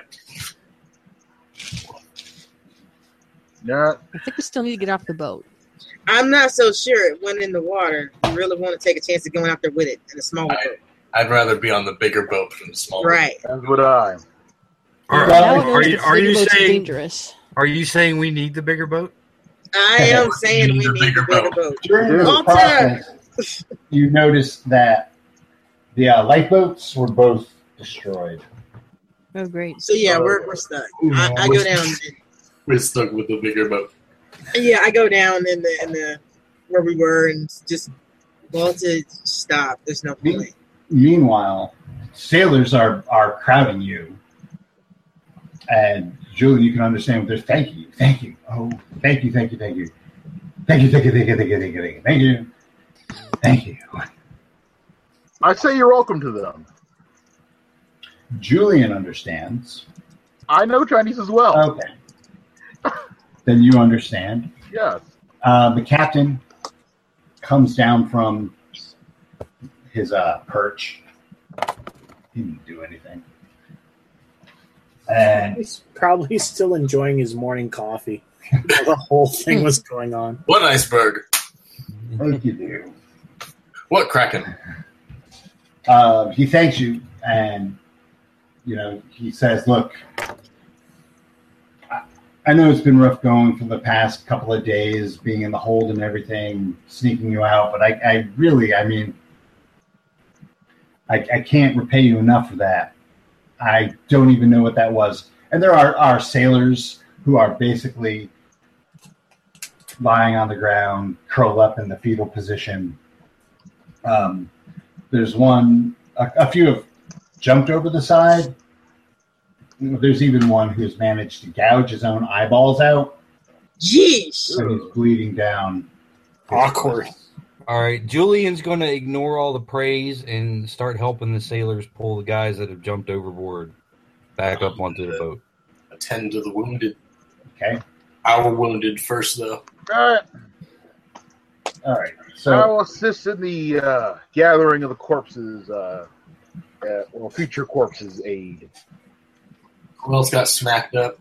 Speaker 6: Yeah,
Speaker 9: I think we still need to get off the boat.
Speaker 4: I'm not so sure it went in the water. You really want to take a chance of going out there with it in a smaller
Speaker 8: I-
Speaker 4: boat.
Speaker 8: I'd rather be on the bigger boat than the smaller
Speaker 4: Right.
Speaker 6: that's what I.
Speaker 7: Are,
Speaker 9: Nowadays,
Speaker 7: are you,
Speaker 9: the
Speaker 7: are you
Speaker 9: bigger boats are
Speaker 7: saying
Speaker 9: dangerous?
Speaker 7: are you saying we need the bigger boat?
Speaker 4: I am saying we need a bigger boat.
Speaker 3: During the
Speaker 6: Walter!
Speaker 3: process, you notice that the uh, lifeboats were both destroyed.
Speaker 9: Oh, great.
Speaker 4: So yeah, we're, we're stuck. I, I go down.
Speaker 8: boat. We're stuck with the bigger boat.
Speaker 4: Yeah, I go down in the in the where we were and just bolted. Stop. There's no point.
Speaker 3: Meanwhile, sailors are, are crowding you. And Julie, you can understand what they're thank you, thank you, oh, thank you, thank you, thank you, thank you, thank you, thank you, thank you, thank you, thank you, thank you, thank you.
Speaker 6: I say you're welcome to them.
Speaker 3: Julian understands.
Speaker 6: I know Chinese as well.
Speaker 3: Okay. Then you understand.
Speaker 6: yes.
Speaker 3: Uh, the captain comes down from his uh, perch. He didn't do anything. And
Speaker 5: He's probably still enjoying his morning coffee. while the whole thing was going on.
Speaker 8: What iceberg?
Speaker 3: thank you, do.
Speaker 8: What kraken?
Speaker 3: Uh, he thanks you, and you know he says, "Look, I, I know it's been rough going for the past couple of days, being in the hold and everything, sneaking you out, but I, I really, I mean, I, I can't repay you enough for that. I don't even know what that was. And there are, are sailors who are basically lying on the ground, curled up in the fetal position." Um, there's one a, a few have jumped over the side there's even one who's managed to gouge his own eyeballs out
Speaker 4: Jeez.
Speaker 3: and he's bleeding down
Speaker 5: Awkward.
Speaker 7: All right, Julian's going to ignore all the praise and start helping the sailors pull the guys that have jumped overboard back up onto the boat.
Speaker 8: Attend to the wounded.
Speaker 3: okay
Speaker 8: Our wounded first, though.
Speaker 6: All right.
Speaker 3: all right
Speaker 6: I
Speaker 3: so
Speaker 6: will assist in the uh, gathering of the corpses, uh, uh, or future corpses aid.
Speaker 8: Who else got smacked up?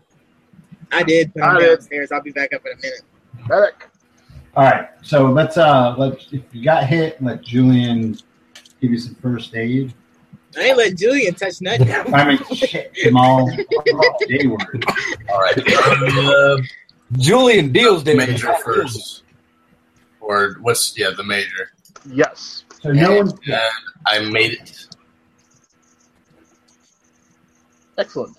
Speaker 4: I did. But
Speaker 6: I
Speaker 4: I'm
Speaker 6: did.
Speaker 4: downstairs. I'll be back up in a minute.
Speaker 6: Medic.
Speaker 3: all right so let's uh let's if you got hit let julian Give you some first aid.
Speaker 4: I ain't let Julian touch nothing.
Speaker 3: I mean, shit, Jamal. Oh, Day word.
Speaker 8: All right. Uh,
Speaker 7: Julian deals damage.
Speaker 8: major first. Or what's, yeah, the major.
Speaker 6: Yes.
Speaker 3: So no one.
Speaker 8: And I made it.
Speaker 6: Excellent.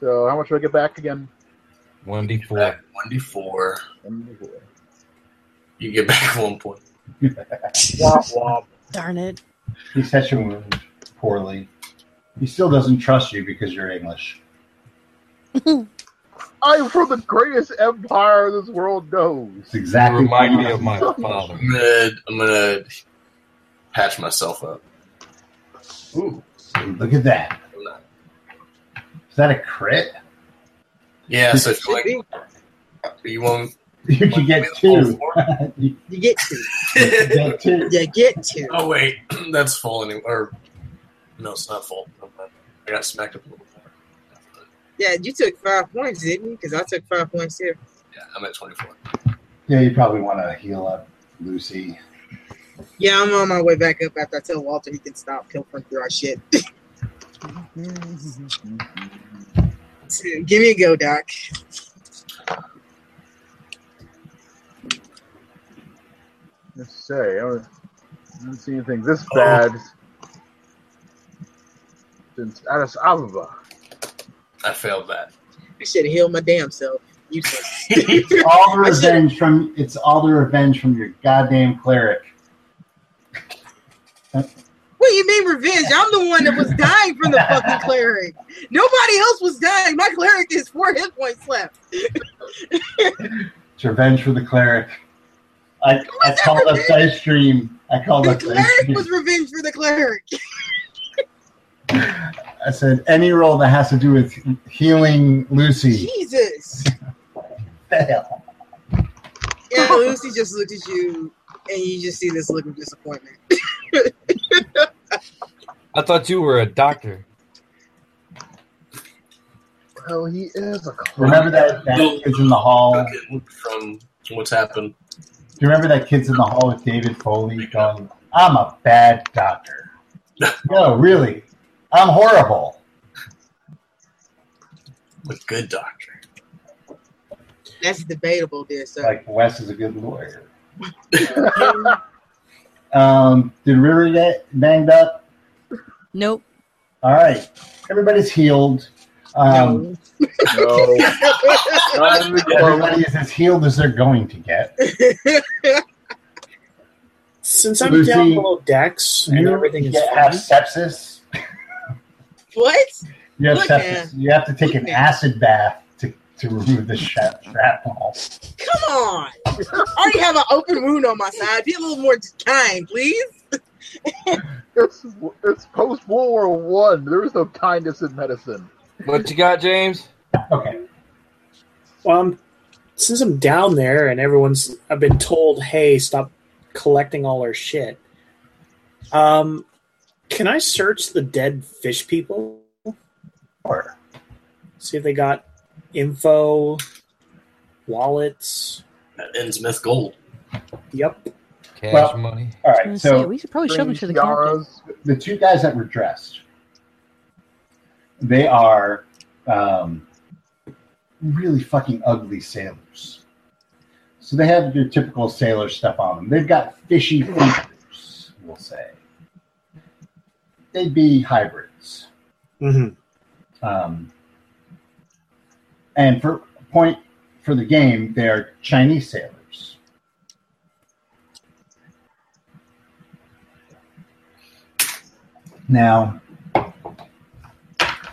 Speaker 6: So how much do I get back again?
Speaker 7: One d four.
Speaker 8: Back 1d4.
Speaker 6: One more.
Speaker 8: You get back one point.
Speaker 6: Womp womp.
Speaker 9: Darn it.
Speaker 3: He sets your wound poorly. He still doesn't trust you because you're English.
Speaker 6: I'm from the greatest empire this world knows.
Speaker 3: It's exactly.
Speaker 7: Remind me of my father.
Speaker 8: I'm gonna, I'm gonna patch myself up. Ooh.
Speaker 3: Look at that. Is that a crit?
Speaker 8: Yeah, so if you
Speaker 4: Should
Speaker 8: like,
Speaker 4: be.
Speaker 8: you won't.
Speaker 3: You could get two. you
Speaker 4: You get to.
Speaker 3: could get two.
Speaker 4: You get to.
Speaker 8: oh wait, that's full anyway. Or no, it's not full. I got smacked up a little more.
Speaker 4: Yeah, you took five points, didn't you? Because I took five points here.
Speaker 8: Yeah, I'm at 24.
Speaker 3: Yeah, you probably want to heal up, Lucy.
Speaker 4: Yeah, I'm on my way back up after I tell Walter he can stop pilfering through our shit. So, Give me a go, Doc.
Speaker 6: Let's say I don't, I don't see anything this bad since Addis Ababa.
Speaker 8: I failed that.
Speaker 4: I should have healed my damn self. Useless.
Speaker 3: It's all the revenge from. It's all the revenge from your goddamn cleric.
Speaker 4: what do you mean revenge? I'm the one that was dying from the fucking cleric. Nobody else was dying. My cleric is four hit points left.
Speaker 3: It's revenge for the cleric. I, I called up Dice Stream. I called
Speaker 4: The
Speaker 3: up Dice
Speaker 4: cleric
Speaker 3: Stream.
Speaker 4: was revenge for the cleric.
Speaker 3: I said any role that has to do with healing Lucy.
Speaker 4: Jesus.
Speaker 3: Fail.
Speaker 4: Yeah, Lucy just looked at you, and you just see this look of disappointment.
Speaker 7: I thought you were a doctor.
Speaker 6: Well, he is a clown.
Speaker 3: Remember that, that kids in the hall. Do
Speaker 8: Okay, From what's happened.
Speaker 3: you remember that kids in the hall with David Foley going, "I'm a bad doctor." no, really, I'm horrible.
Speaker 8: With good doctor.
Speaker 4: That's debatable, dear sir.
Speaker 3: Like Wes is a good lawyer. Um, did River get banged up?
Speaker 9: Nope.
Speaker 3: All right, everybody's healed. Um,
Speaker 6: No, not even close.
Speaker 3: Everybody is as healed as they're going to get.
Speaker 5: Since I'm
Speaker 3: Lucy,
Speaker 5: down below decks and
Speaker 3: You
Speaker 5: everything is
Speaker 3: get-
Speaker 5: fine,
Speaker 3: have sepsis.
Speaker 4: what?
Speaker 3: You have
Speaker 4: Look,
Speaker 3: sepsis. You have to take an
Speaker 4: Look, man.
Speaker 3: acid bath to, to remove the shrap- shrapnel.
Speaker 4: Come on. I already have an open wound on my side. Be a little more kind, please.
Speaker 6: It's, it's post World War One. There is no kindness in medicine.
Speaker 7: What you got, James?
Speaker 3: Okay.
Speaker 5: well, I'm, since I'm down there and everyone's, I've been told, hey, stop collecting all our shit. Um, can I search the dead fish people?
Speaker 3: Or
Speaker 5: See if they got info, wallets.
Speaker 8: That ends myth gold.
Speaker 5: Yep.
Speaker 7: Cash
Speaker 3: Well-
Speaker 7: money.
Speaker 3: all
Speaker 9: I
Speaker 3: right.
Speaker 9: was gonna say,
Speaker 3: So
Speaker 9: we should probably shove them
Speaker 6: Green
Speaker 9: to the captain.
Speaker 6: tiaras.
Speaker 3: the two guys that were dressed, they are um, really fucking ugly sailors. So they have your typical sailor stuff on them. They've got fishy features, we'll say. They'd be hybrids.
Speaker 5: hmm
Speaker 3: Um, and for point for the game, they are Chinese sailors. Now,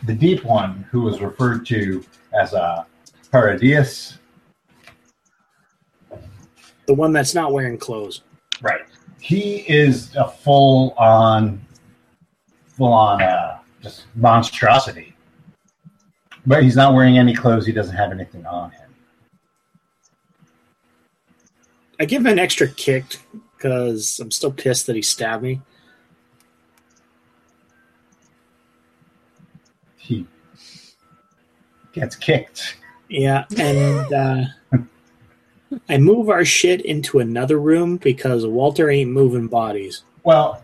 Speaker 3: the deep one, who was referred to as uh, a Paradius,
Speaker 5: The one that's not wearing clothes.
Speaker 3: right? He is a full on, full on, uh, just monstrosity. But he's not wearing any clothes. He doesn't have anything on him.
Speaker 5: I give him an extra kick because I'm still pissed that he stabbed me.
Speaker 3: he gets kicked.
Speaker 5: Yeah, and uh, I move our shit into another room because Walter ain't moving bodies.
Speaker 3: Well,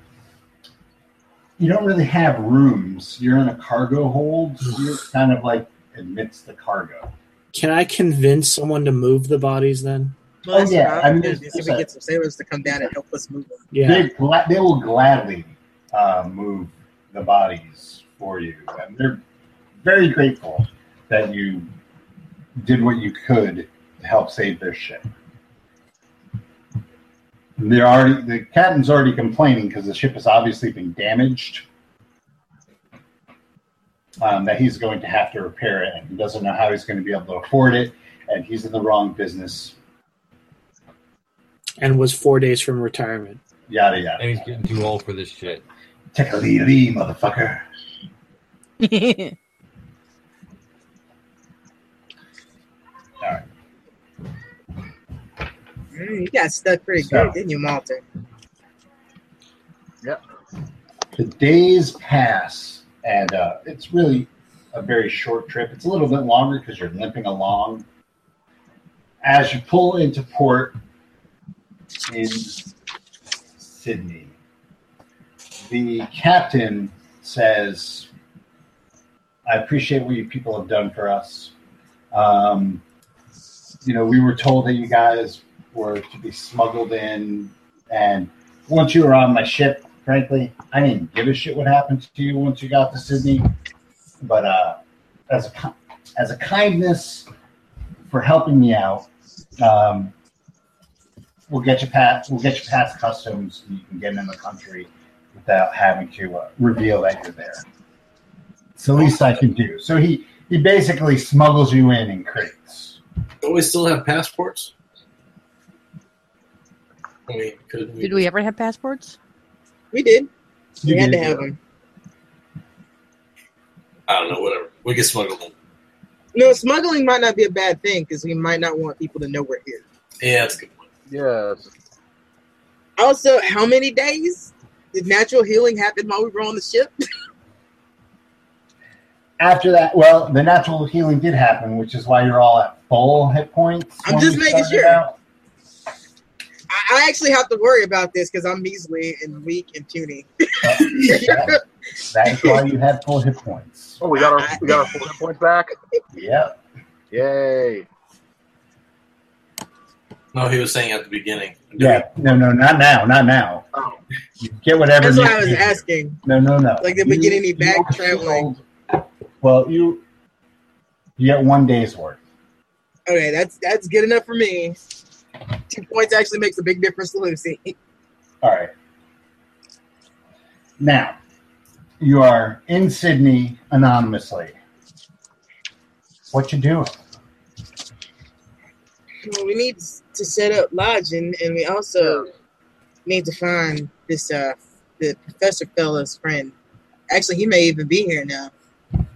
Speaker 3: you don't really have rooms. You're in a cargo hold. So you're kind of like amidst the cargo.
Speaker 5: Can I convince someone to move the bodies then?
Speaker 3: Oh,
Speaker 4: that's
Speaker 3: yeah,
Speaker 4: what
Speaker 3: I
Speaker 4: I'm
Speaker 3: mean,
Speaker 4: gonna do, see if we get some sailors to come down and help us move them.
Speaker 5: Yeah.
Speaker 3: They gla- they will gladly uh, move the bodies for you, and they're very grateful that you did what you could to help save their ship. And They're already the captain's already complaining because the ship has obviously been damaged. Um, that he's going to have to repair it, and he doesn't know how he's going to be able to afford it, and he's in the wrong business.
Speaker 5: And was four days from retirement.
Speaker 3: Yada yada.
Speaker 7: And he's getting too old for this shit.
Speaker 3: Take a lee lee, motherfucker.
Speaker 4: Mm, you got stuck pretty
Speaker 3: So-
Speaker 4: good, didn't you, Malta?
Speaker 3: the days pass, and uh, it's really a very short trip. It's a little bit longer because you're limping along. As you pull into port in Sydney, the captain says, I appreciate what you people have done for us. Um, you know, we were told that you guys were to be smuggled in, and once you were on my ship, frankly, I didn't give a shit what happened to you once you got to Sydney. But uh, as a ki- as a kindness for helping me out, um, we'll get you past we'll get you past customs, and you can get in the country without having to uh, reveal that you're there. It's the least I can do. So he he basically smuggles you in in crates.
Speaker 8: Don't we still have passports? I mean, could we?
Speaker 9: Did we ever have passports?
Speaker 4: We did. We
Speaker 3: You
Speaker 4: had to
Speaker 3: did.
Speaker 4: have them.
Speaker 8: I don't know. Whatever. We can smuggle them.
Speaker 4: No, smuggling might not be a bad thing because we might not want people to know we're here.
Speaker 8: Yeah, that's a good. Point.
Speaker 6: Yes.
Speaker 4: Also, how many days did natural healing happen while we were on the ship?
Speaker 3: After that, well, the natural healing did happen, which is why you're all at full hit points.
Speaker 4: I'm
Speaker 3: when
Speaker 4: just
Speaker 3: we
Speaker 4: making
Speaker 3: started
Speaker 4: sure.
Speaker 3: out.
Speaker 4: I, I actually have to worry about this because I'm measly and weak and puny.
Speaker 3: Oh, that is why you have full hit points.
Speaker 6: Oh, we got our we got our full hit points back.
Speaker 3: Yep.
Speaker 6: Yay!
Speaker 8: No, he was saying at the beginning.
Speaker 3: Yeah. No, no, not now. Not now.
Speaker 6: Oh.
Speaker 3: You get whatever.
Speaker 4: That's
Speaker 3: you
Speaker 4: what I was
Speaker 3: need.
Speaker 4: asking.
Speaker 3: No, no, no.
Speaker 4: Like, did we
Speaker 3: You-
Speaker 4: get any
Speaker 3: you
Speaker 4: back
Speaker 3: are
Speaker 4: traveling?
Speaker 3: sold- Well, you you get one day's worth.
Speaker 4: Okay, that's that's good enough for me. Two points actually makes a big difference to Lucy.
Speaker 3: All right. Now, you are in Sydney anonymously. What you doing?
Speaker 4: Well, we need to set up lodging, and we also need to find this uh the professor fella's friend. Actually, he may even be here now. What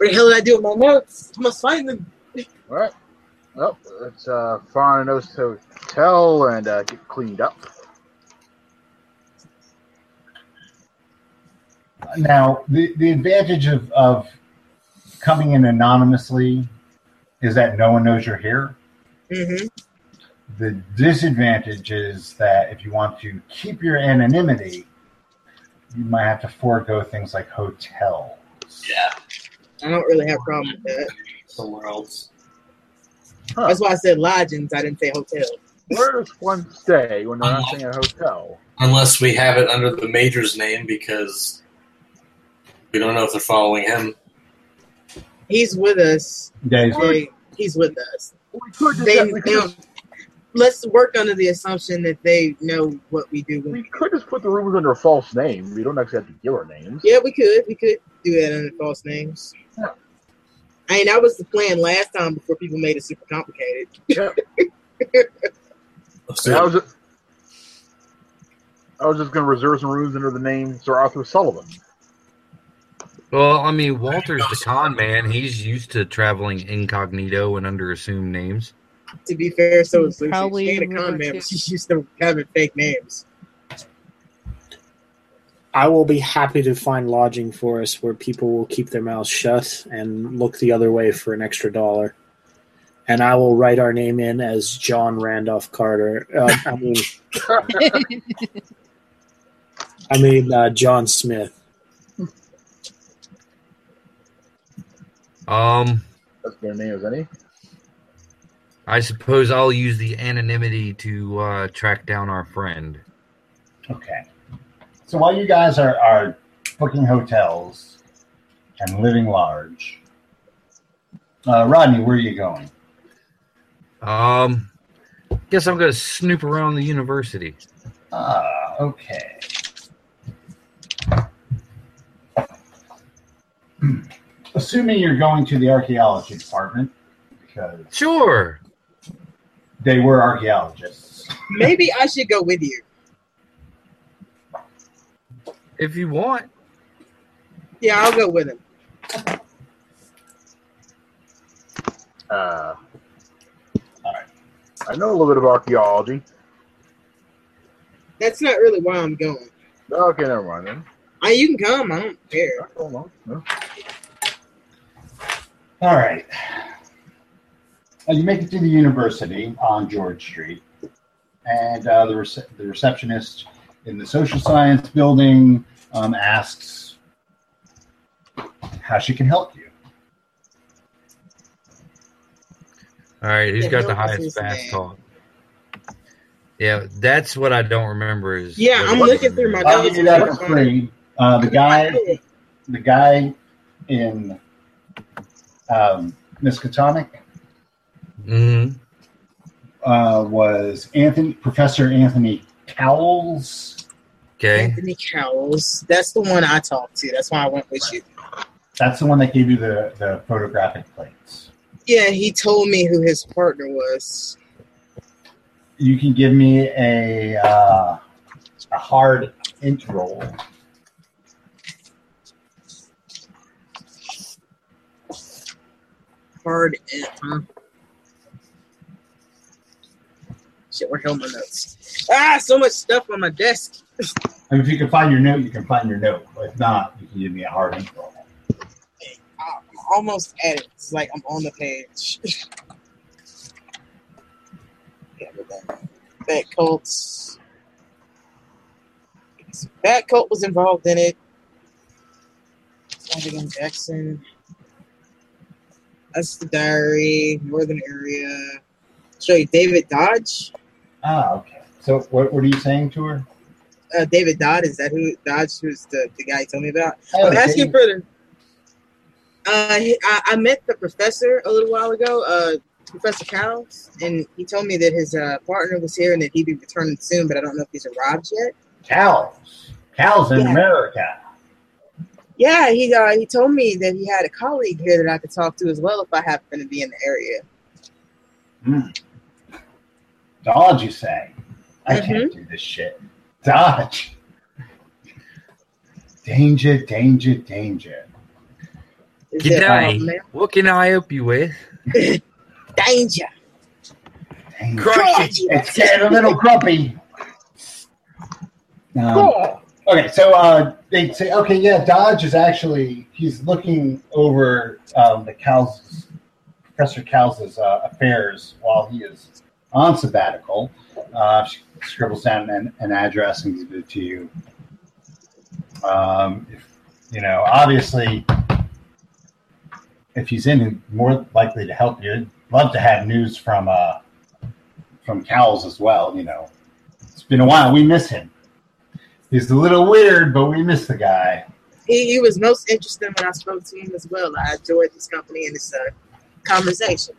Speaker 4: the hell did I do with my notes? I must find them.
Speaker 6: All right. Well, let's uh, find us a hotel and uh, get cleaned up.
Speaker 3: Now, the, the advantage of, of coming in anonymously is that no one knows you're here.
Speaker 4: Mm-hmm.
Speaker 3: The disadvantage is that if you want to keep your anonymity, you might have to forego things like hotel.
Speaker 8: Yeah.
Speaker 4: I don't really have a problem with that.
Speaker 8: Somewhere else.
Speaker 4: That's why I said lodgings. I didn't say hotel.
Speaker 6: Where does one stay when they're not staying at a hotel?
Speaker 8: Unless we have it under the major's name because we don't know if they're following him.
Speaker 4: He's with us.
Speaker 3: Days.
Speaker 4: They, he's with us.
Speaker 6: We could just,
Speaker 4: They,
Speaker 6: we
Speaker 4: they
Speaker 6: could just,
Speaker 4: don't, let's work under the assumption that they know what we do.
Speaker 6: we could just put the rumors under a false name. We don't actually have to give our names.
Speaker 4: Yeah, we could. We could do that under false names.
Speaker 6: Yeah.
Speaker 4: I mean, that was the plan last time before people made it super complicated.
Speaker 8: So
Speaker 6: I was just, I was just going to reserve some rooms under the name Sir Arthur Sullivan.
Speaker 7: Well, I mean, Walter's the con man. He's used to traveling incognito and under assumed names.
Speaker 4: To be fair, so was Lucy.
Speaker 9: Probably
Speaker 4: she ain't a
Speaker 9: we
Speaker 4: con
Speaker 9: were
Speaker 4: man,
Speaker 9: too.
Speaker 4: but she's used to having fake names.
Speaker 5: I will be happy to find lodging for us where people will keep their mouths shut and look the other way for an extra dollar. And I will write our name in as John Randolph Carter. Uh, I mean, I mean, uh, John Smith.
Speaker 7: Um,
Speaker 6: That's their name, is any?
Speaker 7: I suppose I'll use the anonymity to uh, track down our friend.
Speaker 3: Okay. So while you guys are, are booking hotels and living large, uh, Rodney, where are you going?
Speaker 7: Um, guess I'm gonna snoop around the university.
Speaker 3: Ah, okay. Assuming you're going to the archaeology department, because
Speaker 7: Sure.
Speaker 3: they were archaeologists.
Speaker 4: Maybe I should go with you.
Speaker 7: If you want.
Speaker 4: Yeah, I'll go with him.
Speaker 6: Uh, I know a little bit of archaeology.
Speaker 4: That's not really why I'm going.
Speaker 6: Okay, never mind then.
Speaker 4: I, you can come. I don't care.
Speaker 6: I don't know. No.
Speaker 3: All right. Uh, you make it to the university on George Street, and uh, the, rece- the receptionist in the social science building um, asks how she can help you.
Speaker 7: All right, who's
Speaker 4: Yeah,
Speaker 7: got
Speaker 4: Bill
Speaker 7: the highest
Speaker 4: was his
Speaker 7: fast
Speaker 4: name.
Speaker 7: talk? Yeah, that's what I don't remember. Is
Speaker 4: Yeah,
Speaker 7: what
Speaker 4: I'm
Speaker 7: it
Speaker 4: looking
Speaker 7: was.
Speaker 4: through my-
Speaker 3: I'll give you that for free. Uh, the guy, the guy in um, Miskatonic
Speaker 7: Mhm.
Speaker 3: uh, was Anthony Professor Anthony Cowles.
Speaker 7: Okay.
Speaker 4: Anthony Cowles. That's the one I talked to. That's why I went with you.
Speaker 3: That's the one that gave you the, the photographic plates.
Speaker 4: Yeah, he told me who his partner was.
Speaker 3: you can give me a uh, a hard int roll.
Speaker 4: Hard and huh? Shit, where hell my notes? Ah, so much stuff on my desk.
Speaker 3: And if you can find your note, you can find your note. If not, you can give me a hard int roll.
Speaker 4: I'm almost at it. It's like I'm on the page. yeah, but that, that Colts. That Colt was involved in it. Abigail Jackson. That's the diary, Northern area. Show you David Dodge.
Speaker 3: Ah, okay. So what, what are you saying to her?
Speaker 4: Uh, David Dodd is that who Dodge? Who's the, the guy you told me about?
Speaker 3: Oh,
Speaker 4: I'm asking
Speaker 3: David-
Speaker 4: for the. Uh, he- I, I met the professor a little while ago, uh, Professor Cowles, and he told me that his uh, partner was here and that he'd be returning soon, but I don't know if he's arrived yet.
Speaker 3: cows. Cows in
Speaker 4: Yeah.
Speaker 3: America.
Speaker 4: Yeah, he uh, he told me that he had a colleague here that I could talk to as well if I happen to be in the area.
Speaker 3: Dodge, you say? I can't do this shit. Dodge. Danger, danger, danger.
Speaker 4: Is
Speaker 7: Good
Speaker 4: there,
Speaker 7: day.
Speaker 4: um,
Speaker 7: What can I help you with?
Speaker 4: danger.
Speaker 3: danger.
Speaker 4: Crikey.
Speaker 3: It's getting a little grumpy. Um, okay, so uh, they say, okay, yeah, Dodge is actually he's looking over um, the Cowles, Professor Cowles' uh, affairs while he is on sabbatical. Uh, she scribbles down an, an address and gives it to you. Um, if, you know, obviously, if he's in, he's more likely to help you. Love to have news from. Uh, from Cowles as well. You know, it's been a while. We miss him. He's a little weird, but we miss the guy.
Speaker 4: He, he was most interesting when I spoke to him as well. I enjoyed his company and his uh, conversation.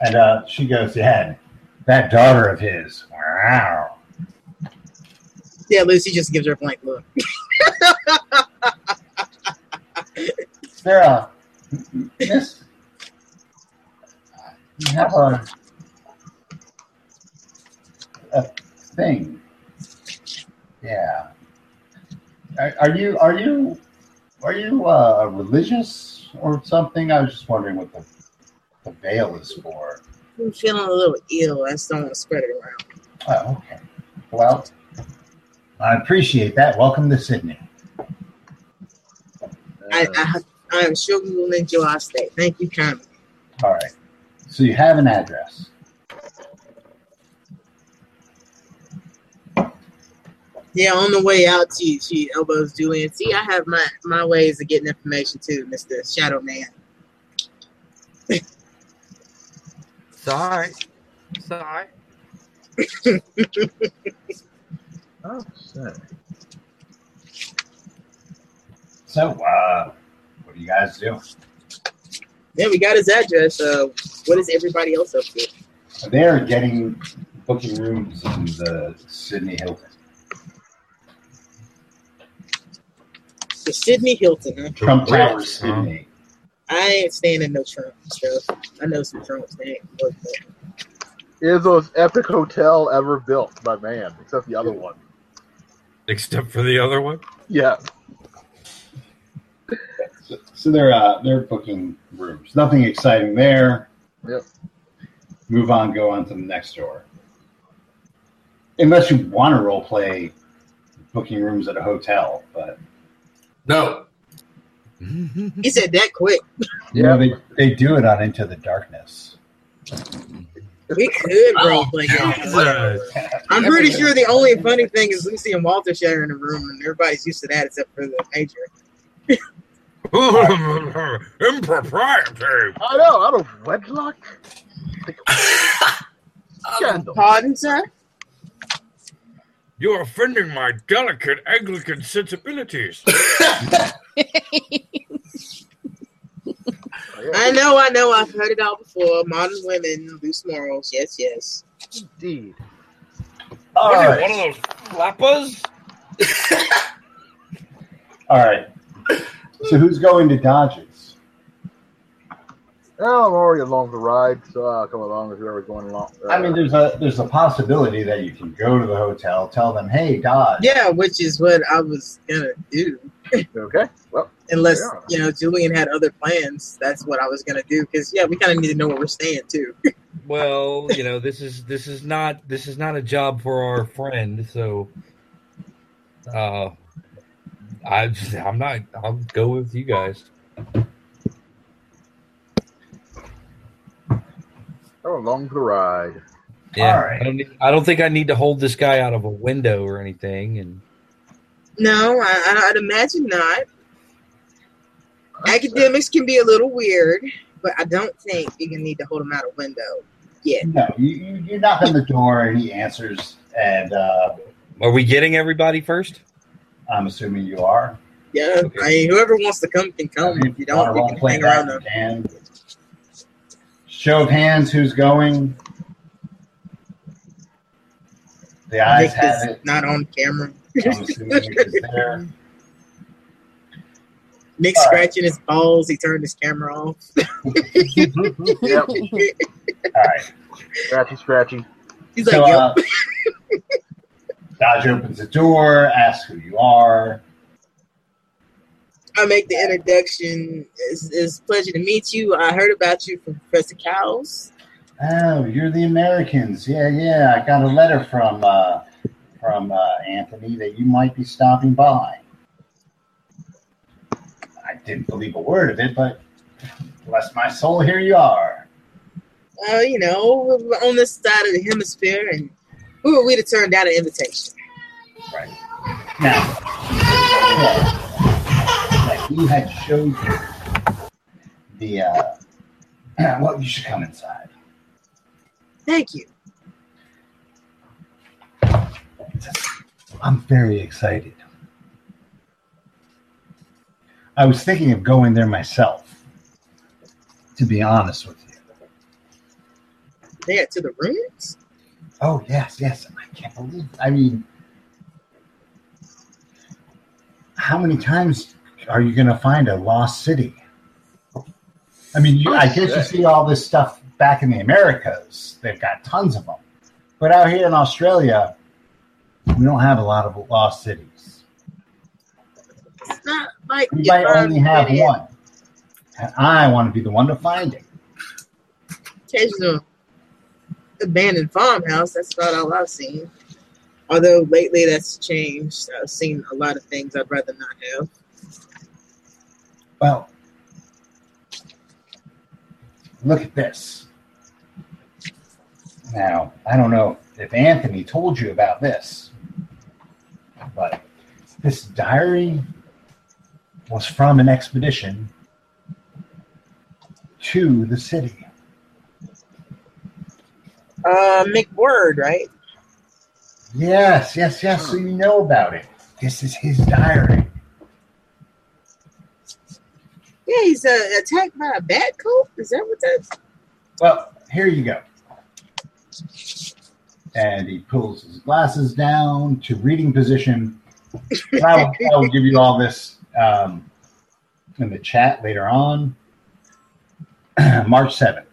Speaker 3: And uh, she goes, "Yeah, that daughter of his. Wow,
Speaker 4: Yeah, Lucy just gives her a blank look.
Speaker 3: Sarah, miss. You have a, a thing. Yeah. Are, are you are you are you uh, religious or something? I was just wondering what the the veil is for.
Speaker 4: I'm feeling a little ill. I just don't want to spread it around.
Speaker 3: Oh, okay. Well, I appreciate that. Welcome to Sydney.
Speaker 4: I, I, I am sure we will enjoy our stay. Thank you kindly.
Speaker 3: All right. So you have an address.
Speaker 4: Yeah, on the way out, she she elbows Julian. See, I have my my ways of getting information too, Mister Shadow Man.
Speaker 7: It's all right. It's all right.
Speaker 6: Oh, shit.
Speaker 3: So, uh, what do you guys do?
Speaker 4: Yeah, we got his address. Uh, what is everybody else up to?
Speaker 3: They are getting booking rooms in the Sydney Hilton.
Speaker 4: The Sydney Hilton. Huh?
Speaker 3: Trump Tower, Sydney.
Speaker 4: I ain't staying in no Trump stuff. I know some Trumps that ain't worth it.
Speaker 6: It is the most epic hotel ever built, my man, except the other one.
Speaker 7: Except for the other one.
Speaker 6: Yeah.
Speaker 3: So, so they're uh, they're booking rooms. Nothing exciting there.
Speaker 6: Yep.
Speaker 3: Move on. Go on to the next door. Unless you want to role play booking rooms at a hotel, but
Speaker 8: No.
Speaker 4: He said that quick.
Speaker 3: you know, they, they do it on Into the Darkness.
Speaker 4: We could role play.
Speaker 7: Uh,
Speaker 4: I'm pretty sure the only funny thing is Lucy and Walter sharing a room, and everybody's used to that except for the major.
Speaker 7: Impropriety.
Speaker 6: I know, out of wedlock? Like, scandal.
Speaker 4: Pardon, sir?
Speaker 7: You're offending my delicate Anglican sensibilities.
Speaker 4: I know, I know. I've heard it all before. Modern women, loose morals. Yes, yes.
Speaker 6: Indeed.
Speaker 3: All
Speaker 7: What are you,
Speaker 3: right.
Speaker 7: one of those flappers?
Speaker 3: All right. So who's going to Dodges?
Speaker 6: Well, I'm already along the ride, so I'll come along with whoever's going along. uh,
Speaker 3: I mean, there's a there's a possibility that you can go to the hotel, tell them, "Hey, Dodge."
Speaker 4: Yeah, which is what I was gonna do.
Speaker 6: okay. Well,
Speaker 4: Unless
Speaker 6: Yeah.
Speaker 4: you know Julian had other plans, that's what I was gonna do. Because yeah, we kind of need to know where we're staying too.
Speaker 7: Well, you know, this is this is not this is not a job for our friend, so uh I I'm not I'll go with you guys.
Speaker 6: I'm along for the ride.
Speaker 7: Yeah.
Speaker 3: All right.
Speaker 7: I don't need, I don't think I need to hold this guy out of a window or anything and
Speaker 4: No, I, I, I'd imagine not. Academics can be a little weird, but I don't think you're gonna need to hold them out a window. Yet.
Speaker 3: No, you, you, you knock on the door and he answers, and uh,
Speaker 7: are we getting everybody first?
Speaker 3: I'm assuming you are.
Speaker 4: Yeah, I mean, whoever wants to come can come. If you don't, you
Speaker 3: Wanna
Speaker 4: can
Speaker 3: play
Speaker 4: hang around
Speaker 3: that,
Speaker 4: them.
Speaker 3: you can. Show of hands, who's going? The
Speaker 4: Nick
Speaker 3: eyes
Speaker 4: is
Speaker 3: have it.
Speaker 4: not on camera.
Speaker 3: I'm assuming Nick is there.
Speaker 4: Nick
Speaker 3: All right.
Speaker 4: scratching his balls. He turned his camera off.
Speaker 6: Yep.
Speaker 3: All right.
Speaker 6: Scratchy, scratchy.
Speaker 4: He's like,
Speaker 3: So,
Speaker 4: yo,
Speaker 3: uh, Dodge opens the door, asks who you are.
Speaker 4: I make the introduction. It's, it's a pleasure to meet you. I heard about you from Professor Cowles.
Speaker 3: Oh, you're the Americans. Yeah, yeah. I got a letter from uh, from uh, Anthony that you might be stopping by. I didn't believe a word of it, but bless my soul, here you are.
Speaker 4: Uh, you know, we're on this side of the hemisphere, and who are we to turn down an invitation?
Speaker 3: Right now, that you had showed you the uh, well, you should come inside.
Speaker 4: Thank you.
Speaker 3: I'm very excited. I was thinking of going there myself, to be honest with you.
Speaker 4: There to the rooms.
Speaker 3: Oh, yes, yes. I can't believe I mean, how many times are you going to find a lost city? I mean, you, I guess you see all this stuff back in the Americas. They've got tons of them. But out here in Australia, we don't have a lot of lost cities.
Speaker 4: It's not like
Speaker 3: You
Speaker 4: you
Speaker 3: might
Speaker 4: find
Speaker 3: only have
Speaker 4: it
Speaker 3: one. And I want to be the one to find it.
Speaker 4: Occasional abandoned farmhouse. That's about all I've seen. Although lately that's changed. I've seen a lot of things I'd rather not have.
Speaker 3: Well, look at this. Now, I don't know if Anthony told you about this, This diary was from an expedition to the city.
Speaker 4: Uh, McWord, right?
Speaker 3: Yes, yes, yes. So you know about it. This is his diary.
Speaker 4: Yeah, he's uh, attacked by a bat coat. Is that what that's?
Speaker 3: Well, here you go. And he pulls his glasses down to reading position. And I will, I will give you all this um, in the chat later on. March 7th.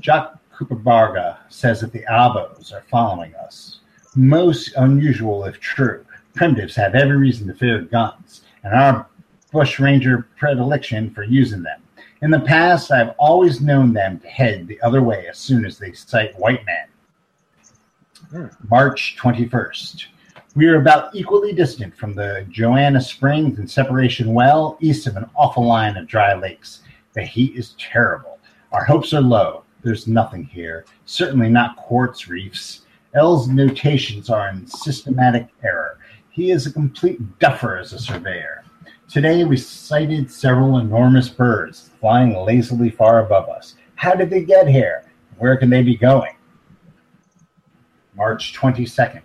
Speaker 3: Jock Kuperbarga says that the Abos are following us. Most unusual if true. Primitives have every reason to fear guns, and our bush ranger predilection for using them. In the past, I've always known them to head the other way as soon as they sight white men. March 21st. We are about equally distant from the Joanna Springs and Separation Well, east of an awful line of dry lakes. The heat is terrible. Our hopes are low. There's nothing here, certainly not quartz reefs. L's notations are in systematic error. He is a complete duffer as a surveyor. Today we sighted several enormous birds flying lazily far above us. How did they get here? Where can they be going? March 22nd.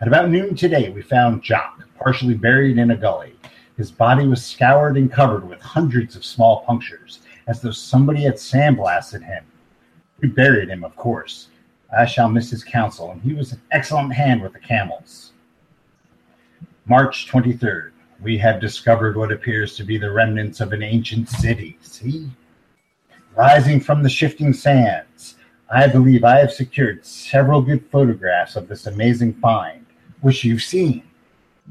Speaker 3: At about noon today, we found Jock partially buried in a gully. His body was scoured and covered with hundreds of small punctures, as though somebody had sandblasted him. We buried him, of course. I shall miss his counsel, and he was an excellent hand with the camels. March 23rd. We have discovered what appears to be the remnants of an ancient city. See? Rising from the shifting sands. I believe I have secured several good photographs of this amazing find, which you've seen.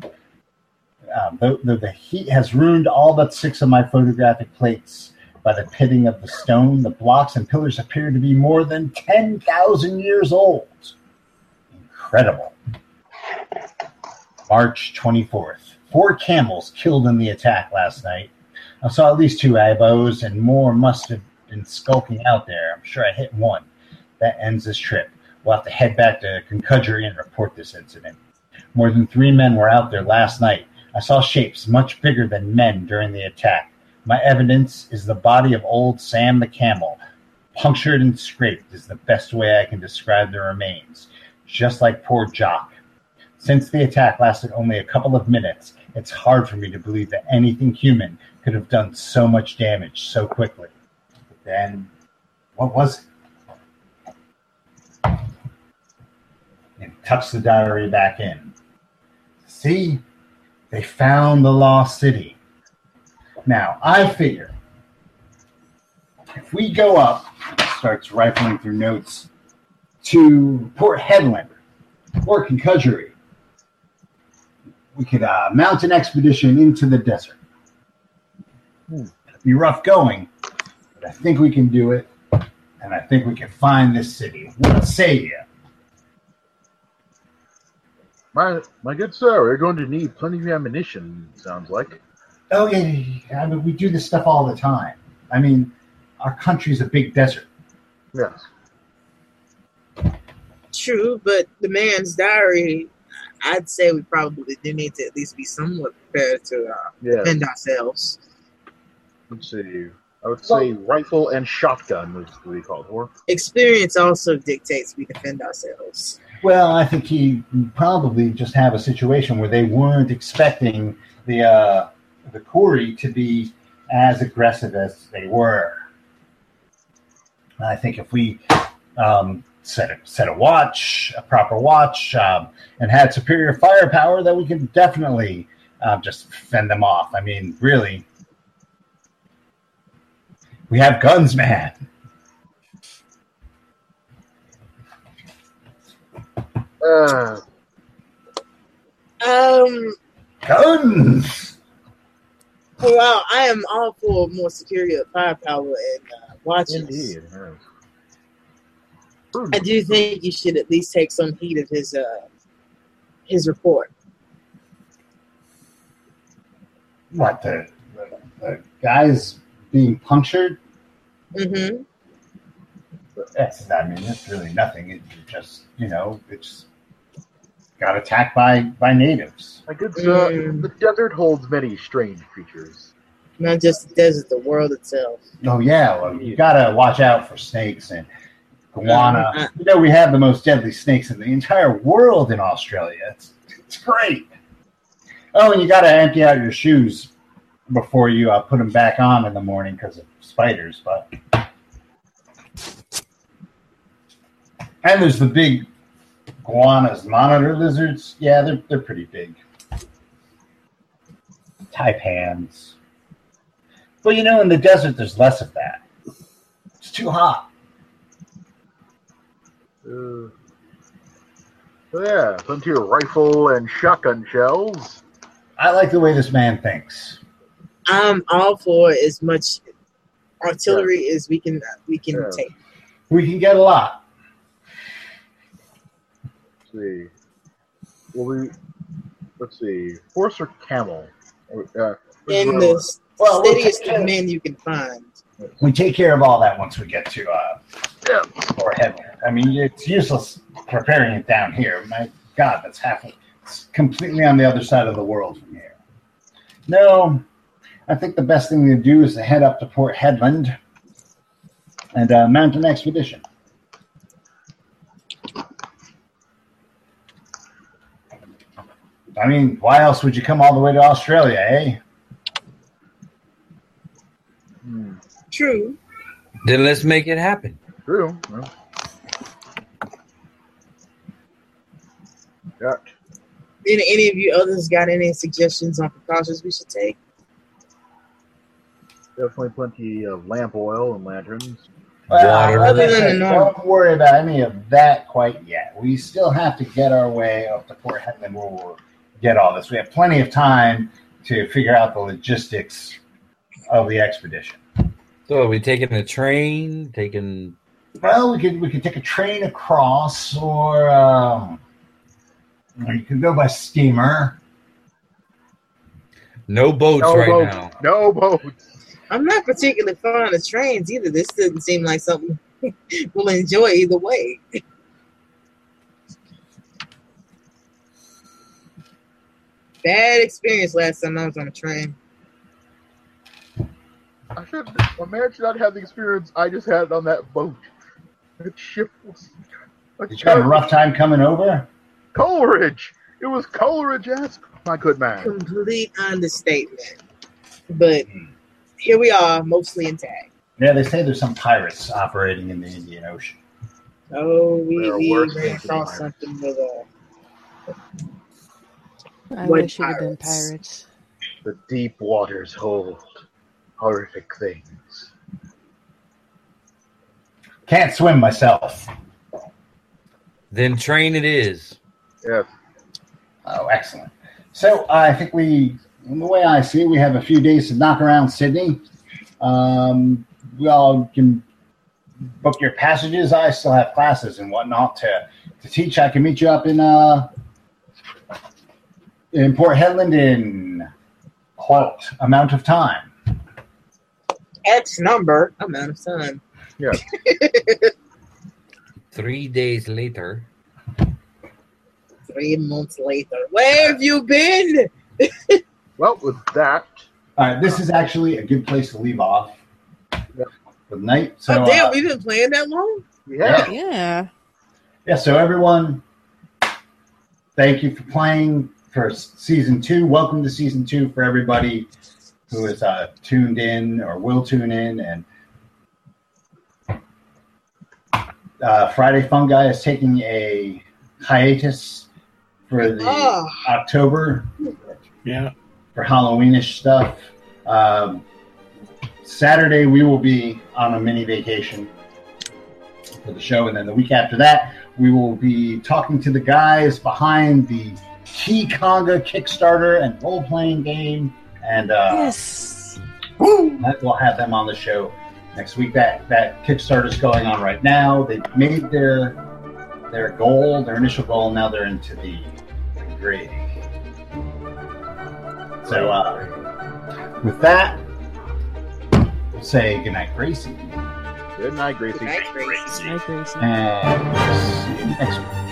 Speaker 3: Um, though, though the heat has ruined all but six of my photographic plates by the pitting of the stone, the blocks and pillars appear to be more than 10,000 years old. Incredible. March 24th. Four camels killed in the attack last night. I saw at least two abos, and more must have been skulking out there. I'm sure I hit one. That ends this trip. We'll have to head back to Concudgery and report this incident. More than three men were out there last night. I saw shapes much bigger than men during the attack. My evidence is the body of old Sam the camel. Punctured and scraped is the best way I can describe the remains, just like poor Jock. Since the attack lasted only a couple of minutes, it's hard for me to believe that anything human could have done so much damage so quickly. But then, what was it? And tucks the diary back in. See, they found the lost city. Now, I figure if we go up, starts rifling through notes, to Port Headland or Concudgery, we could uh, mount an expedition into the desert. It'd be rough going, but I think we can do it, and I think we can find this city. What say you?
Speaker 6: My my good sir, we're going to need plenty of ammunition. Sounds like.
Speaker 3: Oh yeah, yeah, yeah. I mean, we do this stuff all the time. I mean, our country's a big desert.
Speaker 6: Yes.
Speaker 4: True, but the man's diary, I'd say we probably do need to at least be somewhat prepared to uh,
Speaker 6: Yeah.
Speaker 4: defend ourselves.
Speaker 6: Let's see. I would say rifle and shotgun was what we called for.
Speaker 4: Experience also dictates we defend ourselves.
Speaker 3: Well, I think he probably just have a situation where they weren't expecting the uh, the Corey to be as aggressive as they were. And I think if we um, set a, set a watch, a proper watch, um, and had superior firepower, that we could definitely um, just fend them off. I mean, really, we have guns, man.
Speaker 6: Uh,
Speaker 4: Um,
Speaker 3: Guns.
Speaker 4: well, I am all for more superior firepower and uh, watches.
Speaker 6: indeed. Hmm. yes.
Speaker 4: I do think you should at least take some heed of his uh his report.
Speaker 3: What the, the, the guys being punctured?
Speaker 4: Mm-hmm.
Speaker 3: That's I mean, it's really nothing. It, you just you know, it's got attacked by by natives.
Speaker 6: My good sir,
Speaker 4: Mm.
Speaker 6: the desert holds many strange creatures.
Speaker 4: Not just the desert, the world itself.
Speaker 3: Oh yeah, well you gotta watch out for snakes and iguana.
Speaker 4: Yeah.
Speaker 3: You know we have the most deadly snakes in the entire world in Australia. It's, it's great. Oh, and you gotta empty out your shoes before you uh, put them back on in the morning because of spiders. But and there's the big iguanas, monitor lizards. Yeah, they're they're pretty big. Taipans. But you know, in the desert, there's less of that. It's too hot.
Speaker 6: Uh, yeah, plenty of rifle and shotgun shells.
Speaker 3: I like the way this man thinks.
Speaker 4: I'm all for as much artillery as we can uh, we can
Speaker 6: Yeah.
Speaker 4: take.
Speaker 3: We can get a lot.
Speaker 6: Let's see. Well, we let's see. Horse or camel? Uh,
Speaker 4: And the s-
Speaker 3: Well, we'll
Speaker 4: steadiest
Speaker 3: take-
Speaker 4: men you can find.
Speaker 3: We take care of all that once we get to uh, or headland. I mean, it's useless preparing it down here. My God, that's half. It's completely on the other side of the world from here. No, I think the best thing to do is to head up to Port Headland and uh, mount an expedition. I mean, why else would you come all the way to Australia, eh?
Speaker 6: hmm,
Speaker 4: True.
Speaker 7: Then let's make it happen.
Speaker 6: true. Well. Yeah,
Speaker 4: Any any of you others got any suggestions on precautions we should take?
Speaker 6: definitely plenty of lamp oil and lanterns.
Speaker 7: Water.
Speaker 3: other
Speaker 4: Other
Speaker 3: than
Speaker 4: than the norm.
Speaker 3: Don't worry about any of that quite yet. We still have to get our way up to Port Hedland where we'll get all this. We have plenty of time to figure out the logistics of the expedition.
Speaker 7: So are we taking a train? Taking
Speaker 3: Well, we could we could take a train across, or um, or you could go by steamer.
Speaker 7: no boats
Speaker 6: no
Speaker 7: right
Speaker 6: boats.
Speaker 7: now.
Speaker 6: No boats.
Speaker 4: I'm not particularly fond of trains either. This doesn't seem like something we'll enjoy either way. Bad experience last time I was on a train.
Speaker 6: I should. My man should not have the experience I just had on that boat. That ship was. a
Speaker 3: Did you have a rough time coming over?
Speaker 6: Coleridge. It was Coleridge esque, my good man.
Speaker 4: Complete understatement. But
Speaker 3: Hmm.
Speaker 4: here we are, mostly intact.
Speaker 3: Yeah, they say there's some pirates operating in the Indian Ocean.
Speaker 4: Oh, we,
Speaker 6: There are
Speaker 4: we
Speaker 6: worse
Speaker 4: ran
Speaker 6: things
Speaker 4: across
Speaker 6: than
Speaker 4: something with a
Speaker 9: I
Speaker 4: What
Speaker 9: wish it had been
Speaker 4: pirates?
Speaker 9: pirates.
Speaker 6: The deep waters hold horrific things.
Speaker 3: Can't swim myself.
Speaker 7: Then train it is.
Speaker 6: Yes.
Speaker 3: Oh, excellent. So I think we, in the way I see it, we have a few days to knock around Sydney. Um, we all can book your passages. I still have classes and whatnot to, to teach. I can meet you up in uh, in Port Hedland in quote amount of time.
Speaker 4: X number amount of time.
Speaker 7: Three days later.
Speaker 4: Three months later. Where have you been?
Speaker 6: Well, with that,
Speaker 3: All right, this is actually a good place to leave off.
Speaker 6: Yep.
Speaker 3: Good night. So
Speaker 4: Oh,
Speaker 3: uh,
Speaker 4: damn, we've been playing that long?
Speaker 6: we have
Speaker 9: Yeah.
Speaker 3: Yeah, so everyone, thank you for playing for s- season two. Welcome to season two for everybody who is uh, tuned in or will tune in. And uh, Friday Fungi is taking a hiatus for the
Speaker 4: Oh.
Speaker 3: October
Speaker 5: Yeah.
Speaker 3: for Halloweenish stuff. Um, Saturday we will be on a mini vacation for the show, and then the week after that we will be talking to the guys behind the Key Conga Kickstarter and role playing game, and uh,
Speaker 9: Yes.
Speaker 3: that- we'll have them on the show next week. That that Kickstarter is going on right now. They made their their goal, their initial goal. Now they're into the, the grading. So uh, with that, we'll say goodnight, Gracie,
Speaker 6: good night, Gracie.
Speaker 4: That's crazy.
Speaker 9: Hi, Gracie.
Speaker 3: and we'll see you next week.